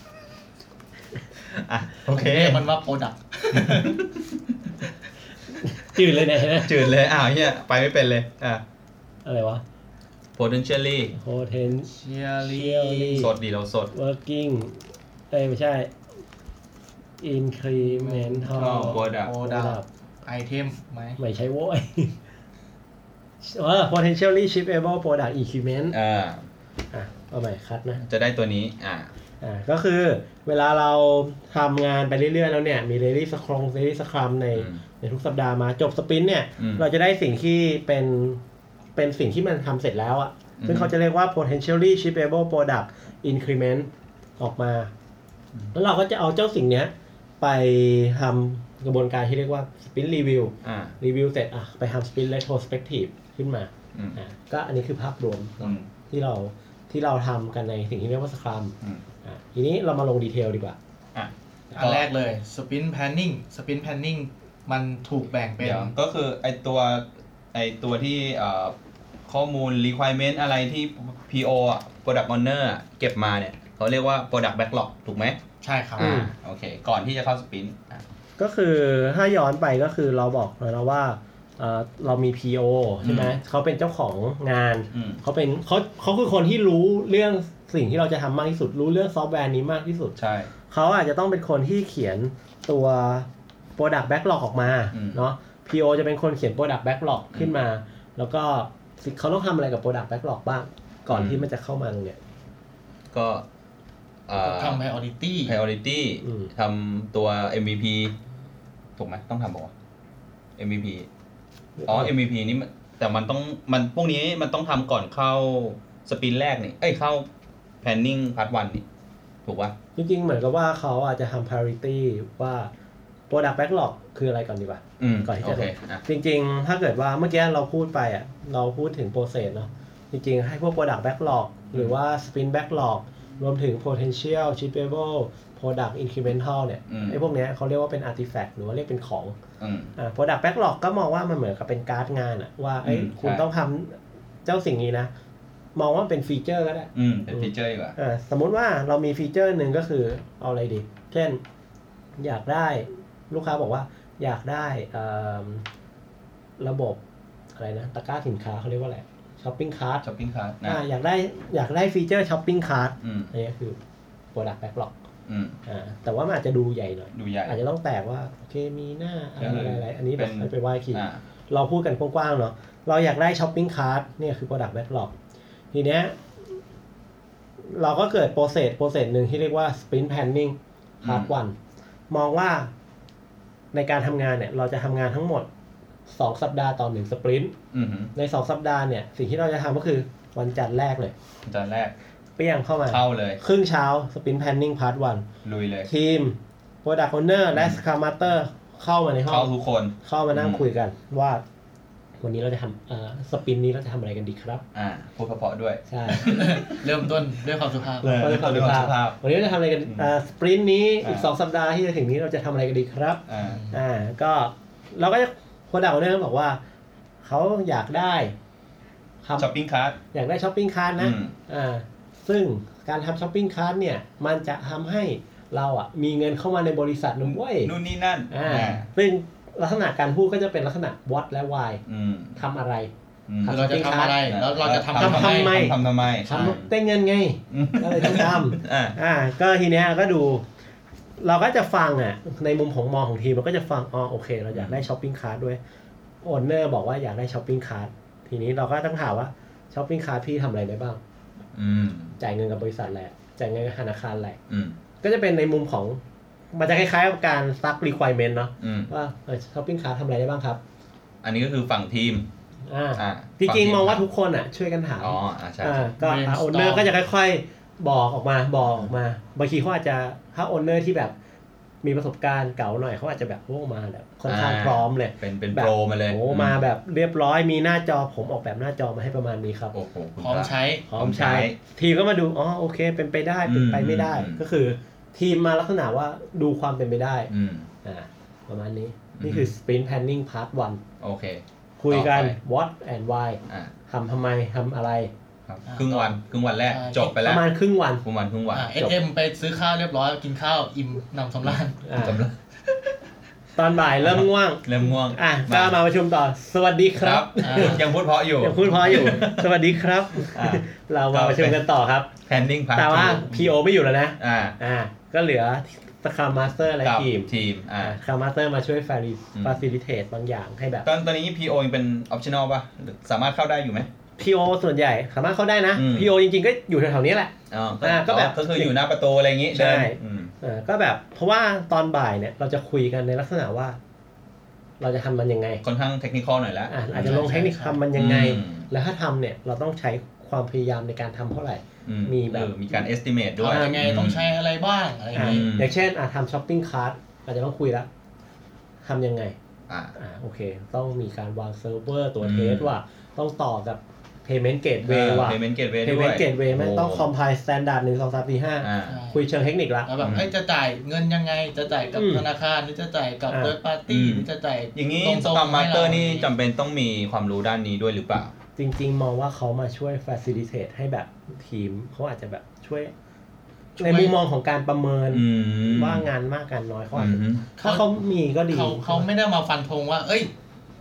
B: อ่ะโอเค
C: เรียกมันว่าโปรดักต์
A: จืดเลยเนี่ยเห็นไหม
B: จืดเลยอ้าวเฮียไปไม่เป็นเลยอ่ะ
A: อะไรวะ
B: potentially
A: potential
C: เชียรี
B: สดดีเราสด
A: working เอ้ยไม่ใช่ incremental
B: product
C: โปรดัก
A: product
C: ไอเทมไหม
A: ไม่ใช่โว้ย (laughs) เออ potentially shippable product increment
B: อ่า
A: อ่ะเอาใหม่คัดนะ
B: จะได้ตัวนี้อ่า
A: อ่าก็คือเวลาเราทำงานไปเรื่อยๆแล้วเนี่ย มี daily scrum daily scrum ใน
B: อืม
A: ในทุกสัปดาห์มาจบสปรินต์เนี่ย
B: อืม
A: เราจะได้สิ่งที่เป็นเป็นสิ่งที่มันทำเสร็จแล้วอะ่ะ ซึ่ง
B: อืม
A: เขาจะเรียกว่า potentially shippable product increment ออกมา แล้วเราก็จะเอาเจ้าสิ่งเนี้ย ไปทำกระบวนการที่เรียกว่า sprint review
B: อ่า
A: review เสร็จอ่ะไปทำ sprint retrospective ขึ้นมา
B: อืม
A: อ่ะก็อันนี้คือภาพรวม
B: อืม
A: ที่เราที่เราทำกันในสิ่งที่เรียกว่า scrum
B: อืม
A: อ่ะทีนี้เรามาลงดีเทลดีกว่า
B: อ่ะ
C: อันแรกเลยสปินแพนนิ่งสปินแพนนิ่งมันถูกแบ่งเป็น
B: เดี๋ยวก็คือไอตัวไอตัวที่เอ่อข้อมูล requirement อะไรที่ PO อ่ะ product owner อ่ะเก็บมาเนี่ย เขาเรียกว่า product backlog ถูกไหม
C: ใช่ครับ
A: อืม
B: โอเค ก่อนที่จะเข้าสปินอ่ะ
A: ก็คือถ้าย้อนไปก็คือเราบอกแล้วว่าเอ่อเรามี PO ใช่ไหมเขาเป็นเจ้าของงาน
B: อืม
A: เขาเป็นเขาเขาคือคนที่รู้เรื่องสิ่งที่เราจะทำมากที่สุด รู้เรื่องซอฟต์แวร์นี้มากที่สุด
B: ใช่
A: เขาอาจจะต้องเป็นคนที่เขียนตัว Product Backlog ออกมา
B: อืม
A: เนาะ PO จะเป็นคนเขียน Product Backlog ขึ้นมา แล้วก็เขาต้องทำอะไรกับ Product Backlog บ้าง ก่อนที่มันจะเข้ามาตรงเนี้ย
B: ก็เอ่อ
C: ทำไพออริตี้
B: priority
A: อืม
B: ทำตัว MVP ถูกไหมต้องทำบอกว่าวะ MVP อ๋อ MVP นี่มันแต่มันต้องมันพวกนี้มันต้องทำก่อนเข้าสปินแรกนี่เอ้ยเข้า planning part 1นี่ถูกปะ
A: จริงๆเหมือนกับว่าเขาอาจจะทำ parity ว่า product backlog คืออะไรก่อนดีกว่า
B: อืม
A: ก่อนที่จะ
B: โเค
A: ลง
B: อ่ะ
A: จริงๆ ถ้าเกิดว่าเมื่อกี้เราพูดไปอ่ะ เราพูดถึง process เนาะ จริงๆ ให้พวก product backlog หรือว่า spin backlog รวมถึง potential shippable product incremental เนี่ย
B: อืม
A: ไอ้พวกเนี้ยเขาเรียกว่าเป็น artifact หรือว่าเรียกเป็นของ
B: อืม
A: อ่า product backlog ก็มองว่ามันเหมือนกับเป็นการ์ดงานอะว่าเอ้ย
B: อืม
A: คุณ
B: ใช่
A: ต้องทำเจ้าสิ่งนี้นะ มองว่าเป็นฟีเจอร์ก็ได้
B: อืมเป็นฟีเจอร์ดีกว่า
A: อ่าสมมุติว่าเรามีฟีเจอร์หนึ่งก็คือเอาอะไรดี เช่นอยากได้ลูกค้าบอกว่า อยากได้เอิ่มระบบอะไรนะตะกร้าสินค้าเขาเรียกว่าอะไรช้อปปิ้งคาร์ด
B: ช้อปปิ้งคาร์ดนะ
A: อ่าอยากได้อยากได้ฟีเจอร์ช้อปปิ้งคาร์ด
B: อืม
A: อันนี้คือ Product Backlog
B: อืม
A: อ่าแต่ว่ามันอาจจะดูใหญ่หน่อย
B: ดูใหญ่
A: อาจจะต้องแตกว่า โอเคมีหน้าอะไร
B: ก็คือ
A: อะไรอันนี้แบบ
B: เป็น
A: ให้ไปไหว้คีด
B: อ่า
A: เราพูดกันกว้างๆเนาะ เราอยากได้ช้อปปิ้งคาร์ดเนี่ยคือ Product Backlog ทีเนี้ยเราก็เกิดโปรเซสโปรเซสหนึ่งที่เรียกว่า Sprint Planning Part
B: อืม
A: 1 มองว่าในการทำงานเนี่ย เราจะทำงานทั้งหมด 2 สัปดาห์ต่อหนึ่งสปรินต์
B: อืมหืม
A: ใน 2 สัปดาห์เนี่ย สิ่งที่เราจะทำก็คือวันจันทร์แรกเลย
B: จานแรก
A: เปรี้ยงเข้ามา
B: เข้าเลย
A: ครึ่งเช้า Sprint Planning Part
B: ลุยเลย
A: 1 ทีม Product Owner และ Scrum Master เข้ามาในห้
B: เข้า
A: อง
B: ทุกคน
A: เข้ามานั่ง
B: อืม
A: คุยกันว่า วันนี้เราจะทำเอ่อสปินนี้เราจะทำอะไรกันดีครับ
B: อ่า พูดเพราะๆด้วย
A: ใช่
C: (laughs) เริ่มต้นด้วยความสุภาพ
B: เออ
A: เราจะทำอะไร
B: เรื่อง
A: ค
B: สุภา
A: รั
B: พ
A: บวันนี้เราจะทำอะไรกัน
B: อืม
A: เอ่อสปรินต์นี้
B: อ่า
A: อีกสองสัปดาห์ที่จะถึงนี้เราจะทำอะไรกันดีครับ
B: อ่า
A: อ่าก็เราก็จะคนเดาเนี่ยบอกว่า เขาอยากได้ค
B: ช้อปปิ้งคาร์ด
A: ำอยากได้ช้อปปิ้งคาร์ดนะ
B: อืม
A: อ่าซึ่งการทำช้อปปิ้งคาร์ดเนี่ย มันจะทำให้เราอ่ะมีเงินเข้ามาในบริษัทนุ้เว้ย
B: นู่นนี่นั่น
A: อ่าซึ่งลักษณะการพูดก็จะเป็นลักษณะ what และ why
B: อืม
A: ทำอะไร
B: อืม
C: คือเราจะทำอะไร แล้วเราจะทำ
A: ทำ
C: ทำ
A: ทำ
C: ไม
A: ไม
B: ทำทำไม
C: ใช่
A: ทำได้เงินไง
B: อืม
A: ก็เลยต้องท
B: อ่า
A: ำ อ่า ก็ทีเนี้ยก็ดู เราก็จะฟังอ่ะ ในมุมของมองของทีมเราก็จะฟัง อ๋อ โอเค เราอยากได้ช้อปปิ้งคาร์ดด้วย โอนเนอร์บอกว่าอยากได้ช้อปปิ้งคาร์ดทีนี้เราก็ต้องถามว่าช้อปปิ้งคาร์ดพี่ทำอะไรได้บ้าง
B: อืม
A: จ่ายเงินกับบริษัทแหละ จ่ายเงินกับธนาคารแหละ
B: อืม
A: ก็จะเป็นในมุมของมันจะคล้ายๆกับการซัก requirement เนาะ
B: อืม
A: ว่าช้อปปิ้งคาทำอะไรได้บ้างครับ
B: อันนี้ก็คือฝั่งทีม
A: อ่า
B: อ่า
A: จริงๆมองว่าทุกคนอ่ะ ช่วยกันถาม
B: อ๋ออ่าใช่
A: อ่าก็
C: Brainstorm
A: โอนเนอร์ก็จะค่อยๆ บอกออกมาบอกออกมาบางทีเขาอาจจะถ้าโอนเนอร์ที่แบบมีประสบการณ์เก่าหน่อยเขาอาจจะแบบโอ้มาแบบค่อนข้าง
B: อ่า
A: พร้อมเลย
B: เป็นเป็น
A: แบ
B: โป
A: บ
B: รมาเลย
A: โอ้มาแบบเรียบร้อยมีหน้าจอผมออกแบบหน้าจอมาให้ประมาณนี้ครับ
B: โอ้โหคุณ
C: พร้อม
B: พะ
C: ใช้
A: พร้อมใช้
B: ใช้
A: ทีมก็มาดูอ๋อโอเค เป็นไปได้เป็นไปไม่ได้
B: อืม
A: ก็คือ ทีมมาลักษณะว่าดูความเป็นไปได้
B: อืม
A: อ่าประมาณนี้
B: อืม
A: นี่คือ sprint planning part
B: โอเค
A: 1คุยกัน
B: ต่อไป
A: what and why
B: อ่า
A: ทำทำไมทำอะไร
B: ครับ
C: อ่า
B: ครึ่งวันครึ่งวันแรก
C: ใช่
B: จบไป
A: ป
B: แล้ว
A: ระมาณครึ่งวัน
B: ครึ่งวันครึ่งวัน
C: เอสเอ็มไปซื้อข้าวเรียบร้อยกินข้าวอิ่มหนำสำราญ
A: อ่า
B: จบแล้ว
A: ตอนบ่ายเริ่มง่วง
B: เริ่มง่วง
A: อ่ะก็มาประชุมต่อ สวัสดีครับ
C: อ่า
B: ยังพูดเพราะอยู่
A: เดี๋ยวคุณพอ (laughs) อยู่ สวัสดีครับ
B: อ่า
A: เรามาประชุมกันต่อครับ
B: แพนดิ้งพั
A: แต่ว่า PO ไม่อยู่แล้วนะ
B: อ่า
A: อ่า ก็เหลือสค r ัมมาสเตอร์และ
B: กับ
A: ทีม
B: ทีมอ่า
A: สครัมมาสเตอร์มาช่วยฟาริ
B: อืม
A: ฟาซิลิเทตบางอย่างให้แบบ
B: ตอนตอนนี้ PO ยังเป็น optional ป่ะหรือสามารถเข้าได้อยู่ไหม
A: PO ส่วนใหญ่สามารถเข้าได้นะ
B: อืม
A: PO จริงๆ ก็อยู่แถวๆนี้แหละ
B: อ๋อ
A: อ่าก็แบบ
B: ก็คืออยู่หน้าประตูอะไรอย่างงี้เดิน
A: ใช่
B: อืม
A: เออก็แบบเพราะว่าตอนบ่ายเนี่ย เราจะคุยกันในลักษณะว่า เราจะทำมันยังไง
B: ค่อนข้างเทคนิคหน่อยแล้ว
A: อ่ะอาจจะลงเทคนิคทำมันยังไง แล้วถ้าทำเนี่ยเราต้องใช้ความพยายามในการทำเท่าไหร่ มี
B: มี
A: แบบ
B: แบบมีการ estimate ด้วย
C: ทำยังไงต้องใช้อะไรบ้างอะไรอย่าง
A: อ่ะ
C: นี้
B: ม
A: อย่างเช่นอ่ะทำช้อปปิ้งคาร์ดอาจจะต้องคุยละทำยังไง
B: อ่า
A: อ่ะโอเค ต้องมีการวางเซิร์ฟเวอร์ตัว
B: อืม
A: เทสว่า ต้องต่อกับ payment gateway ว่ะ
B: payment gateway ด้วย
A: payment gateway แม่งต้อง compile standard หนึ่งสองสามสี่ห้า
B: อ่า
A: คุยเชิงเทคนิคละ
C: แล้วแบบ
B: อืม
C: เอ้ยจะจ่ายเงินยังไงจะจ่ายกับ
A: อืม
C: ธนาคารหรือจะจ่ายกับ
A: อ่า
C: เ h ิร์ p ปาร์ตี้
B: อืม
C: หรือจะจ่าย
B: อย่างนี้
C: ต
B: ส
C: รง
B: ตัม
C: ๆ
B: มา
C: ให้
B: ส
C: เรา
B: เตอร์นี่จำเป็นต้องมีความรู้ด้านนี้ด้วยหรือเปล่า
A: จริง ๆ มองว่าเขามาช่วย facilitate ให้แบบทีมเขาอาจจะแบบช่วย ในมุมมองของการประเมิน
B: อืม
A: ว่างานมากงานน้อยเขาอาจ
B: อื
A: จะ
B: ม
A: ถ้าเขามีก็ดี
C: เขาเขาไม่ได้มาฟันธงว่า เอ้ย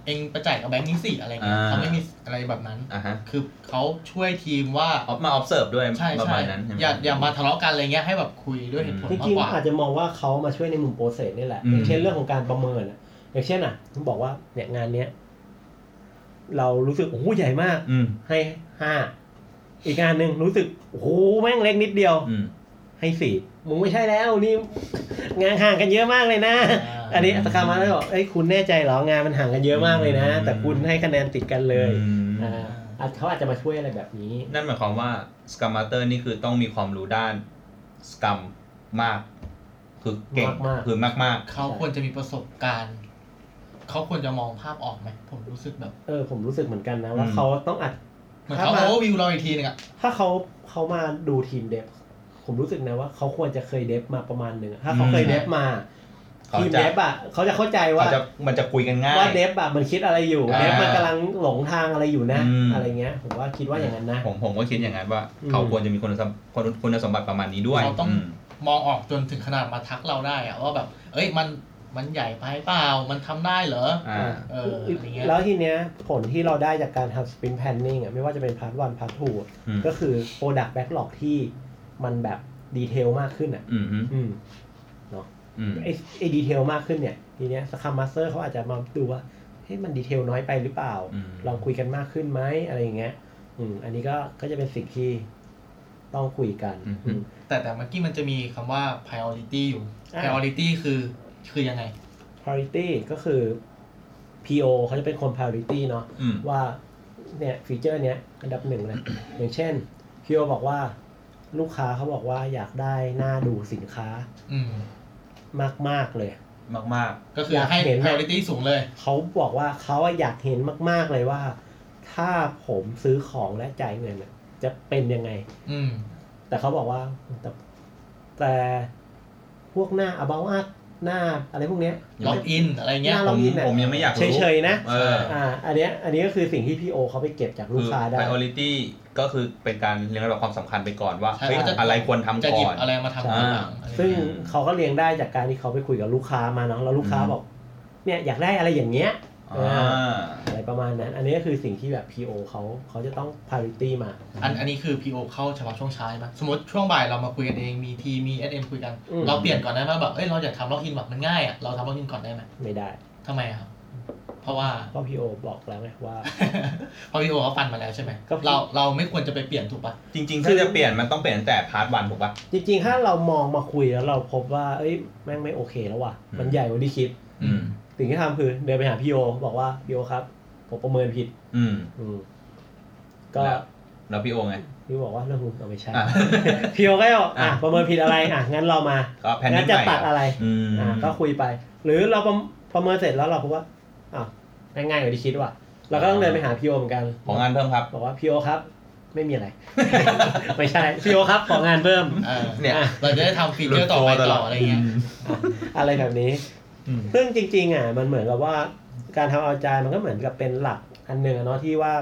C: เองไปจ่ายกับแบงค์นี้สิอะไรเงี้ย
B: อ่า
C: เขาไม่มีอะไรแบบนั้น
B: อ่าฮะ
C: คือเขาช่วยทีมว่า
B: ออกมา observe ด้วย
C: ใช่
B: ประ
C: ใช่
B: มาณนั้นใช่ไห
C: อย่าอย่ามาทะเลาะกันอะไรเงี้ยให้แบบคุยด้วยเหตุผ
A: จ
C: ลมาก
A: ริง
C: กว่า
A: ๆอาจจะมองว่าเขามาช่วยในมุมโปรเซสนี่แหละ
B: อืม
A: อย่างเช่นเรื่องของการประเมินอะอย่างเช่นอ่ะผมบอกว่าเนี่ยงานเนี้ยเรารู้สึกโอ้โหใหญ่มาก
B: อืม
A: ให้ห้าอีกงานหนึ่งรู้สึกโอ้โหแม่งเล็กนิดเดียว
B: อืม
A: ให้สี่มึงไม่ใช่แล้วนี่ งานห่างกันเยอะมากเลยนะ
C: อ่า
A: อันนี้สกามาแล้วบอกเอ้ยคุณแน่ใจเหรองานมันห่างกันเยอะมากเลยนะ
B: อืม
A: แต่คุณให้คะแนนติดกันเลย
B: อื
A: อ่าม อาจเขาอาจจะมาช่วยอะไรแบบนี้
B: นั่นหมายความว่า scrum master นี่คือต้องมีความรู้ด้าน scrum มาก คือเก่ง
A: มากๆ
B: คือมากมาก
C: เขาควรจะมีประสบการณ์ เขาควรจะมองภาพออกไหมผมรู้สึกแบบ
A: เออผมรู้สึกเหมือนกันนะว่าเขาต้องอัด
C: เหมือนเขา
A: ถ้ามา
C: โอ้วิวเราอีกทีหนึงอะ
A: ถ้าเขาเขามาดูทีมเดฟผมรู้สึกนะว่าเขาควรจะเคยเดฟมาประมาณหนึ่งอะถ้าเขาเคยเดฟมา
B: ๆเขา
A: ทีม
B: จะ
A: เดฟอ่ะเขาจะเข้าใจว่า
B: เขาจะมันจะคุยกันง่าย
A: ว่าเดฟอ่ะมันคิดอะไรอยู่
B: อ่า
A: เดฟมันกำลังหลงทางอะไรอยู่นะ
B: อืม
A: อะไรเงี้ย ผมว่าคิดว่าอย่างนั้นนะ
B: ผมผมก็คิดอย่างนั้นว่า
A: อืม
B: เขาควรจะมีคุณสมคุณคุณสมบัติประมาณนี้ด้วย
C: เขาต้อง
B: ม
C: มองออกจนถึงขนาดมาทักเราได้อะว่าแบบ เอ้ยมันมันใหญ่ไปเปล่า มันทำได้เหรอ
B: อ่า
C: เอออะไรเงี้ย
A: แล้วทีเนี้ยผลที่เราได้จากการทำสปรินแพนนิ่งอ่ะไม่ว่าจะเป็นพาร์ทวันพาร์ททู
B: อืม
A: ก็คือโปรดักต์แบ็กหลอกที่มันแบบดีเทลมากขึ้นอ่ะ
B: อืมอืม
A: อืม
B: อืม
A: ไอ้ไอ้ดีเทลมากขึ้นเนี่ยทีเนี้ยสคัมมาสเตอร์เขาอาจจะมาดูว่าเฮ้ยมันดีเทลน้อยไปหรือเปล่า
B: อืม
A: ลองคุยกันมากขึ้นไหมอะไรอย่างเงี้ยอืมอันนี้ก็ก็จะเป็นสิ่งที่ต้องคุยกัน
B: อืม
A: อืม
C: แต่แต่เมื่อกี้มันจะมีคำว่า priority อยู่
A: อ่า
C: priority คือคือยังไง
A: priority ก็คือ PO เขาจะเป็นคน priority เนาะ
B: อืม
A: ว่าเนี่ยฟีเจอร์เนี้ยอันดับหนึ่งเลย (coughs) อย่างเช่น PO บอกว่าลูกค้าเขาบอกว่าอยากได้หน้าดูสินค้า
C: อืม
A: มาก ๆ เลย
B: มากมาก
C: ก็คืออย
A: าก
C: ให้
A: เห็นอะ
C: priority สูงเลย
A: เขาบอกว่าเขาอะอยากเห็นมาก ๆ เลยว่า ถ้าผมซื้อของและจ่ายเงินอะจะเป็นยังไง
C: อืม
A: แต่เขาบอกว่าแต่แต่พวกหน้า about us หน้าอะไรพวกเนี้ย
C: ล็อกอินอะไร
A: ห
C: เงี้ย
A: น้า
B: ๆผ
A: ล็อ
B: ม
A: กอินอะ
B: ผมยังไม่อยากรู้
A: เฉยๆนะ
B: เออ
A: อ่า อันเนี้ยอันนี้ก็คือสิ่งที่พี่โอเขาไปเก็บจากลู
B: คื
A: ก
B: อ
A: ค้าได้
B: priority ก็คือเป็นการเรียงระดับความสำคัญไปก่อนว่า
C: ใช่
B: เฮ้ย
C: ว่าจะ
B: อะไรควรทำ
C: จะห
B: ก่
C: ยิบ
B: อน
C: อะไรมาทำ
A: ใช่
C: บ้างอะไร
A: ซึ่ง
C: เงี้ย
A: เขาก็เลี้ยงได้จากการที่เขาไปคุยกับลูกค้ามาเนาะแล้วลูกค้า
B: อืม
A: บอก เนี่ยอยากได้อะไรอย่างเงี้ย
B: อ่า
A: อะไรประมาณนั้น อันนี้ก็คือสิ่งที่แบบ PO เขาเขาจะต้อง priority มา
C: อันอันนี้คือ PO เข้าเฉพาะช่วงเช้าใช่ไหมสมมติช่วงบ่ายเรามาคุยกันเอง มีทีมี SM คุยกัน
A: อืม
C: เราเปลี่ยนก่อนได้ไหมแบบ เอ้ย เราอยากทำล็อกอินแบบมันง่ายอ่ะ เราทำล็อกอินก่อนได้ไหม
A: ไม่ได้
C: ทำไมอะครับ เพราะว่า (laughs)
A: เพราะพี่โอบอกแล้วไงว่า
C: เพราะพี่โอเขาฟันมาแล้วใช่ไหม
A: ก็
C: เราเราไม่ควรจะไปเปลี่ยนถูกปะ
B: จริงๆ ถ้าจะเปลี่ยนมันต้องเปลี่ยนตั้งแต่พาร์ทวันถูกปะ
A: จริงๆ ถ้าเรามองมาคุยแล้วเราพบว่า เอ้ย แม่งไม่โอเคแล้วว่ะ
B: อืม
A: มันใหญ่กว่าที่คิด
B: อืม
A: สิ่งที่ทำคือเดินไปหาพี่โอ บอกว่าพี่โอครับ ผมประเมินผิด
B: อืม
A: อืม ก็
B: แล้ว แล้วพี่โอไง
A: พี่บอกว่าเรื่องมึงเอาไม่ใช่
B: อ่ะ (laughs)
A: (laughs) พี่โอก็บอกอ่ะ
B: อ่ะ
A: ประเมินผิดอะไร อ่ะ งั้นเรามา
B: ก็แพน
A: งั้
B: นิ่
A: น
B: ง
A: จะ
B: ใหม่
A: ตัดอะไร
B: อืม
A: อ่ะก็คุยไป หรือเราประประเมินเสร็จแล้วเราพบว่าอ่ะแม่งง่ายกว่าที่คิดว่ะ เราก็ต้องเดินไปหาพี่โอเหมือนกัน
B: ของงานเพิ่มครับ
A: บอกว่าพี่โอครับ ไม่มีอะไร (laughs) ไม่ใช่พี่โอครับ ของานเพิ่ม
C: เออ
B: เนี่ย
A: อ่ะ
C: เราจะได้ทำฟีเจอร์ต่อไปต่ออะไรเงี้ย
A: อะไรแบบนี้
B: อืม
A: ซึ่งจริงๆอ่ะมันเหมือนกับว่าการทำเอาใจมันก็เหมือนกับเป็นหลักอันหนึ่งอะเนาะที่ว่า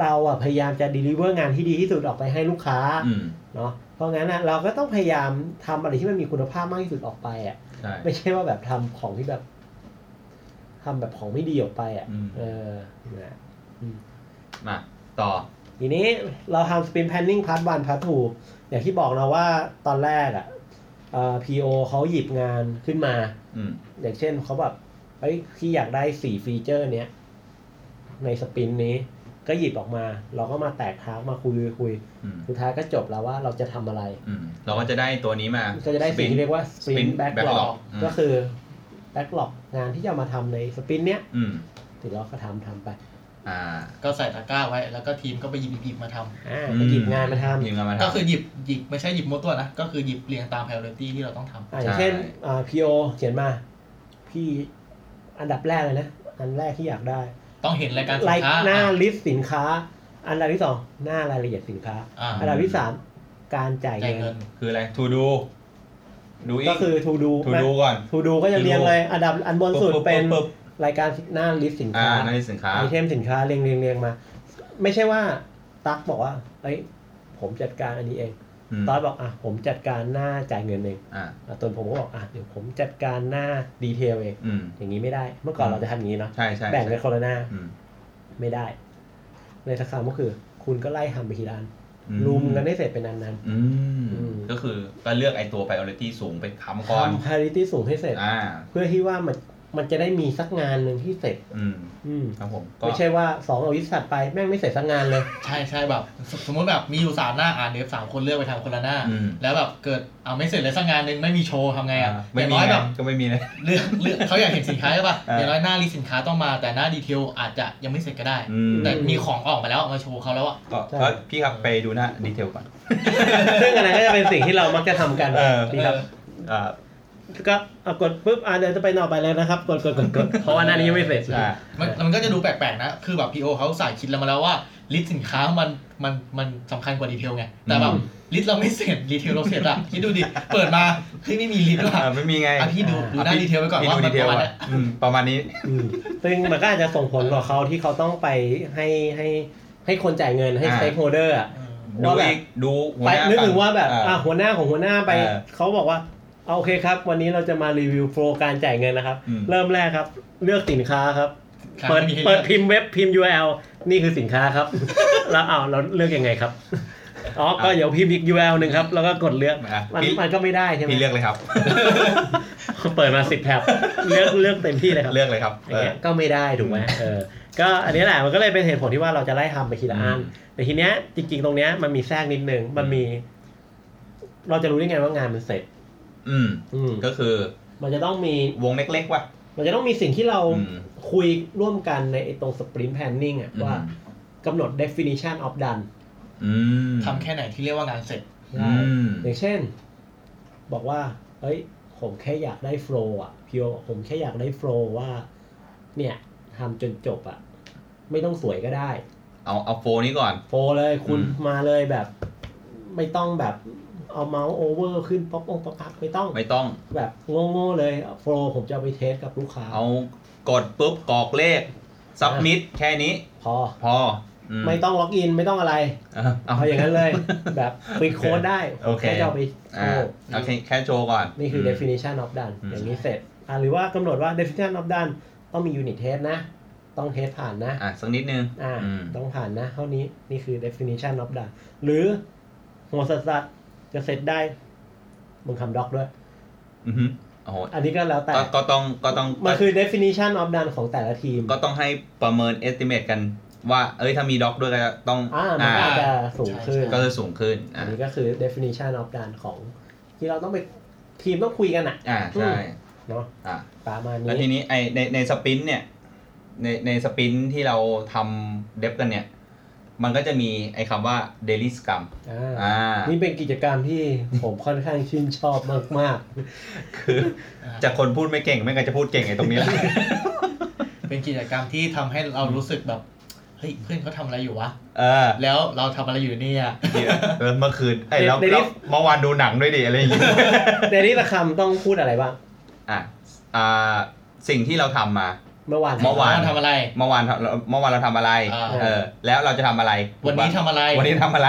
A: เราอ่ะพยายามจะ deliver งานที่ดีที่สุดออกไปให้ลูกค้า
B: อืม
A: เนาะ เพราะงั้นอ่ะเราก็ต้องพยายามทำอะไรที่มันมีคุณภาพมากที่สุดออกไปอ่ะ
B: ใช่
A: ไม่ใช่ว่าแบบทำของที่แบบทำแบบของไม่ดีออกไปอ่ะ
B: อืม
A: เออนะ
B: มาต่อ
A: ทีนี้เราทำ spin planning part one part two อย่างที่บอกนะว่าตอนแรกอ่ะเอ่อ PO เขาหยิบงานขึ้นมา
B: อืม
A: อย่างเช่นเขาแบบเฮ้ยพี่อยากได้สี่ฟีเจอร์เนี้ยในสปินนี้ ก็หยิบออกมา เราก็มาแตกทางมาคุยคุย
B: อืม
A: สุดท้ายก็จบแล้วว่าเราจะทำอะไร
B: อืมเราก็จะได้ตัวนี้มา
A: ก็จะได้สิ่งที่เรียกว่า
B: Sprint
A: sprint backlog
B: backlog อืม
A: ก็คือ backlog งานที่จะเอามาทำในสปินเนี้ย
B: อืม
A: ถึงเราก็ทำทำไป
B: อ่า
C: ก็ใส่ตะกร้าไว้ แล้วก็ทีมก็ไปหยิบหยิบมาทำ
A: อ่า
B: อืม
A: ไปหยิบงานมาทำ
B: ยิงกันมา
C: ก็คือ
B: ทำ
C: หยิบหยิบไม่ใช่หยิบมั่วตัวนะ ก็คือหยิบเรียงตาม priority ที่เราต้องทำ
A: อ่าอย่างเช่น
B: ใช่
A: อ่า PO เขียนมา พี่อันดับแรกเลยนะ อันแรกที่อยากได้
C: ต้องเห็นรายการสิ
A: ไล
C: น
A: น์
C: ค้า
A: หน้า
C: อ่ะ
A: ลิสต์สินค้า อันดับที่สองหน้ารายละเอียดสินค้า
C: อ่า
A: อันดับที่สามการจ่าย
C: จ่าย
A: เงิ
C: เงิ
A: น
C: น
B: คืออะไร to do ดูอีก
A: ก็คือ to do
B: to do ก่อน
A: to do ก็จะ
B: To do
A: เรียงเลยอันดับอันบนสุด
B: ปุ๊บปุ๊บ
A: เป็น
B: ปุ๊บ
A: รายการหน้าลิสต์สิน
B: อ่า
A: ค้า
B: นั่นคือสินค้า
A: ไอเทมสินค้าเรียงเรียงเรียงมา ไม่ใช่ว่าตั๊กบอกว่าเอ้ยผมจัดการอันนี้เอง
B: อืม
A: ตอนบอกอ่ะผมจัดการหน้าจ่ายเงินเอง
B: อ่า
A: อ่ะตนผมก็บอกอ่ะเดี๋ยวผมจัดการหน้าดีเทลเอง
B: อืม
A: อย่างนี้ไม่ได้ เมื่อก่อนเราจะทำอย่างนี้เนาะ
B: ใช่ใช่
A: แบ่งเป็นคนละหน้า
B: อืม
A: ไม่ได้ ในสักคำก็คือ คุณก็ไล่ทำไปทีละอัน
B: อื
A: รุมกันให้เสร็จเป็นอันนั้น
B: อืม
A: อืม
B: ก็คือก็เลือกไอตัว priority สูงไปทำ
A: ท
B: ก่อน
A: ำ priority สูงให้เสร็จ
B: อ่า
A: เพื่อที่ว่ามันมันจะได้มีสักงานหนึ่งที่เสร็จ
B: อืม
A: อืม
B: ครับผมก็
A: ไม่ใช่ว่าสองเอาวิสัตว์ไปแม่งไม่เสร็จสักงานเลย (laughs)
C: ใช่ใช่แบบสสมมติแบบมีอยู่สามหน้าอ่านเดฟสามคนเลือกไปทำคนละหน้า
B: อืม
C: แล้วแบบเกิดเอาไม่เสร็จเลยสักงานหนึ่งไม่มีโชว์ทำไงอ่ะอ
B: ไม่
C: ย่า
B: มี
C: งน้อย
B: แบ
C: แบบ บ
B: ก็ไม่มีเลย
C: เลือกเลือกเขาอยากเห็นสินค้าใช่ป่ะ
B: อ่า
C: อย่างน้อยหน้าลิสต์สินค้าต้องมาแต่หน้าดีเทลอาจจะยังไม่เสร็จก็ได้
B: อืม
C: แต่มีของออกมาแล้วเอามาโชว์เขาแล้วอ่ะ
B: ก็
A: ใช่
B: ก็พี่ครับไปดูหน้าดีเทลก่อน
A: ซึ่งอันนั้นก็จะเป็นสิ่งที่เรามักจะทำกัน
B: เออ
A: นี่ครับ
B: อ่า
A: ก็เอากดปุ๊บอ่าเดี๋ยวจะไปนอกไปแล้วนะครับ กดกดกดกด (laughs) เพราะว่าหน้านี้ยังไม่เสร็จ
B: อ่า
C: มันมันก็จะดูแปลกๆนะ คือแบบพีโอเขาสายคิดแล้วมาแล้วว่า ลิสต์สินค้ามันมันมันสำคัญกว่าดีเทลไง แต่แบบ
B: อืม
C: ลิสต์เราไม่เสร็จดีเทลเราเสร็จอะคิดดูดิ เปิดมาเฮ้ยไม่มีลิสต์ว่ะ
B: อ่าไม่มีไง
C: อ่ะพี่ดูดูหน้าดีเทลไว้ก่อน
B: พี่
C: ว่า
B: ดู
C: มั
B: ดี
C: น
B: เท
C: ป
B: ล
C: ระมาณ
B: อ่ะ
C: เนี้ย
B: อืมประมาณนี้
A: อืมซึ่งมันก็อาจจะส่งผลกับเขาที่เขาต้องไปให้ให้ให้คนจ่ายเงินให้
B: อ่า
A: stakeholder อะ
C: เออ
B: ดู
A: ว่าแบบ
B: อีกดูหัว
A: ไป
B: หน้า
A: นึกถึงว่าแบบ
B: ก่น
A: อ่ะหัวหน้าของหัวหน้าไป
B: เออ
A: เขาบอกว่าเอาโอเคครับ วันนี้เราจะมารีวิวโปรการจ่ายเงินนะครับ
B: อืม
A: เริ่มแรกครับ เลือกสินค้าครับ
C: ครับ
A: เปิด
C: มีให้
A: เปิด
C: ลือก
A: พิมพ์เว็บพิมพ์ URL นี่คือสินค้าครับ แล้วเอาวเราเลือกยังไงครับ อ๋อ ก็เดี๋ยวพิมพ์อีก URL หนึ่งครับ แล้วก็กดเลือก
B: อ่ะ
A: มัน
B: พี่
A: มันก็ไม่ได้ใช่ไหม
B: พี่เลือกเลยครับ
A: เปิดมาสิบแถบ (laughs) เลือกเลือกเต็มที่เลยครับ
B: เลือกเลยครับ
A: อย่างเงี้ยก็ไม่ได้ถูกไหมเออ ก็อันนี้แหละมันก็เลยเป็นเหตุผลที่ว่าเราจะไล่ทำไปทีละอัน แต่ทีเนี้ยจริง ๆ ตรงเนี้ยมันมีแทรกนิดนึง มันมี เราจะรู้ได้ไงว่างานมันเสร็จ
B: อืม
A: อืม
B: ก็คือ
A: มันจะต้องมี
B: วงเล็กๆว่ะ
A: มันจะต้องมีสิ่งที่เรา
B: อืม
A: คุยร่วมกันในไอ้ตรง sprint planning อะว่ากำหนด definition of done
B: อืม
C: ทำแค่ไหนที่เรียกว่างานเสร็จ
B: อื
A: ได้
B: ม
A: อย่างเช่น บอกว่า เอ้ย ผมแค่อยากได้ flow อ่ะพี่โอบอกผมแค่อยากได้ flow ว่า เนี่ยทำจนจบอ่ะ ไม่ต้องสวยก็ได้
B: เอาเอาโฟนี้ก่อน
A: โฟลเลยคุณ
B: อืม
A: มาเลยแบบ ไม่ต้องแบบเอาเมาส์โอเวอร์ขึ้นป๊อปองป๊อปอัพไม่ต้อง
B: ไม่ต้อง
A: แบบโง่ๆเลยโฟลผมจะเอาไปเทสกับลูกค้า
B: เอากดปุ๊บกรอกเลข s ั b มิ t แค่นี้
A: พอ
B: พออื
A: ไม่ต้องล็อกอินไม่ต้องอะไร
B: เออเอา
A: เอาอย่างนั้นเลย แบบฟรีโค้ดได้
B: (laughs) โอเค
A: แค่จะเอาไปโช
B: อ่า
A: ว์
B: เอาแค่แค่โชว์ก่อน
A: นี่คือ
B: ม
A: definition of done
B: อืม
A: อย่างนี้เสร็จอ่ะหรือว่ากำหนดว่า definition of done ต้องมี unit test นะ ต้องเทสผ่านนะ
B: อ่ะสักนิดนึง
A: อ่า
B: อืม
A: ต้องผ่านนะ เท่านี้นี่คือ definition of done หรือหัวสัตว์จะเสร็จได้มึงทำด็อกด้วย
B: อือฮึ โอ้โห
A: อันนี้ก็แล้วแต่
B: ก็ก็ต้องก็ต้อง
A: มันคือ definition of done ของแต่ละทีม
B: ก็ต้องให้ประเมิน estimate กันว่าเอ้ยถ้ามีด็อกด้วยก็ต้อง
A: อ่ามันก็อาจจะสูงขึ้น
B: ก็คือสูงขึ้น
A: อั
B: อ่าน
A: นี้ก็คือ definition of done ของ ที่เราต้องไปทีมต้องคุยกันอ่ะ
B: อ่าใช่
A: เนาะ
B: อ่า
A: ประมาณ
B: แล้วที
A: นี้
B: นี้ไอในในสปรินต์เนี่ย ในในสปรินต์ที่เราทำเดฟกันเนี่ย มันก็จะมีไอคำว่า daily scrum
A: อ่า
B: อ่า
A: นี่เป็นกิจกรรมที่ผมค่อนข้างชื่นชอบมาก
B: คือ (laughs) จากคนพูดไม่เก่งไม่งั้นจะพูดเก่งไอตรง
A: (laughs)
B: นี้แหละ
C: เป็นกิจกรรมที่ทำให้เรารู้สึกแบบเฮ้ยเพื่อนเขาทำอะไรอยู่วะ
B: เออ
C: แล้วเราทำอะไรอยู่เนี่ย
B: เออเมื่อคืนไอเราเราเมื่อวานดูหนังด้วยดิอะไรอย่างเงี้ (laughs) ย
A: ๆในนี้ละคำต้องพูดอะไรบ้าง
B: อ่ะอ่าสิ่งที่เราทำมา
A: เมื่อวาน
B: เมื่อวาน
C: ทำอะไร
B: เมื่อวานเราเมื่อวานเราทำอะไร
C: อ่า
B: เออ แล้วเราจะทำอะไร
C: วันนี้ทำอะไร
B: วันนี้ทำ
C: (laughs)
B: อะไร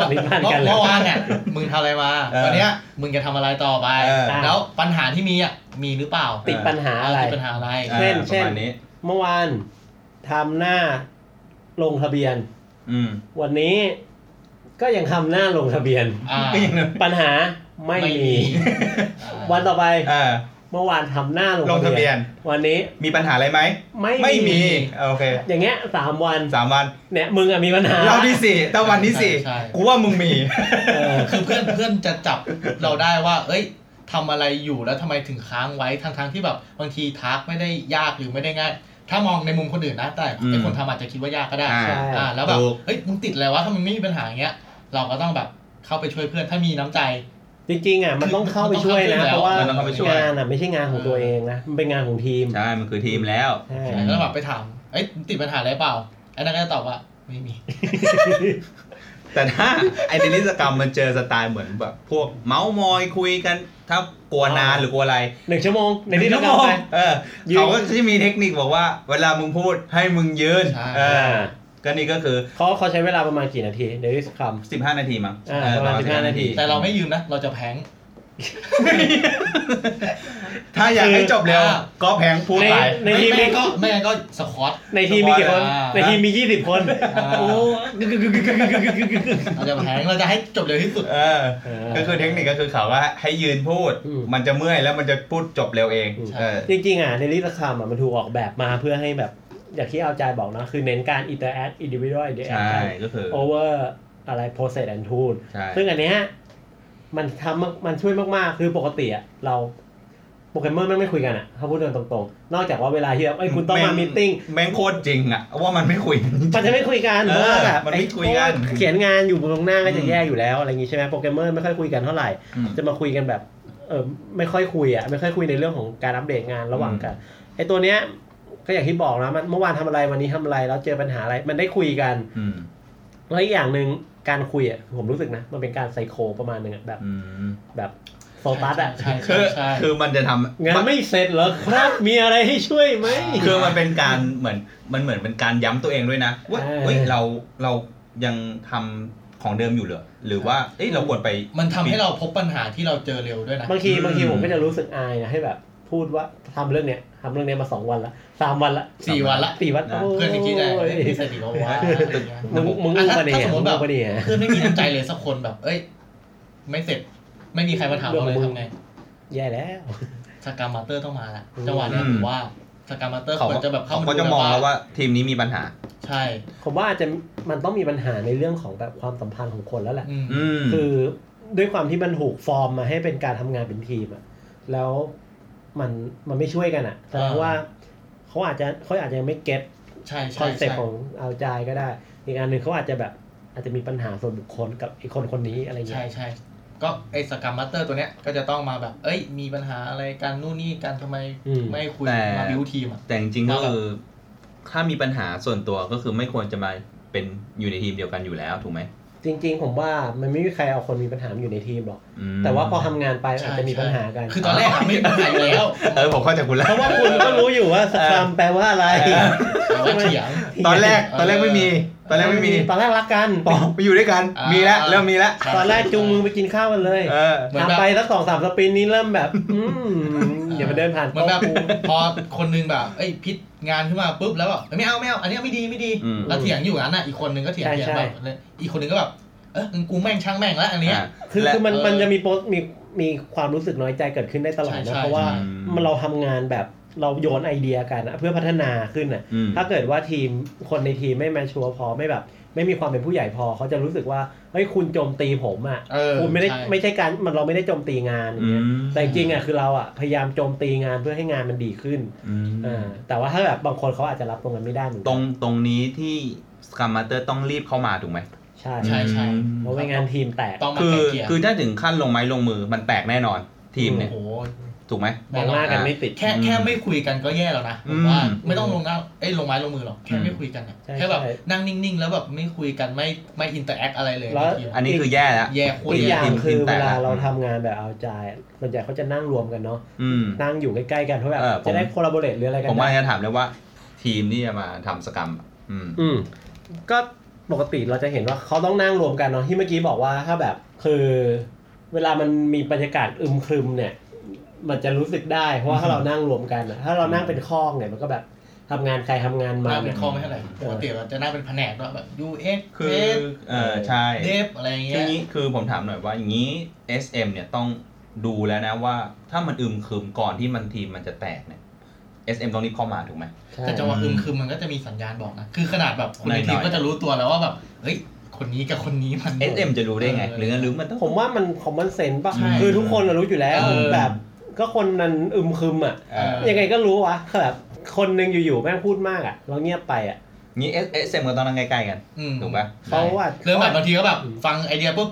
A: วันนี้บ้าน
C: เมื่อ
A: กันแล้
C: เมื่
A: ว
C: อวานเนี่ยมึงทำอะไรมา
B: เออ
C: วันเนี้ยมึงจะทำอะไรต่อไป
B: เออ
C: แล้วปัญหาที่มีอ่ะมีหรือเปล่า
A: ติดปัญหาอะไร
C: ติดปัญหาอะไร
A: เช่นเช่น
B: ประมาณนี้
A: เมื่อวานทำหน้าลงทะเบียน
B: อืม
A: วันนี้ก็ยังทำหน้าลงทะเบียน
C: อ่า
B: ก็ยัง
A: ปัญหาไม่มี
C: อ่า
A: วันต่อไป
B: เออ
A: เมื่อวานทำหน้าลง
B: ลงทะเบียน
A: วันนี้
B: มีปัญหาอะไรไหม
A: ไม่
B: ไม่มีโอเค
A: อย่างเงี้ยสามวัน
B: สามวัน
A: เนี่ยมึงอะมีปัญหา
B: เราที่สี่แต่วันที่สี่
C: ใช่
B: กูว่ามึงมี (laughs)
A: เออ
C: คือเพื่อนเพื่อนจะจับเราได้ว่า เอ้ยทำอะไรอยู่แล้วทำไมถึงค้างไว้ทั้งทั้งๆที่แบบบางทีทักไม่ได้ยากหรือไม่ได้ง่าย ถ้ามองในมุมคนอื่นนะแต่ไอ้คนทำอาจจะคิดว่ายากก็ได้
B: อ่า
C: อ่าแล้วแบบ
B: ถูก
C: เฮ้ยมึงติดอะไรวะถ้ามันไม่มีปัญหาอย่างเงี้ย เราก็ต้องแบบเข้าไปช่วยเพื่อนถ้ามีน้ำใจ
A: จริงๆอ่ะมันต้องเข้าไปช่วยนะ
C: มันต้
A: เพ
C: องเข้าไปช่วยแล้ว
A: ราะว่า
B: มันต้องเข้าไปช่วย
A: งานอ่ะไม่ใช่งานของตัวเองนะมันเป็นงานของทีม
B: ใช่ มันคือทีมแล้ว
A: ใช่
C: ใช่แล้วแบบไปถามเอ้ยมึงติดปัญหาอะไรเปล่าไอ้นั่นก็จะตอบว่าไม่มี
B: แต่ถ้าไอเดลิสกรรมมันเจอสไตล์เหมือนแบบ พวกเมาส์มอยคุยกัน ถ้ากลัวนานหรือกลัวอะไร
A: (laughs) หนึ่งชั่วโมงในที่เรา
B: ชั่วโม
A: ทำ
B: ง
A: ไป
B: เออ
A: ยืน
B: เขาก็จะมีเทคนิคบอกว่า เวลามึงพูดให้มึงยืน
C: ใช่
B: เออก็นี่ก็คือ
A: เขาเขาใช้เวลาประมาณกี่นาทีเดลิสคัม
B: 15 นาทีมั้ง
A: อ่า
B: เออ
A: ประมาณ15นาที
C: แต่เราไม่ยืมนะ เราจะแพง
B: ถ้าอยากให้จบเร็ว
C: อ่า
B: ก็แพงพูด
A: ใน
B: ไป
A: ใน
C: ไม่
A: ทีม
C: ไม่
A: มี
C: งั้นก็ไม่งั้นก็สควอต
A: ในทีมมีกี่คน
C: อ่า
A: ในทีมมียี่สิบคนโอ้
C: เราจะแพงเราจะให้จบเร็วที่สุด
B: เออ ก็คือเทคนิคก็คือเขาว่าให้ยืนพูด
A: อืม
B: มันจะเมื่อยแล้วมันจะพูดจบเร็วเอง
A: อืม
B: เออ
A: จริงๆอ่ะเดลิสคัมอ่ะมันถูกออกแบบมาเพื่อให้แบบ อย่างที่เอาใจารย์บอกนะ คือเน้นการอินเตอร์แอคอินดิวิ a l เด r
B: ใช่ก็คือ
A: โอเวอร์อะไรโปรเซสแอนทูล
B: ใช่
A: ซึ่งอันเนี้ยมันทำมันช่วยมากๆ คือปกติอะเราโปรแกรมเมอร์แม่งไม่คุยกันอะถ้าพูดกันตรงๆ นอกจากว่าเวลาที่แบบไอ้ยคุณต้องมามีตติ้ง
B: แม่งโคตรจริงอะว่ามันไม่คุย
A: มันจะไม่คุยกันเพ
B: เออ
A: ราะว่าแบบ
B: มันไม่คุยกัน
A: โอ๊เขียนงานอยู่บนตรงหน้าก็จะแย่อยู่แล้วอะไรอย่างงี้ใช่ไหมโปรแกรมเมอร์ไม่ค่อยคุยกันเท่าไหร่
B: อืม
A: จะมาคุยกันแบบเออไม่ค่อยคุยอะไม่ค่อยคุยในเรื่องของการอัปเดตงานระหว่างกันไอ้ตัวเนี้ยก็อย่างที่บอกนะมันเมื่อวานทำอะไรวันนี้ทำอะไรแล้วเจอปัญหาอะไรมันได้คุยกัน
B: อืม
A: แล้วอีกอย่างหนึ่งการคุยอ่ะผมรู้สึกนะ มันเป็นการไซโคประมาณหนึ่งอ่ะแบบ
B: อืม
A: แบบโซตัสอ่ะ
C: ใช่ใช่
B: คือคือมันจะทำ
A: งานไม่เสร็จเหรอครับ (laughs) มีอะไรให้ช่วยไหม
B: คือมันเป็นการเหมือนมันเหมือนเป็นการย้ำตัวเองด้วยนะว่า
A: เออ
B: เฮ้ยเราเรายังทำของเดิมอยู่เหรอหรือว่าเอ้ยเราควรไป
C: มันทำให้เราพบปัญหาที่เราเจอเร็วด้วยนะ
A: บางที
B: อืม
A: บางทีผมก็จะรู้สึกอายนะให้แบบ พูดว่าทำเรื่องเนี้ยทำเรื่องเนี้ยมาสองวันละสามวันละ
C: สี่วันละ
A: สี่วัน
B: นะ
A: โ
C: เพื่อนไม่คิดอะไร
A: โย
C: ไม่สติบอกว่าอะไรเงี้ย
A: มึงมึง
C: อ่ะ
A: อู้
C: ถ้า
A: ปะเนี่ย
C: ถ้าสมม
A: มึ
C: ติ
A: ง
C: แบบ
A: อู้ปะเนี่ย
C: เพื่อนไม่มีน้ำใจเลยสักคนแบบ เอ้ย ไม่เสร็จ ไม่มีใครมาถามเราเลยทำไง
A: แย่แล้ว
C: สกรรมมาสเตอร์ต้องมาละจังหวะเนี้ยผมว่าสกรรมมาสเตอร์
B: เขา
C: ควรจะแบบเข้า
B: เขา
C: มา
B: ก็
C: ดู
B: จะมองแล้วว่าทีมนี้มีปัญหา
C: ใช่
A: ผมว่าอาจจะมันต้องมีปัญหาในเรื่องของแบบความสัมพันธ์ของคนแล้วแหละ
C: อืม
B: อืม
A: คือด้วยความที่มันถูกฟอร์มมาให้เป็นการทำงานเป็นทีมอะแล้วมันมันไม่ช่วยกันอะแสดงว่าเขาอาจจะเขาอาจจะยังไม่เก็ต
C: ใช่
A: ค
C: ใช่
A: อนเซ็ป
C: ใช่
A: ต์ของเอาใจก็ได้ อีกอันหนึ่งเขาอาจจะแบบอาจจะมีปัญหาส่วนบุคคลกับไอีกคนคนนี้อะไร
C: ใช่
A: เงี้ย
C: ใช่ก็ไอ้สกรรมมาสเตอร์ตัวเนี้ยก็จะต้องมาแบบ เอ้ย มีปัญหาอะไรกันนู่นนี่กันทำไม
A: อืม
C: ไม่คุยมาบิวทีมอ่ะ
B: แต่จริงๆก็คือถ้ามีปัญหาส่วนตัวก็คือไม่ควรจะมาเป็นอยู่ในทีมเดียวกันอยู่แล้วถูกไหม
A: จริง ๆ ผมว่ามันไม่มีใครเอาคนมีปัญหามาอยู่ในทีมหรอก
B: อืม
A: แต่ว่าพอทำงานไป
C: ใช่
A: อาจจะมีปัญหากัน
C: คือตอนแรกอะไม่มีปัญหาอยู่แล้ว
B: เออผมเข้าใจคุณแล้
A: เพ
B: ว
A: ราะว่าคุณก็รู้อยู่ว่าสครัมแปลว่าอะไร
B: เออ
C: แต่ว่าเถียง
B: ตอนแรกตอนแรกไม่มี ตอนแรกไม่มี
A: ตอนแรกรักกัน
B: ปอไปอยู่ด้วยกัน
C: อ่ามี
B: มีแล้วเริ่มมีแล้ว
A: ตอนแรกจูงมือไปกินข้าวกันเลย
B: เออ
C: เหมือนแบบ
A: ทำไปสักสองสามสปรินต์นี้เริ่มแบบ อืมอย่ามาเดินผ่าน
C: เหมือนแบบ
A: โต๊ะกู
C: พอคนนึงแบบเอ้ยพิษงานขึ้นมาปุ๊บแล้วแบบไม่เอาไม่เอาอันเนี้ยไม่ดีไม่ดี
B: อืม
C: แล้วเถียงอยู่อย่างนั้นน่ะอีกคนนึงก็เถียงเถียงแบบอีกคนนึงก็แบบเออกูแม่งช่างแม่งแล้วอันเนี้ย
B: อ่ะ
A: คือ
B: และ
A: คือมัน
C: เออ
A: มันจะมีโปรมี มีความรู้สึกน้อยใจเกิดขึ้นได้ตลอดนะ
C: ใช่ใช่
A: เพราะว่า
B: อืม
A: มันเราทำงานแบบเราโยนไอเดียกันอะเพื่อพัฒนาขึ้นอะ
B: อืม
A: ถ้าเกิดว่าทีมคนในทีมไม่แมชชัวร์พอไม่แบบ ไม่มีความเป็นผู้ใหญ่พอเขาจะรู้สึกว่าเฮ้ยคุณโจมตีผมอ่ะ
C: เออ
A: คุณไม่ได้
C: ใช่
A: ไม่ใช่การมันเราไม่ได้โจมตีงานอย่างเงี้ย
B: อืม
A: แต่จริงๆอ่ะคือเราอ่ะพยายามโจมตีงานเพื่อให้งานมันดีขึ้น
B: อืม
A: อ่าแต่ว่าถ้าแบบบางคนเขาอาจจะรับตรงกันไม่ได้เหมือน
B: ต
A: กั
B: รงตรงนี้ที่สก r มมาเตอร์ต้องรีบเข้ามาถูกไหม
A: ใช่
C: ใช่ใช่
B: อืม
A: เพราะไม่งานทีมแตก
C: ต้องมา
B: คือ
C: ไกลเกลี่ย
B: คือถ้าถึงขั้นลงไม้ลงมือมันแตกแน่นอนทีมเนี่ย
C: โอ้โห
B: ถูกไหม
A: มองหน้ากันไม่ติด
C: แค่
B: อืม
C: แค่ไม่คุยกันก็แย่แล้วนะผมว่า
B: อืม
C: ไม่ต้องลงหน้าเอ้ยลงไม้ลงมือหรอกแค่ไม่คุยกันอะ
A: ใช่
C: แค่แบบ
A: ใช่
C: นั่งนิ่งๆ แล้วแบบไม่คุยกันไม่ไม่อินเตอร์แอคอะไรเลย
A: แล้ว
C: ทีม
B: อันนี้คือแย่แล้ว
C: แย่โคตร
A: อีกอย่าง
B: ทีม
A: คื
B: ที
A: อ
B: มแต
A: เว
B: ก
A: ลา
B: แว
A: เราทำงานแบบเอาใจส่วนใหญ่เขาจะนั่งรวมกันเนาะ
B: อืม
A: นั่งอยู่ใกล้ๆกันเพื่อแบบ
B: เออผม
A: จะได้คอลลาบอเรตหรืออะไรกัน
B: ผมว่า
A: ได้
B: จะถามเลยว่า ทีมที่จะมาทำสกรรมอะอืม
A: อืมก็ปกติเราจะเห็นว่าเขาต้องนั่งรวมกันเนาะที่เมื่อกี้บอกว่าถ้าแบบคือเวลามันมีบรรยากาศอึมครึมเนี่ย มันจะรู้สึกได้เพราะว่าถ้าเรานั่งรวมกันอะถ้าเรานั่งเป็นข้องเนี่ยมันก็แบบทำงานใครทำงาน
C: ห
A: มั
C: น้าน เป็น
A: อะ
C: คอไม่เท่าไหร่ปกติเราจะหน้าเป็นแผนกด้วยแบบ U X
B: คือเออใช่
C: เดฟอะไรอย่างเงี้
B: คือย อย่างนี้คือผมถามหน่อยว่าอย่างนี้ SM เนี่ยต้องดูแล้วนะว่าถ้ามันอึมครึมก่อนที่มันทีมมันจะแตกเนี่ย SM ต้องรีบเข้ามาถูกไหม
C: แต่จังหวะอึมครึมมันก็จะมีสัญญาณบอกนะ คือขนาดแบบคน
B: ห
C: ใน
B: น่อยๆ
C: ทีมก็จะรู้ตัวแล้วว่าแบบ เฮ้ย คนนี้กับคนนี้มัน
B: SM จะรู้ได้ไง
C: เออ
B: หรืองั้นหรือมันต้อง
A: ผมว่ามันคอมมอนเซนส์ป่ะ
B: ใช่
A: คือทุกคนน่ะรู้อยู่แล้ว
C: เออ
A: แบบก็คนนั้นอึมครึมอ่ะ
B: เออ
A: ยังไงก็รู้วะคือแบบคนหนึงอยู่ๆแม่งพูดมากอ่ะ เราเงียบไปอ่ะ
B: นี้ SM ก็ต้องนั่งใกล้ๆกัน
C: อืม
B: ถูกปะ
A: เขาว่า
C: เริ่มแบบบางทีก็แบบ
A: อืม
C: ฟังไอเดียปุ๊บ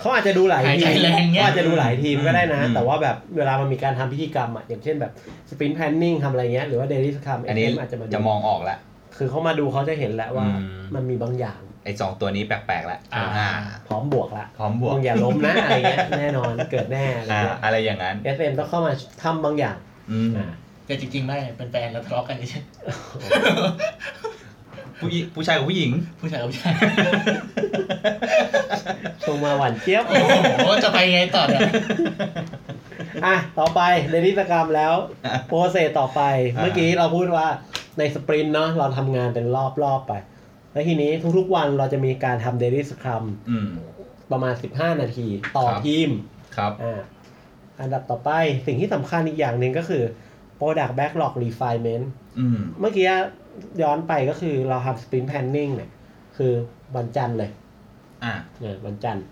A: เขาอาจจะดูหลาย
C: หาย
A: ที
C: ใจ
A: ม
C: แรงเงี้ย
A: เขาอาจจะดูหลายทีมก็ได้นะ
B: อืม
A: แต่ว่าแบบเวลามันมีการทำพิธีกรรมอ่ะ อย่างเช่นแบบสปรินแพนนิ่งทำอะไรเงี้ย หรือว่าเดลิสคัม
B: อันนี้
A: อาจจะมา
B: จะ
A: ดู
B: มองออกละ
A: คือเขามาดูเขาจะเห็นแล้วว่า
B: อืม
A: มันมีบางอย่าง
B: ไอ้สองตัวนี้แปลกๆละ
C: อ่า
A: พร้อมบวกละ
B: พร้อมบวก
A: มึงอย่าล้มนะอะไรเงี้ยแน่นอนเกิดแน่อะไร
B: อ่า
A: เงี้ย
B: อะไรอย่างนั้น
A: เอฟเอ็มต้องเข้ามาทำบางอย่าง
B: อืม
A: (laughs) อ่า
C: แต่จริงๆ ไม่ เป็นแฟนแล้วทะเลาะกันใช่
B: ผู้หญิงผู้ชายกับ
A: (laughs)
B: ผู้หญิง
C: (laughs) ผู้ชายกั
B: (laughs)
C: บผู้ชาย
A: ส่งมาหวานเจี๊ยบ
C: โอ้โห จะไปไงต่อเนี่ย
A: อ่ะ ต่อไปในนิสกรรมแล้ว โปรเซสต่อไป
B: อ่า
A: เมื่อกี้เราพูดว่าในสปรินต์เนาะเราทำงานเป็นรอบ ๆ ไป แล้วทีนี้ทุกๆวันเราจะมีการทำเดลิสครัม
B: อืม
A: ประมาณ 15 นาที ต่อ
B: ครับ
A: ทีม
B: ครับ
A: อ่าอันดับต่อไปสิ่งที่สำคัญอีกอย่างหนึ่งก็คือ Product Backlog Refinement
B: อืม
A: เมื่อกี้ย้อนไปก็คือเราทำสปรินต์แพนนิ่งเนี่ยคือวันจันทร์เลย
B: อ่า
A: อ่ะวันจันทร์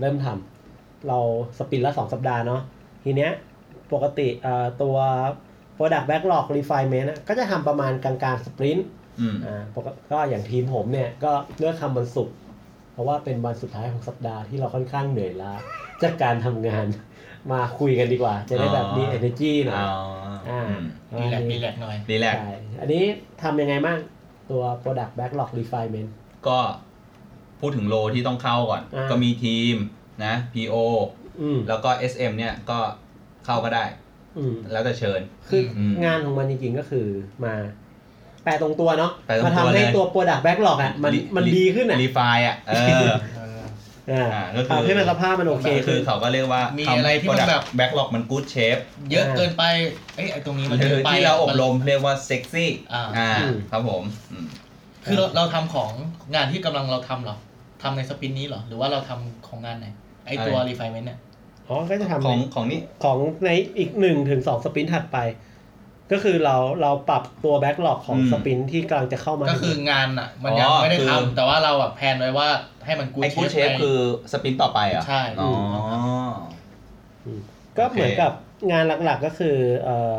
A: เริ่มทำเราสปินละสองสัปดาห์เนาะทีเนี้ยปกติเอ่อตัว Product Backlog Refinement อะก็จะทำประมาณกลางๆสปรินต์
B: อืม
A: อ่าปกติก็อย่างทีมผมเนี่ย ก็เลือกทำวันศุกร์เพราะว่าเป็นวันสุดท้ายของสัปดาห์ที่เราค่อนข้างเหนื่อยล้าจากการทำงาน (laughs) มาคุยกันดีกว่า จะได้แบบมี
B: อ๋อ
A: energy หน่อย
B: อ๋อ
A: อ่า
B: อืม
C: รีแลกซ์รีแลกซ์หน่อย
B: ดีแหละ
A: ใช่อันนี้ทำยังไงบ้างตัว Product Backlog Refinement
B: ก็พูดถึงโลที่ต้องเข้าก่อน
A: อ่า
B: ก็มีทีมนะ PO
A: อืม
B: แล้วก็ SM เนี่ยก็เข้าก็ได้
A: อืม
B: แล้วแต่เชิญ
A: คืออ
B: ม
A: งานของมันจริงๆก็คือมาแปลตรงตัวเนาะ
B: แปลตรงตัว
A: มาทำให้
B: เลย
A: ตัวโปรดักต์แบ็กหลอกอ่ะมัน
B: รี
A: มันดีขึ้นอ่ะ
B: รีไฟล์อ่ะ เออ
A: อ่า
B: อ่าก็คือ
A: ทำให้มันสภาพมันโอเค
B: ก็คื
A: ขึ้
B: อน เขาก็เรียกว่า
C: มี
B: ทำ
C: อะไรที่มัน
B: product
C: แบบ
B: backlog มัน good shape
C: เยอะเกินไป เอ้ยไอตรงนี้มัน
B: หรื
C: เย
B: อ
C: อะไป
B: ที่เราอบรมเรียกว่า sexy
C: อ่า
B: อ่า
A: อืม
B: ครับผมอืม
C: คือเราเราทำของงานที่กำลังเราทำเหรอทำในสปินนี้เหรอ หรือว่าเราทำของงานไหน ไอตัว
B: อะไร
C: refinement เนี่ย
A: อ๋อก็จะ
B: ข
A: ทำ
B: อง
A: ใน
B: ของนี่
A: ของในอีกหนึ่งถึงสองสปรินต์ถัดไป ก็คือเราเราปรับตัวแบ็กหลอกของ
B: อืม
A: สปรินต์ที่กำลังจะเข้ามา
C: ก็คืองานอ่ะ มันยัง
B: อ๋อ
C: ไม่ได้
B: คือ
C: ทำแต่ว่าเราแบบแพลนไว้ว่าให้มันกู
B: ไอ้ good
C: เชฟ
B: shape คือสปินต่อไปเหรอ่ะ
C: ใช่
B: อ๋อ
A: มก็เหมือนกับงานหลักๆก็คือเออ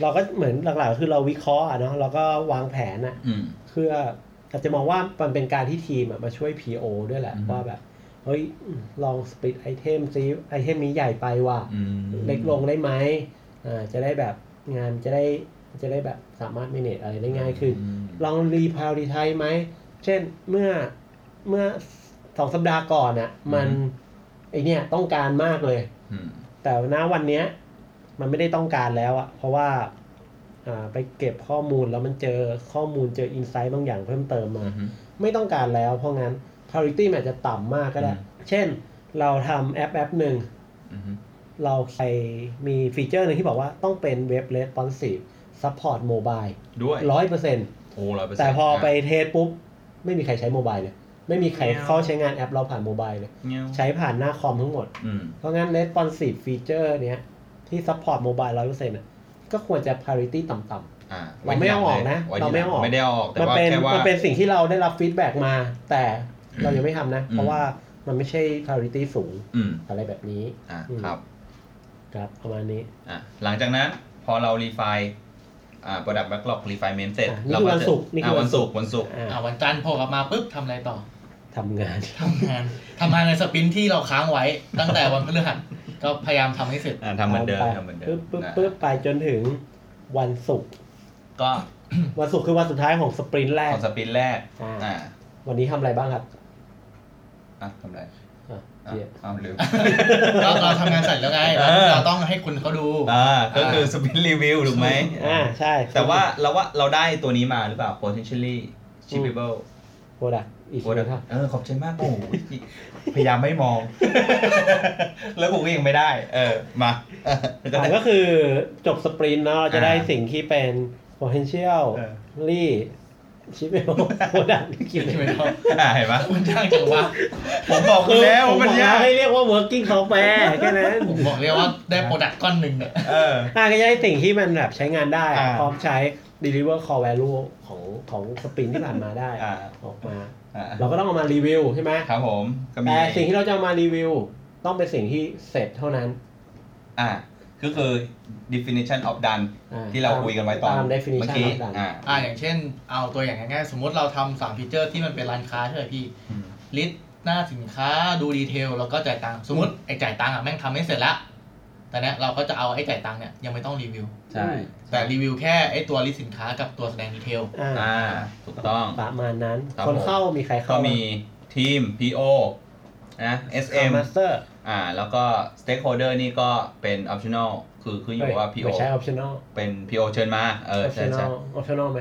A: เราก็เหมือนหลักๆก็คือเราวิเคราะห์อะเนาะเราก็วางแผนอ่ะ
B: อืม
A: เพื่ออาจจะมองว่ามันเป็นการที่ทีมอะมาช่วย PO ด้วยแหละ
B: อืม
A: ว่าแบบ เฮ้ย ลองสป l ิ t ไอเทมซิไอเทมนี้ใหญ่ไปว่ะ
B: อืม
A: เล็กลงได้ไหมอ่าจะได้แบบงานจะได้จะได้แบบสามารถ manage อะไรได้ง่ายขึ้น
B: ม
A: ลองรีพาวรีไทไหม เช่นเมื่อเมื่อสองสัปดาห์ก่อนอะ่ะ มัน
B: อืม
A: ไอเนี่ยต้องการมากเลย
B: อืม
A: แต่ณวันเนี้ยมันไม่ได้ต้องการแล้วอะเพราะว่าอ่าไปเก็บข้อมูลแล้วมันเจอข้อมูลเจออินไซต์บางอย่างเพิ่มเติมมา ไม่ต้องการแล้วเพราะงั้น priority มันอาจจะต่ำมากก็ได้
B: อืม
A: เช่นเราทำแอปแอปหนึ่ง
B: อืม
A: เราใส่มีฟีเจอร์หนึ่งที่บอกว่าต้องเป็นเว็บ responsive support mobile
B: ด้วย
A: ร้อยเปอร์เซ็นต์
B: โอ้ร้อยเปอร์เซ็นต์
A: แต่พอไปเทสปุ๊บ ไม่มีใครใช้โมบายเลย ไม่มีใครเข้าใช้งานแอปเราผ่านโมบายเลย
B: เงี้ย
A: ใช้ผ่านหน้าคอมทั้งหมด
B: อืม
A: เพราะงั้น responsive feature เนี้ยที่ support mobile ร้อยเปอร์เซ็นต์ก็ควรจะ parity ต่ำ
B: อ่า
A: เราไม่เอาออกนะ
B: ว้ทีหลัง
A: เราไม่เอาออก
B: ไม่ได้เาออก แต่
A: ๆ มันเป็น
B: ว่าแค่ว่า
A: มันเป็นสิ่งที่เราได้รับ feedback มา แต่เรายังไม่ทำนะ
B: อืม
A: เพราะว่ามันไม่ใช่ parity สูง
B: อืม
A: อะไรแบบนี้
B: อ่าครับ
A: ครับประมาณนี้
B: อ่าหลังจากนั้นพอเรารีไฟอ่า product backlog refinement เสร็จ
A: อ่ะนี่คือวันศุกร์นี่
B: อ่า
A: คือ
B: วันศุกร์วันศุกร์
A: อ่ะ
C: อ่าวันจันทร์โผล่กลับมาปุ๊บทำอะไรต่อ
A: ทำงาน
C: ทำงานทำงานในสปรินที่เราค้างไว้ ตั้งแต่วันพฤหัสก็พยายามทำให้เสร็จ
B: อ่าทำเหมือนเดิม
A: ไป
B: ทำเหมือนเดิม
A: ปึ๊บปึ๊บ
B: นะ
A: ปึ๊บไปจนถึงวันศุกร์
B: ก็
A: วันศุกร์คือวันสุดท้ายของสปรินต์แร
B: ข
A: ก
B: องสปินแรก
A: อ่า
B: อ่า
A: วันนี้ทำอะไรบ้างครับ
B: อ่ะทำไร
A: อ่ะ
B: อ่ะ
A: เดี๋ยว
B: อ้าวลืม
C: ก็เราทำงานเสร็จแล้วไงเรา
B: เออ
C: เราต้องให้คุณเขาดู
B: อ่าก็คือสปินรีวิวถูกไหม
A: อ่าใช่
B: แต่ว่าเราว่าเราได้ตัวนี้มาหรือเปล่า potentially shippable
A: โปรดักอีก
B: โอ้เดี๋ยว
A: ครับ
B: เออขอบใจมากโอ้โหพยายามไม่มอง (laughs) แล้วกูก็ยังไม่ได้ เออ มาก็ได้
A: ก็คือจบสปรินต์เนาะเราจะได้
B: อ่า
A: สิ่งที่เป็น potential
B: เออ
A: ลี่ชิปเปอร์โปรดักที่กิน
C: ไม่ต้อง
B: อ่าเห็นปะ
C: คุณจ้างจังวะ
B: ผมบอกคุณแล้ว
A: ผม
B: มัน
A: บอก
B: ยาก
A: ให้เรียกว่า working software แค่นั้น
C: ผมบอกเลยว่าได้โปรดักต์ก้อนหนึ่งเนี่ย
B: เออ
A: อ่าก็จะได้สิ่งที่มันแบบใช้งานได้
B: อ่า
A: พร้อมใช้ deliver core value ของของสปรินที่ผ่านมาได้
B: อ่า
A: ออกมา
B: อ่า
A: เราก็ต้องเอามารีวิวใช่ไหม
B: ครับผมก็มี
A: แต่สิ่งที่เราจะเอามารีวิว ต้องเป็นสิ่งที่เสร็จเท่านั้น
B: อ่าก็คือ definition of done
A: อ่
B: ที่เราคุยกันไว้ตอน
A: ตาม
B: เมื่อ
A: definition
B: กี้
A: ของดัน
B: อ่า
C: อ่าอย่างเช่น เอาตัวอย่างง่ายๆสมมติเราทำสามฟีเจอร์ที่มันเป็นร้านค้าใช่ไหมพี่
B: อืม
C: ลิสต์หน้าสินค้าดูดีเทลแล้วก็จ่ายตังค์สมมติไอ้จ่ายตังค์อ่ะแม่งทำไม่เสร็จละแต่เนี้ยเราก็จะเอาไอ้จ่ายตังค์เนี่ยยังไม่ต้องรีวิว
B: ใช่
C: แต่รีวิวแค่ไอ้ตัวลิสต์สินค้ากับตัวแสดงดีเทล
A: อ่า
B: อ่าถูกต้อง
A: ประมาณนั้น
B: ครับ
A: คน
B: ผม
A: เข้ามีใครเข้า
B: ก็มีทีม PO นะ SM
A: มาสเตอร์
B: อ่า แล้วก็ stakeholder นี่ก็เป็น optional คือคืออยู่ว่า PO
A: ไม่ใช่ optional
B: เป็น PO เชิญมา เออใช่ใช่
A: optional optional ไหม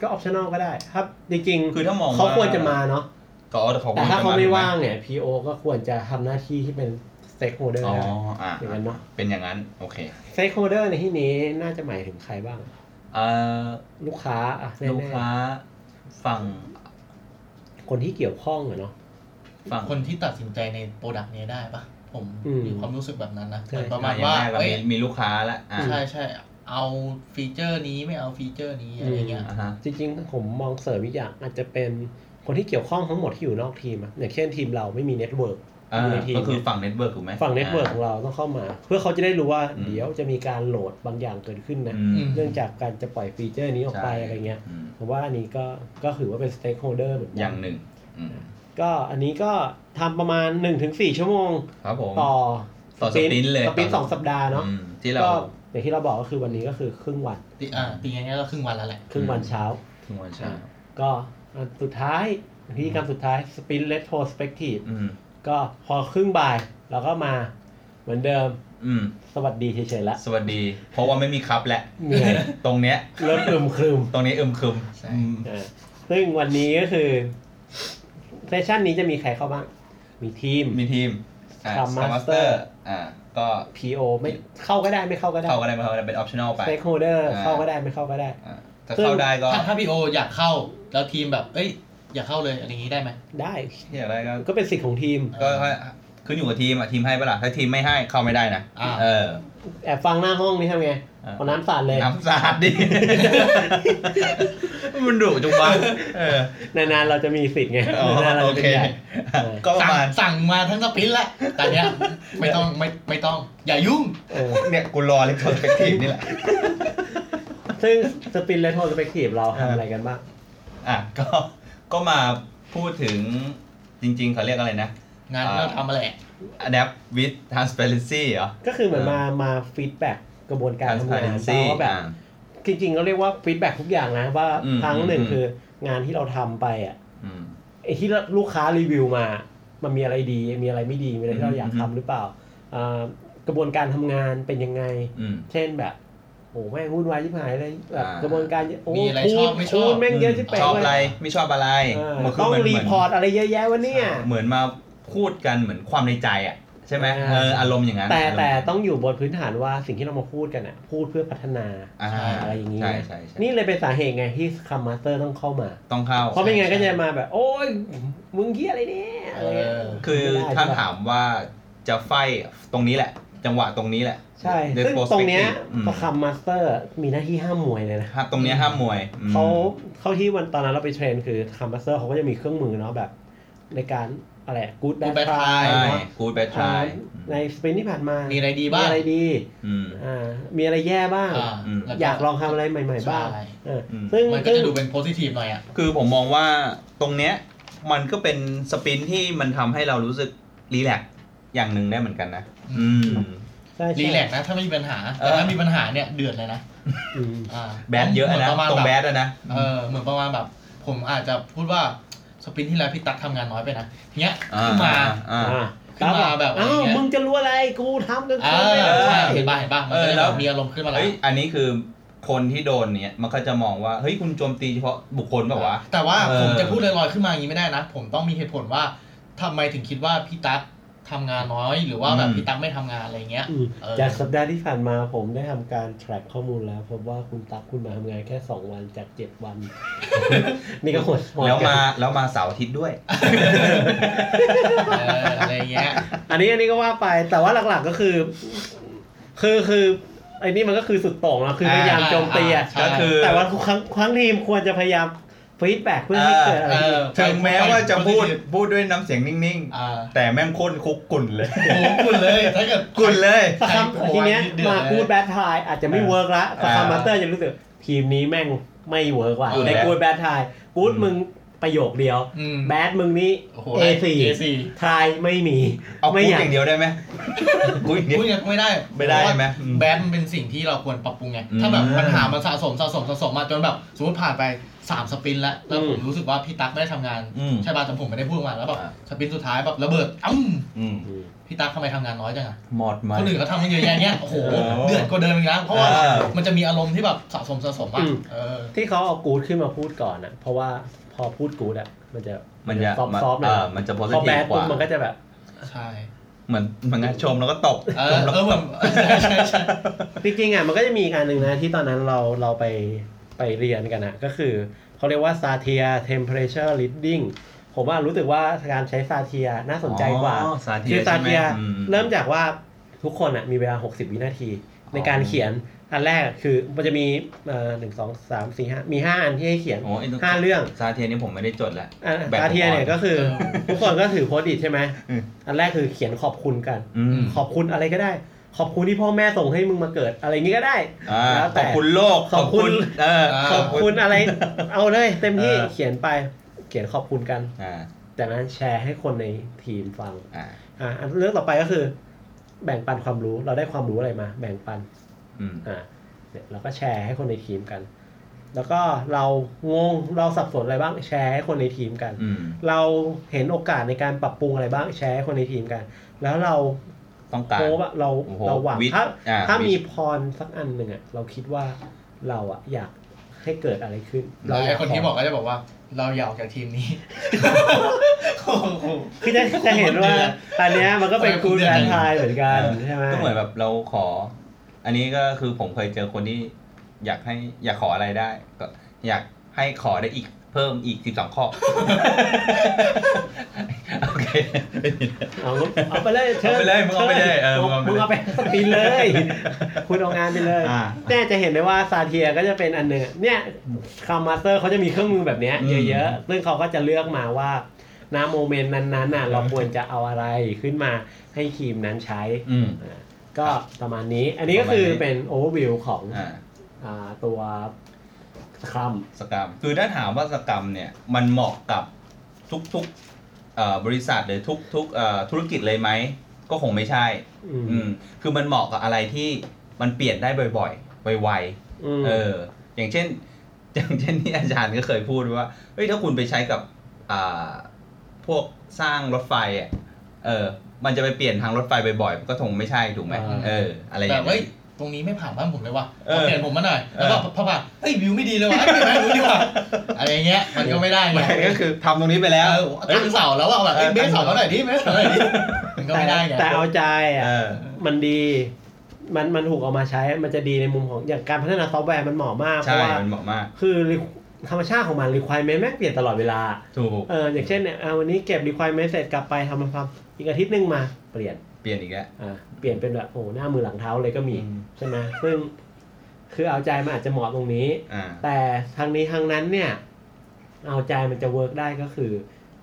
A: ก็ optional ก็ได้ครับจริง
B: คือถ้ามอง
A: ๆเขาควรจะมาเนาะ
B: ก็เขา
A: แต่ถ้าเขา
B: จะ
A: ไม่ว่างเนี่ย PO ก็ควรจะทำหน้าที่ที่เป็น stakeholder
B: อ๋อ
A: ได้
B: อ่า
A: อย่างนั้นเนอะ
B: เป็นอย่างนั้นโอเค
A: stakeholder ในที่นี้น่าจะหมายถึงใครบ้าง
B: เอ่อ
A: ลูกค้าอ่ะแน่ๆ
B: ลูกค้าฝั่ง
A: คนที่เกี่ยวข้องอะเนาะ
B: ฝั่ง
C: คนที่ตัดสินใจในโปรดักต์นี้ยได้ปะผม
A: อืม
C: มีความรู้สึกแบบนั้นนะ
A: ใช่
C: เหมือนประ
B: มา
C: มาณ
B: ว่า
C: ว่า
B: เรา
C: เอ้ย
B: มีมีลูกค้าละอ่า
C: ใช่ใช่เอาฟีเจอร์นี้ไม่เอาฟีเจอร์นี้อะไรเงี้ย
B: อ่าฮะ
A: จริงๆ ผมมองเสริมอีกอย่างอาจจะเป็นคนที่เกี่ยวข้องทั้งหมดที่อยู่นอกทีมอะอย่างเช่นทีมเราไม่มีเน็ตเวิร์ก
B: อ่า
A: ในทีม
B: ก็คือฝั่งเน็ตเวิร์กถูกไหม
A: ฝั่งเน็ตเวิร์กของเราต้องเข้ามา เพื่อเขาจะได้รู้ว่า
B: อืม
A: เดี๋ยวจะมีการโหลดบางอย่างเกิดขึ้น
B: อ่า
A: นะ
B: อืม
A: เนื่องจากการจะปล่อยฟีเจอร์นี้ออกไป
B: ใช่
A: อะไรเงี้ย
B: อืม
A: ผมว่าอันนี้ก็ก็ถือว่าเป็นสเต็กโฮเดอร์เหมือน
B: อ
A: กั
B: ย่างหนึ่งอืม
A: ก็อันนี้ก็ทำประมาณ 1-4 ชั่วโมง
B: ครับผม
A: ต่อ
B: ต่อสปรินต์เลย
A: สปรินต์
B: ต่
A: ส
B: อ
A: องสัปดาห์เนาะ
B: อืมที่เรา
A: ก็อย่างที่เราบอกก็คือวันนี้ก็คือครึ่งวัน
C: ตีอ่าตีง่ายๆก็ครึ่งวันแล้วแหละ
A: ครึ่งวันเช้า
B: ถึงวันเช้า
A: ก็อันสุดท้ายพิธีกรรมสุดท้ายสปรินเลตโทสเปกทีฟ
B: อืม
A: ก็พอครึ่งบ่ายเราก็มาเหมือนเดิม
B: อืม
A: สวัสดีเฉยๆละ
B: สวัสดี เพราะว่าไม่มีครับแหละ
A: เหนื่อย
B: ตรงเนี้ย
A: เริ่มอึมครึม
B: ตรงนี้อึมครึม
C: ใช่
B: อืม
A: อ่าซึ่งวันนี้ก็คือเซสชันนี้จะมีใครเข้าบ้าง มีทีม
B: มีทีมอ่า
A: Scrum
B: Scrum
A: Master
B: Master อ่าก็
A: PO ไม่เข้าก็ได้ไม่เข้าก็ได้
B: เข้าก็ได้ไม่เข้าก็ได้เป็น optional
A: ส
B: ไป
A: เต็กโฮเดอร์
B: อ่า
A: เข้าก็ได้ไม่เข้าก็ได้
B: อ่าถ้าเข้าได้ก็
C: ถ้าถ้าพี่โออยากเข้าแล้วทีมแบบ เอ้ย อยากเข้าเลยอะไรอย่างนี้ได้ไหม
A: ได้
B: อยากได้ก็
A: ก็เป็นสิทธิ์ของทีม
B: ก็ให้ขึ้นอยู่กับทีมอ่ะทีมให้ปะล่ะถ้าทีมไม่ให้เข้าไม่ได้นะ
C: อ่า
B: เออ
A: แอบฟังหน้าห้องนี่ทำไง
B: อ่า
A: เอาน้ำสาดเลย
B: น้ำสาดดิ มันดุจังวะเออน
A: านๆเราจะมีสิทธิ์ไง
B: อ๋อน
A: านๆเรา
B: โอ
A: จะเป็
B: เคน
A: ใหญ่
B: ก็ประ
C: สั่ง
B: มาณ
C: สั่งมาทั้งสปรินต์แล้วแต่เนี้ยไม่ต้องไม่ไม่ต้อง อย่ายุ่ง
A: เออ
B: เนี่ยกูรอเลยคนเปกทีมนี่แหละ
A: ซึ่งสปินและโทสเปกทีฟเรา
B: อ่า
A: ทำอะไรกันบ้าง
B: อ่ะก็ก็มาพูดถึงจริง ๆ เขาเรียกอะไรนะ
C: งาน
B: อ่า
C: เราทำมาแหละ
B: adapt with transparency เหรอ
A: ก็คือเหมือน
B: อ่าม
A: มามาฟีดแบ็กกระบวนการทำงาน
B: transparency
A: ว่าแบบ
B: อ่า
A: จริงๆเราเรียกว่าฟีดแบ็ทุกอย่างนะว่า
B: อืม
A: ทั้งหนึ่ง
B: อืม
A: คืองานที่เราทำไปอ่ะ
B: อืม
A: ไอ้ที่ลูกค้ารีวิวมา มันมีอะไรดีมีอะไรไม่ดีมีอะไรที่เราอยาก
B: อื
A: ทำ
B: ม
A: หรือเปล่าอ่ากระบวนการทำงานเป็นยังไง
B: อืม
A: เช่นแบบโอ้แม่งวุ่นวายชิบหายเลยแบบ
B: อ่าก ก
A: ระบวนการเยอะโอ้
C: มีอะไร
A: คู
C: ชอ
A: ณ
C: บไม่ช
A: คู
C: อบ
A: ณแม่งเยอะชิบเป๋
B: ชอบ
A: เล
B: อะไร
A: ย
B: ไม่ชอบอะไร
A: เออ
B: มันคื
A: ต้อง
B: มัน
A: รี
B: เหมือน
A: พอร์ตอะไรเยอะแยะวะเนี่ย
B: เหมือนมาพูดกันเหมือนความในใจอ่ะ ใช่ไหม
A: อ่า
B: เอออารมณ์อย่างนั้น
A: แต่
B: อารมณ์
A: แต่ต้องอยู่บนพื้นฐานว่าสิ่งที่เรามาพูดกันอ่ะพูดเพื่อพัฒนา
B: อ่า
A: อะไรอย่างนี้
B: ใช่
A: นะ
B: ใช่ใช่
A: นี่เลยเป็นสาเหตุไงที่คัมมาสเตอร์ต้องเข้ามา
B: ต้องเข้า
A: เพราะไม่งั้นก็จะมาแบบ โอ้ยมึงเหี้ยอะไรเนี่ยอะไรเงี้ย
C: เออ
B: คือ
A: ไม่ได้
B: ถ้า
A: ใช่ปะ
B: ถามว่าจะไฟตรงนี้แหละ จังหวะตรงนี้แหละ
A: ใช่
B: The
A: ซึ่งตรงเนี้ย
B: perspective อืม
A: คัมมาสเตอร์มีหน้าที่ห้ามมวยเลยนะ
B: ครับตรงเนี้ยห้ามมวยอืม
A: เขาเข้าที่วันตอนนั้นเราไปเทรนคือคัมบัสเตอร์เขาก็จะมีเครื่องมือเนาะแบบ ในการอะไรกู๊ดแบ
C: Good
A: ท
C: bad
A: ทราย
B: ใช่
C: try
B: กูดแบททราย
A: ในสปินที่ผ่านมา
C: มี
A: มี
C: อะไรดีบ้าง
A: อะไรดี
B: อืม
A: อ่ามีอะไรแย่บ้าง
C: อ่า
B: อืม
C: แว
A: อยากลองทำอะไรใหม่ ๆ บ้าง
C: ใช่
A: เอออ
B: ม
A: ซึ่ง
C: มันก็จะดูเป็นโพสิทีฟหน่อยอ่ะ
B: คือผมมองว่าตรงเนี้ยมันก็เป็นสปินที่มันทำให้เรารู้สึกรีแลกซ์อย่างหนึ่งได้เหมือนกันนะ
C: อื
B: อื
C: ม
B: ม
A: ใช่ใช่
C: รีแลกซ์นะ ถ้าไม่มีปัญหา
B: เอ
C: แต่
B: อ
C: ถ้ามีปัญหาเนี่ยเดือดเลยนะ
A: อืม
C: อ่า
B: แบดเยอะนะ
C: หมืประมาณ
B: ตรง
C: บบ
B: แบดอะนะ
C: เออเหมือนประมาณแบบ ผมอาจจะพูดว่าสปินที่แล้วพี่ตั๊กทำงานน้อยไปนะเนี้ยขึ้นมา
B: อ่า
A: อ่า
C: ขึ้นมาแบบ
A: อ้าว
C: อะไรเงี้ย
A: มึงจะรู้อะไรกูทำกัน
C: เอ
A: คนไม่
C: อ
A: ได้
C: ใช่
A: เห็
C: เห็
A: น
C: น
A: ปะ
C: ป่ะเห็นป่ะมัน
B: เออ
C: ก็เลย
B: แล้
C: แบ
B: ว
C: บมีอารมณ์ขึ้นมาแล้ว
B: เฮ้ยอันนี้คือคนที่โดนเนี่ยมันก็จะมองว่า เฮ้ยคุณโจมตีเฉพาะบุคคลแบบว่าวะ
C: แต่ว่า
B: เออ
C: ผมจะพูดลอยๆขึ้นมาอย่างนี้ไม่ได้นะ ผมต้องมีเหตุผลว่าทำไมถึงคิดว่าพี่ตั๊กทำงานน้อย หรือว่าแบบพี่ตั๊กไม่ทำงานอะไรเงี้ย
A: อืม
C: เออ
A: จากสัปดาห์ที่ผ่านมาผมได้ทำการ track ข้อมูลแล้วพบว่าคุณตั๊กคุณมาทำงานแค่ 2 วันจาก 7
B: (laughs)
A: วัน นี่ก็โหดโหด
B: แล้ว
A: กัน
B: มาแล้วมาเสาร์อาทิตย์ด้วย
C: เอออะไรเงี้ย
B: (laughs)
A: อันนี้อันนี้ก็ว่าไปแต่ว่าหลักๆก็คือ คือคือไอ้นี่มันก็คือสุดโต่งแล้วคือพยายามโจมตีอะ
C: ใช่
B: ก็คือ
A: แต่ว่าทุกครั้งทุกครั้งทีมควรจะพยายามฟีดแบ็กเพื่อให้เกิดอะไร
C: เอ
A: ขึ้น
C: อ
B: ถึงแม้ว่าจะพูด
C: ไป
B: พูดด้วยน้ำเสียงนิ่ง
C: อ่า
B: ๆ แต่แม่งโคตรคุกกุ่นเลย
C: โอ้โหคุณเลยถ้าเกิด
B: กุ่นเลย
A: สคัม
C: ใครโผล่
A: ทีเนี้ย
C: นิดเดียว
A: มา
C: เลย
A: กูดแบททายอาจจะไม่เวิร์กละส
B: อ่า
A: คัมมาสเตอร์จะรู้สึกทีมนี้แม่งไม่เวิร์กว่ะ
B: อยู่
A: ใน
B: แล้ว
A: กูดแบททายกูด
B: อืม
A: มึงประโยคเดียว
C: อืม
A: แบทมึงนี่
C: โอ้โห
A: เอซี
C: เอซี
A: ทายไม่มี
B: เอาพู
A: ไม่
B: ดอย
A: อาก
B: ย่างเดียวได้ไหม (laughs) พูดอย่างเดียว
C: พูดยังไม่ได้
B: ไม่ได้ใช่ไหม
C: เพราะว่าแบนมันเป็นสิ่งที่เราควรปรับปรุงไง
B: อืม
C: ถ้าแบบปัญหามันสะสมสะสมสะสมมาจนแบบสมมติผ่านไป 3 สปินแล้ว แล้วผมรู้สึกว่าพี่ตั๊กไม่ได้ทำงาน
B: อืม
C: ใช่ป่ะแต่ผมไม่ได้พูดมาแล้วแบบ
B: อ่า
C: สปินสุดท้ายแบบระเบิดอ้ำ
B: อืม
A: อืม
C: พี่ตั๊กทำไมทำงานน้อยจังอะ
B: หมอดไหม
C: คนอื่นเขาทำกันเยอะแยะเนี้ยโอ้โห
B: เออ
C: เดือดกว่าเดิมอีกนะเพราะว่า
B: เออ
C: มันจะมีอารมณ์ที่แบบสะสมสะสมอ่ะเออ
A: ที่เขาเอากูดขึ้นมาพูดก่อนอ่ะเพราะว่าพอพูดกูดอ่ะมันจะ
B: มันจะ
A: ซอฟ
B: มัน
A: ซอฟหน่อย
B: เออมันจะโพส
A: พอ
B: ที
A: แบท
B: ฟก
A: ปุ๊บ
B: ว่า
A: มันก็จะแบบ
C: ใช่
B: เหมือนเหมือนงั้นชมแล้วก็ตบ
C: เอ
B: ช
C: อ
B: มแล้ว
C: เอ
B: ก็
C: อ
B: ต
C: แบบ
B: (laughs)
C: บใช่ใช่ใช่
A: จริงๆอ่ะมันก็จะมีอีกอันหนึ่งนะที่ตอนนั้นเราเราไปไปเรียนกันอ่ะก็คือเขาเรียกว่าซาเทียเทมเพร t เ r อร์ลิดดิ้งผมว่ารู้สึกว่าการใช้ซาเทียน่า (laughs) สนใจกว่า
B: อ๋อสาธิต
A: คือซา
B: ใช่ไหม
A: เทีย
B: อื
A: เริ่มจากว่าทุกคนอ่ะมีเวลา 60 วินาที ในการเขียนอันแรกคือมันจะมีเอ่อหนึ่งสองสามสี่ห้ามีห้าอันที่ให้เขียน
B: โอ้ย
A: ห้าเรื่อง
B: ซาเทียนี่ผมไม่ได้จดละ
A: อัน
B: แบ่ง
A: ซาเทียเนี่ย
B: ออก
A: ก็คือทุกคนก็ถือโพสต์อิทใช่ไหม
B: อืม
A: อันแรกคือเขียนขอบคุณกัน
B: อืม
A: ขอบคุณอะไรก็ได้ ขอบคุณที่พ่อแม่ส่งให้มึงมาเกิดอะไรอย่างงี้ก็ได้
B: อ่า
A: แล้ว
B: ข
A: แต่
B: อบคุณโลก
A: ขอบคุณ
B: เออ
C: า
A: ขอบคุณอะไร เอาเลยเต็มที่
B: เออ
A: เขียนไปเขียนขอบคุณกัน
B: อ่า
A: จากนั้นแชร์ให้คนในทีมฟัง
B: อ่า
A: อ่ะอันเรื่องต่อไปก็คือ แบ่งปันความรู้เราได้ความรู้อะไรมา แบ่งปัน
B: อืม
A: อ่ะเนี่ยเราก็แชร์ให้คนในทีมกัน แล้วก็เรางงเราสับสนอะไรบ้างแชร์ให้คนในทีมกัน
B: อืม
A: เราเห็นโอกาสในการปรับปรุงอะไรบ้างแชร์ให้คนในทีมกัน แล้วเรา
B: ต้องการ
A: โพสต์ว่าเรา
B: โอ้โห
A: เราหวัง
B: วิทย์
A: ถ้า
B: อ่ะ
A: ถ้า
B: วิทย์
A: มีพรสักอันหนึ่งอ่ะเราคิดว่าเราอ่ะอยากให้เกิดอะไรขึ้น
C: แล้ว
A: ยา
C: ไอ้คนที่บอกก็จะบอกว่า เราอยากออกจากทีมนี้
B: (laughs)
C: โอ้โห
A: คือจะจะเห็นว่าอันเนี้ยมันก็เป็นกูดแอนทายเหมือนกัน
B: เออ
A: ใช่ไหม
B: ก็เหมือนแบบเราขอ อันนี้ก็คือผมเคยเจอคนที่อยากให้อยากขออะไรได้ ก็อยากให้ขอได้อีกเพิ่มอีกสิบส
A: (laughs)
B: องข้อ (laughs) โอเค
A: เอาเอาไปเลยเชิญ
B: เอาไปเลยมึงเอาไปเลยเออมึ
A: มึ
B: ง
A: งเอา
B: เอา
A: ไป
B: ไป
A: สปินเลย คุณเอางานไปเลย
B: อ่า
A: แน่จะเห็นได้ว่าซาเทียก็จะเป็นอันหนึ่งเนี่ยคามาสเตอร์เขาจะมีเครื่องมือแบบเนี้ย
B: อืม
A: เยอะๆ ซึ่งเขาก็จะเลือกมาว่าณโมเมนต์นั้นๆน่ะเราควรจะเอาอะไรขึ้นมาให้ทีมนั้นใช้
B: อืม
A: อ่าก็ประมาณนี้ อันนี้ก็คือเป็นโอเวอร์วิวของ
B: อ่า
A: อ่าตัวสครัม
B: สกรรมคือถ้าถามว่าสกรรมเนี่ยมันเหมาะกับทุกๆเอ่อบริษัทหรือทุกๆเอ่อธุรกิจเลยไหม ก็คงไม่ใช่อืมคือมันเหมาะกับอะไรที่มันเปลี่ยนได้บ่อยๆไวๆเอออย่างเช่น (laughs) อย่างเช่นที่อาจารย์ก็เคยพูดว่าเฮ้ยถ้าคุณไปใช้กับอ่าพวกสร้างรถไฟอ่ะเออมันจะไปเปลี่ยนทางรถไฟบ่อยๆก็คงไม่ใช่ถูกไหม
A: อ่า
B: เอออะไรอ
C: แบ
B: ย่า
C: บ
B: ง
C: เฮ้ย
B: นี้
C: ตรงนี้ไม่ผ่านบ้านผมเลยว่ะ
B: เออ
C: ขอเปลี่ยนผมมาหน่อย
B: เออ
C: แล้วก็พอผ่านเอ้ยวิวไม่ดีเลยว่ะเอ้ยเปลี่ยนบ้านนู้นดีกว่าอะไรอย่างเงี้ยมันก็ไม่ได้ไง
B: ไม่ (laughs) ก็คือทำตรงนี้ไปแล้ว
C: เออตั้งเสาแล้วว่าแบบเอ้ย
B: เออ
C: เบสเสาเขาหน่อยดิเบสเสาหน่อยดิมันก็
A: แต่
C: ไม่ได้ไง
A: แต่เอาใจอ่ะ
B: เออ
A: มันดี มันมันถูกเอามาใช้ มันจะดีในมุมของอย่างการพัฒนาซอฟต์แวร์มันเหมาะมากเพ
B: ใช่
A: ราะว่า
B: มันเหมาะมาก
A: คือธรรมชาติของมัน requirement แม่งเปลี่ยนตลอดเวลา
B: ถูก
A: เอออย่างเช่นเนี่ยเอาวันนี้เก็บ requirement เสร็จกลับไปทำมาทำอีกอาทิตย์หนึ่งมาเปลี่ยน
B: เปลี่ยนอีกแล้ว
A: อ่า เปลี่ยนเป็นแบบโอ้โหหน้ามือหลังเท้าเลยก็มี
B: อืม
A: ใช่ไหมซึ่งคือเอาใจมันอาจจะเหมาะตรงนี้
B: อ่า
A: แต่ทางนี้ทางนั้นเนี่ย เอาใจมันจะเวิร์กได้ก็คือ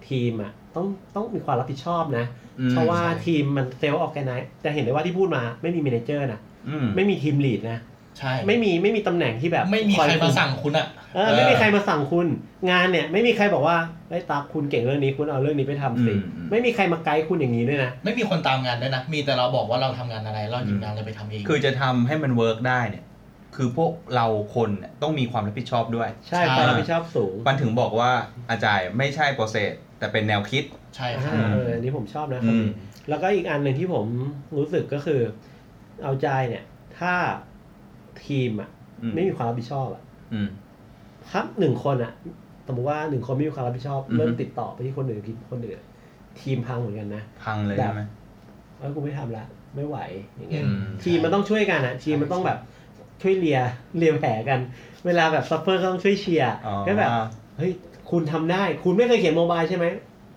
A: ทีมอ่ะต้องต้องมีความรับผิดชอบนะ
B: อืม
A: เพราะว่าทีมมันเซลล์ออกแกไนจะเห็นได้ว่าที่พูดมาไม่มีเมเนเจอร์นะ
B: อื
A: ไม่มีทีมลีดนะ
C: ใช่
A: ไม่มีไม่มีตำแหน่งที่แบบ
C: ไม่มี
A: อย
C: ใครมา
A: ณ
C: สั่งคุณอ่ะ
A: เออไม่มีใครมาสั่งคุณ งานเนี่ยไม่มีใครบอกว่าไอ้ยตาคุณเก่งเรื่องนี้คุณเอาเรื่องนี้ไปทำสิ
B: อืมอืม
A: ไม่มีใครมาไกด์คุณอย่างนี้ด้วยนะ
C: ไม่มีคนตามงานด้วยนะ มีแต่เราบอกว่าเราทำงานอะไรเราหยิบงานอะไรไปทำเอง
B: คือจะทำให้มันเวิร์กได้เนี่ย คือพวกเราคนเนี่ยต้องมีความรับผิดชอบด้วย
A: ใช่ความรับผิดชอบสูง
B: มันถึงบอกว่าอาจารย์ไม่ใช่โปรเซสแต่เป็นแนวคิด
C: ใช่ครั
A: อ่า
C: บ
A: เอออันนี้ผมชอบนะค
B: อื
A: รับ
B: ม
A: แล้วก็อีกอันหนึ่งที่ผมรู้สึกก็คือ เอาใจเนี่ย ถ้าทีมอ่ะ
B: อืม
A: ไม่มีความรับผิดชอบอ่ะ
B: อืม
A: ถ้าหนึ่งคนอ่ะสมมติว่าหนึ่งคนไม่มีความรับผิดชอบ
B: อือฮึ
A: เริ่มติดต่อไปที่คนอื่นที่คนอื่นทีมพังเหมือนกันนะ
B: พังเลยใช่ไหม
A: เอ้ยกูไม่ทำละไม่ไหวอย่างเงี้ย
C: อื
B: อืม
A: ทีมมันต้องช่วยกันอ่ะ ทีมมันต้องแบบช่วยเลียเลียแผลกัน เวลาแบบซัพเฟอร์ก็ต้องช่วยเชียร์
B: อ๋อ
A: ก็แบบเฮ้ยคุณทำได้ คุณไม่เคยเขียนโมบายใช่ไหม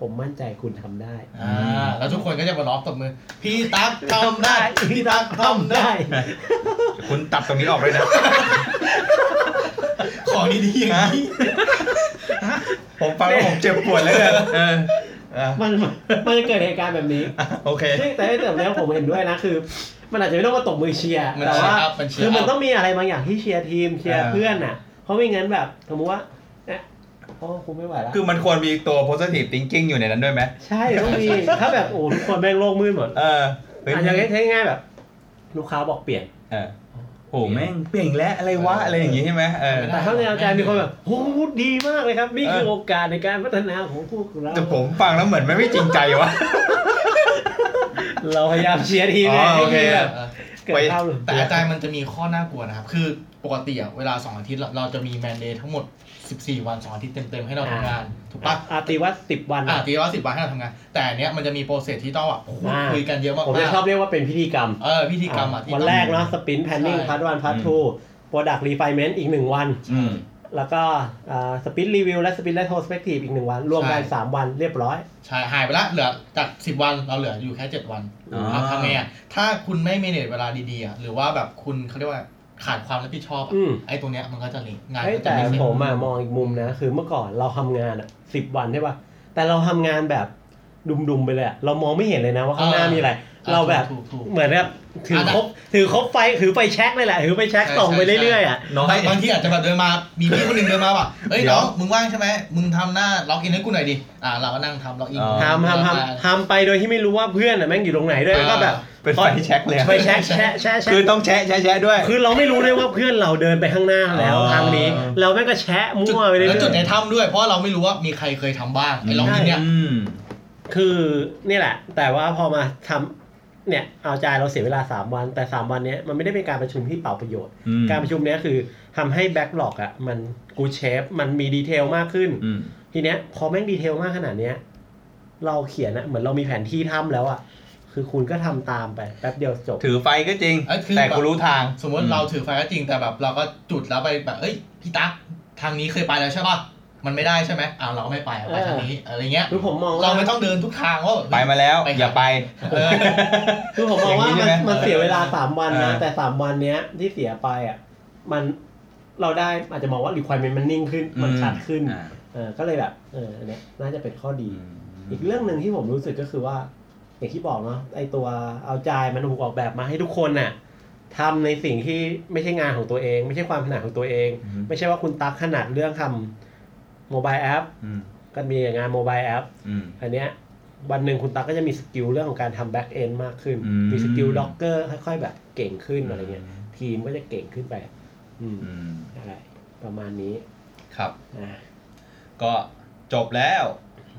A: ผมมั่นใจคุณทำได้
C: อ่าแล้วทุกคนก็จะมาล้อมตบมือ พี่ตั๊กทำ
A: (laughs)
C: ได้ พี่ตั๊กทำได้
B: คุณตัดตรงนี้ออก (laughs) เลยนะ
C: ของดีๆอย่างนี้
B: ผมฟังแล้วผมเจ็บปวดเลยเนี่ยเอออ่ะ
A: มันมันมันจะเกิดเหตุการณ์แบบนี้
B: โอเค
A: ซึ่งแต่แต่แล้วผมเห็นด้วยนะคือ มันอาจจะไม่ต้องมาตบมือเชียร์
C: มัน
A: แต่
C: เชีย
A: ว่า
C: ร์อัพมันเชีย
A: คือ
C: ร์
A: มัน
C: อัพ
A: ต้องมีอะไรบางอย่างที่เชียร์ทีมเชียร์
B: เออ
A: เพื่อนอ่ะ เพราะไม่งั้นแบบสมมติว่าเนี่ยโอ้คุณไม่ไหวแล้ว
B: คือมันควรมีตัว positive thinking อยู่ในนั้นด้วยไหม
A: ใช่ต้องมีถ้าแบบโอ้ทุกคนแม่งโลกมืดหมด
B: เออเฮ้ย
A: อาจจะใช้ง่ายๆแบบ ลูกค้าบอกเปลี่ยน
B: เออโอ้แม่งเปลี่ยนอีกแล้วอะไรวะอะไรอย่างงี้ใช่ไหมเออ
A: แต่ถ้าในอาจารย์มีคนแบบโอ้ดีมากเลยครับ นี่คือโอกาสในการพัฒนาของพวกเรา
B: แต่ผมฟังแล้วเหมือนมันไม่จริงใจวะ
A: เราพยายามเชียร์ทีมไง
B: อ๋อโอเค
A: ให้แบบ
C: เออ
A: เกิดข้าวหลุด
C: แต่อาจารย์มันจะมีข้อน่ากลัวนะครับ คือปกติอะเวลา 2 อาทิตย์เราเราจะมีแมนเดย์ทั้งหมด 14 วัน 2 อาทิตย์เต็มๆ ให้เราทำงาน ถูกปะ
A: อาตีว่าสิบวัน
C: อ่า
A: อะ
C: ตีว่าสิบวันให้เราทำงาน แต่อันเนี้ยมันจะมีโปรเซสที่ต้องแบบพูด
A: อ่า
C: คุยกันเยอะมาก
A: ผมจะชอบ
C: ๆ
A: เรียกว่าเป็นพิธีกรรม
C: เออพิธีกรรมอ่ะที่
A: วัน
C: ต้อง
A: แรกเนาะสปินแพนนิ่ง
C: ใช่
A: พาร์ทวันพาร์ททูโปรดักต์รีไฟแนนซ์อีกหนึ่งวัน
B: อืม
A: แล้วก็สปินรีวิวและสปินและโทสเปกทีฟอีกหนึ่งวัน รวมกัน 3 วันเรียบร้อย
C: ใช่หายไปละเหลือจากสิบวันเราเหลืออยู่แค่เจ็ดวัน
B: อ๋อ
C: ครับทำไงอ่ะถ้าคุณไม่เมเนจเวลาดีๆอ่ะหรือว่าแบบคุณเขาเรียกว่าขาดความรับผิดชอบอะ
A: อืม
C: ไอ้ตรงเนี้ยมันก็จะเละงาน
A: เอ้ย
C: ก็จะ
A: แต่
C: ไม่เสร็จ
A: ผมอะมองอีกมุมนะ คือเมื่อก่อนเราทำงานอ่ะสิบวันใช่ป่ะ แต่เราทำงานแบบดุมๆไปเลยอะเรามองไม่เห็นเลยนะว่าข้างหน้ามีอะไร เราแบบ
C: ถูกถูก
A: เหมือนแบบถือ
C: อ่ะ
A: ครบถือครบไฟถือไฟแช็กเลยแหละถือไฟแช็ก
C: ใช่
A: ส่องไป
C: ใช่
A: เรื่อยๆอ่ะ
C: บางบางที่อาจจะแบบเดินมามีพี่คนหนึ่งเดินมาแบบเอ้ย
B: เดี๋ยว
C: น้องมึงว่างใช่ไหมมึงทำหน้าล็อกอินให้กูหน่อยดิอ่าเราก็นั่งทำล็อกอิน
B: อ๋อ
A: ทำทำทำทำไปโดยที่ไม่รู้ว่าเพื่อนอ่ะแม่งอยู่ตรงไหนด้วยแล้วก็แบบ
B: เป็นไฟแช็กเลยอะ
A: ไฟแช็กแชะแชะแชะ
B: คือต้องแชะแชะแชะด้วย
A: คือเราไม่รู้เลยว่าเพื่อนเราเดินไปข้างหน้าแล้ว
B: อ๋อ
A: ทางนี้ เราแม่งก็แชะ
C: จุด
A: มั่วไปเรื่
C: แล้วจุดใน
A: อย
C: ถ้ำด้วยเพราะเราไม่รู้ว่ามีใครเคยทำบ้างไอ้ล็อกอินเนี่ย
B: อืม
A: ๆคือนี่แหละ แต่ว่าพอมาทำเนี่ยเอาใจเราเสียเวลา 3 วัน แต่ 3 วันเนี้ยมันไม่ได้เป็นการประชุมที่เปล่าประโยชน์
B: อืม
A: การประชุมเนี้ยคือทำให้แบ็กหลอกอ่ะมันกูเชฟมันมีดีเทลมากขึ้น
B: อืม
A: ทีเนี้ยพอแม่งดีเทลมากขนาดเนี้ยเราเขียนอะเหมือนเรามีแผนที่ถ้ำแล้วอะคือคุณก็ทำตามไปแป๊บเดียวจบ
B: ถือไฟก็จริง
C: เอ้ยคือ
B: แต่
C: แบบ
B: กูรู้ทาง
C: สมมติเราถือไฟก็จริงแต่แบบเราก็จุดแล้วไปแบบเอ้ยพี่ตั๊กทางนี้เคยไปแล้วใช่ป่ะมันไม่ได้ใช่ไหมอ่าเราก็ไม่ไปอ่ะไปทางนี้อะไรเงี้ย
A: คือผมมองว่า
C: เราไม่ต้องเดินทุกทางว่าแบบ
B: ไปมาแล้ว
C: ไป
B: อย่าไป
C: เออ
A: คือผมมองว่า
B: อย่าง
A: มัน
B: นี้ใช่ไหม
A: มันเสียเวลาสามวันนะ
B: เออ
A: แต่สามวันเนี้ยที่เสียไปอ่ะมันเราได้อาจจะมองว่า requirement มันนิ่งขึ้นมันชัดขึ้น
B: อ่า
A: เออก็เลยแบบเอออันเนี้ยน่าจะเป็นข้อดี
B: อืม
A: อีกเรื่องหนึ่งที่ผมรู้สึกก็คือว่า อย่างที่บอกเนาะไอตัวเอาใจมันถูกออกแบบมาให้ทุกคนน่ะทำในสิ่งที่ไม่ใช่งานของตัวเอง ไม่ใช่ความถนัดของตัวเอง
B: อืม
A: ไม่ใช่ว่าคุณตักขนาดเรื่องทำโมบายแอป
B: อืม
A: ก็มีงานโมบายแอป
B: อืม
A: อันเนี้ยวันหนึ่งคุณตั๊กก็จะมีสกิลเรื่องของการทำแบ็กเอนมากขึ้น
B: อืม
A: มีสกิลด็อกเกอร์ค่อยๆแบบเก่งขึ้นอะไรเงี้ยทีมก็จะเก่งขึ้นไป อืม
B: อืม
A: อะไรประมาณนี้
B: ครับ
A: นะ
B: ก็จบแล้ว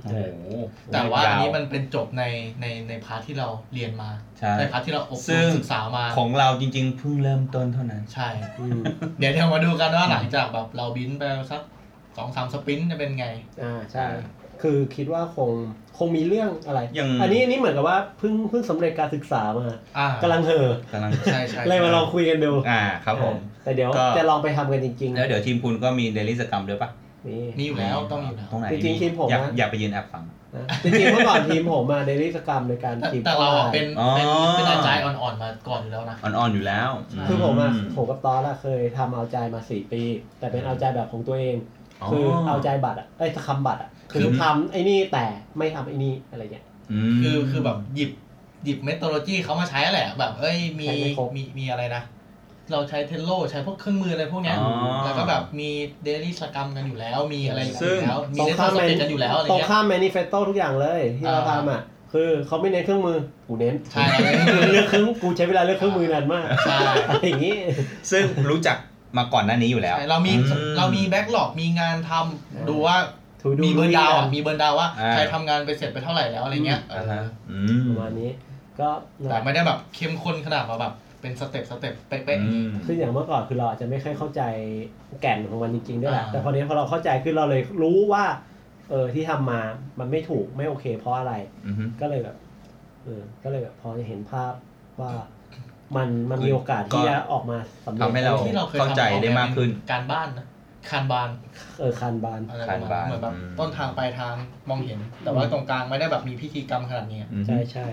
B: โอ้โห
C: แต่ว่าอันนี้
B: ย
C: มันเป็นจบในในในพาร์ทที่เราเรียนมา
B: ใช่
C: พาร์ทที่เราอบร
B: ซึ่
C: ม
B: ง
C: ศึกษามา
B: ของเราจริงๆเพิ่งเริ่มต้นเท่านั้น
C: ใช่ เดี๋ยวเดี๋ยวมาดูกันว่าหลังจากแบบเราบินไปสักสองสามสปรินต์จะเป็นไง
A: อ่าใช่ คือคิดว่าคงคงมีเรื่องอะไร
B: ยัง
A: อันนี้อันนี้เหมือนกับว่าเพิ่งเพิ่งสำเร็จการศึกษามา
C: อ่าก
A: ำลังเห่อก
B: ำ
C: (laughs)
B: ลัง
C: ใช่ใช่
A: เลยมาลองคุยกันดู
B: อ่าครับผม
A: แต่เดี๋ยว
B: ก็
A: จะลองไปทำกันจริง
B: แล้วเดี๋ยวทีมคุณก็มีเดลิสกรรมด้วยปะ
A: ๆนี่
C: มีอยู่แล้วต้องมีอยู่แล้ว
B: ตรงไหน
A: จริงๆทีมผม
B: อยาก
A: นะ
B: อยากไปยืนแอบฟัง
A: นะจริงๆเมื่อก่อนทีมผมมาเดลิสกรรมในการ
C: แต่
A: จีบ
C: แต่เราอะเป็น
B: อ๋อ
C: เป็นเป็นอาจารย์อ่อนๆมาก่อนอยู่แล้วนะ
B: อ่อนๆอยู่แล้ว
A: คือผมอะผมกับตอนอะเคยทำเอาใจมาสี่ปี แต่เป็นเอาใจแบบของตัวเอง คือเอาใจบัตรอะไอ้ยคำบัตรอะคือทำไอ้นี่แต่ไม่ทำไอ้นี่อะไรเงี้ย
B: ม
C: คือคือแบบหยิบหยิบเมทโ o โลจีเขามาใช้แหละ แบบเอ้ยมี
A: ใช้ไม่ครบ
C: มีมีอะไรนะ เราใช้เทนโลใช้พวกเครื่องมืออะไรพวกเนี้ย
B: อ๋อ
C: แล้วก็แบบมีเดลิสกรรมกันอยู่แล้วมีอะไรกันอยู่แล้วมี
A: ตรง
C: เนท
A: ข้าม
C: ส
A: แม
C: เต
A: น
C: จกันอยู่แล้วอะไร
A: ตรง
C: เงี้ย
A: ข้ามแมนิเฟสโต้ทุกอย่างเลย ที่เรา
C: อ่า
A: ทำอ่ะ คือเขาไม่เน้นเครื่องมือกูเน้น
C: ใช่เราเน้นเครื่องมือ
A: เลือกเครื่องกูใช้เวลาเลือกเครื่องมือนานมาก
C: ใช่
A: อะไรอย่างงี้
B: ซึ่ง (laughs) รู้จักมาก่อนหน้านี้อยู่แล้ว
C: ใช่เรามี
B: อื
C: เรามีแบ็กหลอกมีงานทำ
A: อ่า
C: ดูว่า
A: ถูดู
C: มีเบิร์นดาวน์อะ
A: ป
C: มีเบิร์นดาวน์ว่า
B: อ่า
C: ใครทำงานไปเสร็จไปเท่าไหร่แล้วอะไรเงี้ย
B: อ่าฮะอืม
A: ระมาณนี้ ก็นั่นแห
C: แต่
A: ละ
C: ไม่ได้แบบเข้มข้นขนาดว่าแบบเป็นสเต็ปสเต็ปเป๊ะ
B: อืม
A: คืออย่างเมื่อก่อนคือเราอาจจะไม่ค่อยเข้าใจแก่นของมันจริงๆด้วยแหละ
C: อ่า
A: แต่พอเนี้ยพอเราเข้าใจคือเราเลยรู้ว่า เออที่ทำมามันไม่ถูกไม่โอเค เพราะอะไร
B: อือฮึ
A: ก็เลยแบบเออก็เลยแบบพอจะเห็นภาพว่ามันมันมีโอกาสที่จะออกมาสำเร็จ
B: ทำให้เรา
C: ๆที่เราเคย
B: เข้าใจ
C: ทำ
B: ได้มากขึ้น
C: การบ้านนะคานบาน
A: เออคานบาน
C: อะไรประมาณ
B: คานบาน
C: เหมือนแบบ
B: อืม
C: ต้นทางปลายทางมองเห็น แต่ว่าตรงกลางไม่ได้แบบมีพิธีกรรมขนาดนี้
B: อือฮึ
A: ใช่ใช่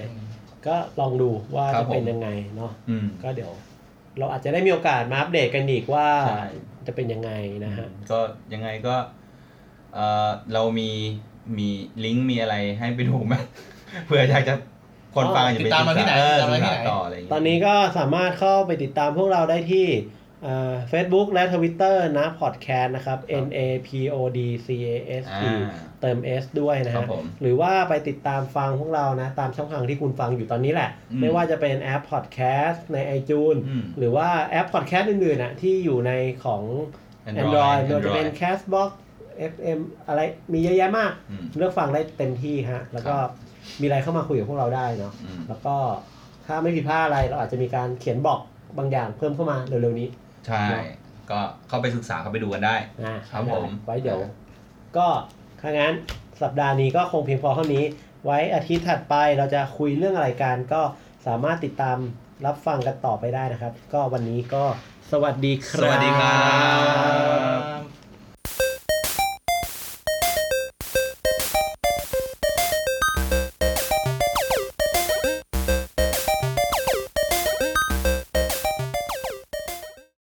A: ก็ลองดูว่า
B: ครับ
A: จะเป็น
B: ผม
A: ยังไงเนาะ
B: อืม
A: ก็เดี๋ยว เราอาจจะได้มีโอกาสมาอัปเดตกันอีกว่า
B: ใช่
A: จะเป็นยังไงนะฮะ
B: ก็ยังไงก็เออเรามีมีลิงก์มีอะไรให้ไปดูไหม (laughs) เผื่ออยากจะคนฟังอยากจะ
C: ติด
B: ไป
C: ตามมาที่ไหน
B: เออ
C: ติดตามมาที่ไหน
B: ศึกษต่ออะไรอย่างเงี้ย
A: ตอนนี้ก็สามารถเข้าไปติดตามพวกเราได้ที่เฟซบุ๊กและทวิตเตอร์นะพอดแคสต์นะครับ N A P O D C A S T
B: อ่า
A: เติม S ด้วยนะ
B: ครั
A: ฮะ
B: บผม
A: หรือว่าไปติดตามฟังพวกเรานะ ตามช่องทางที่คุณฟังอยู่ตอนนี้แหละ
B: อืม
A: ไม่ว่าจะเป็นแอปพอดแคสต์ใน iTunes
B: อืม
A: หรือว่าแอปพอดแคสต์อื่นๆนะที่อยู่ในของ
B: Android
A: Android ไม่
B: Android
A: ว่าจะเป็น Castbox FM อะไรมีเยอะแยะมาก
B: อืม
A: เลือกฟังได้เต็มที่ฮะ แล้วก็มีอะไรเข้ามาคุยกับพวกเราได้เนาะ
B: อืม
A: แล้วก็ถ้าไม่ผิดพลาดอะไรเราอาจจะมีการเขียนบอกบางอย่างเพิ่มเข้ามาเร็วๆนี้
B: ใช่ ก็เข้าไปศึกษาเข้าไปดูกันได้
A: นะครับ
B: ผม
A: ไว้เดี๋ยว ก็ถ้างั้นสัปดาห์นี้ก็คงเพียงพอเท่านี้ ไว้อาทิตย์ถัดไปเราจะคุยเรื่องอะไรกันก็สามารถติดตามรับฟังกันต่อไปได้นะครับ ก็วันนี้ก็สวัสดีครับ
B: สวัสดีครับ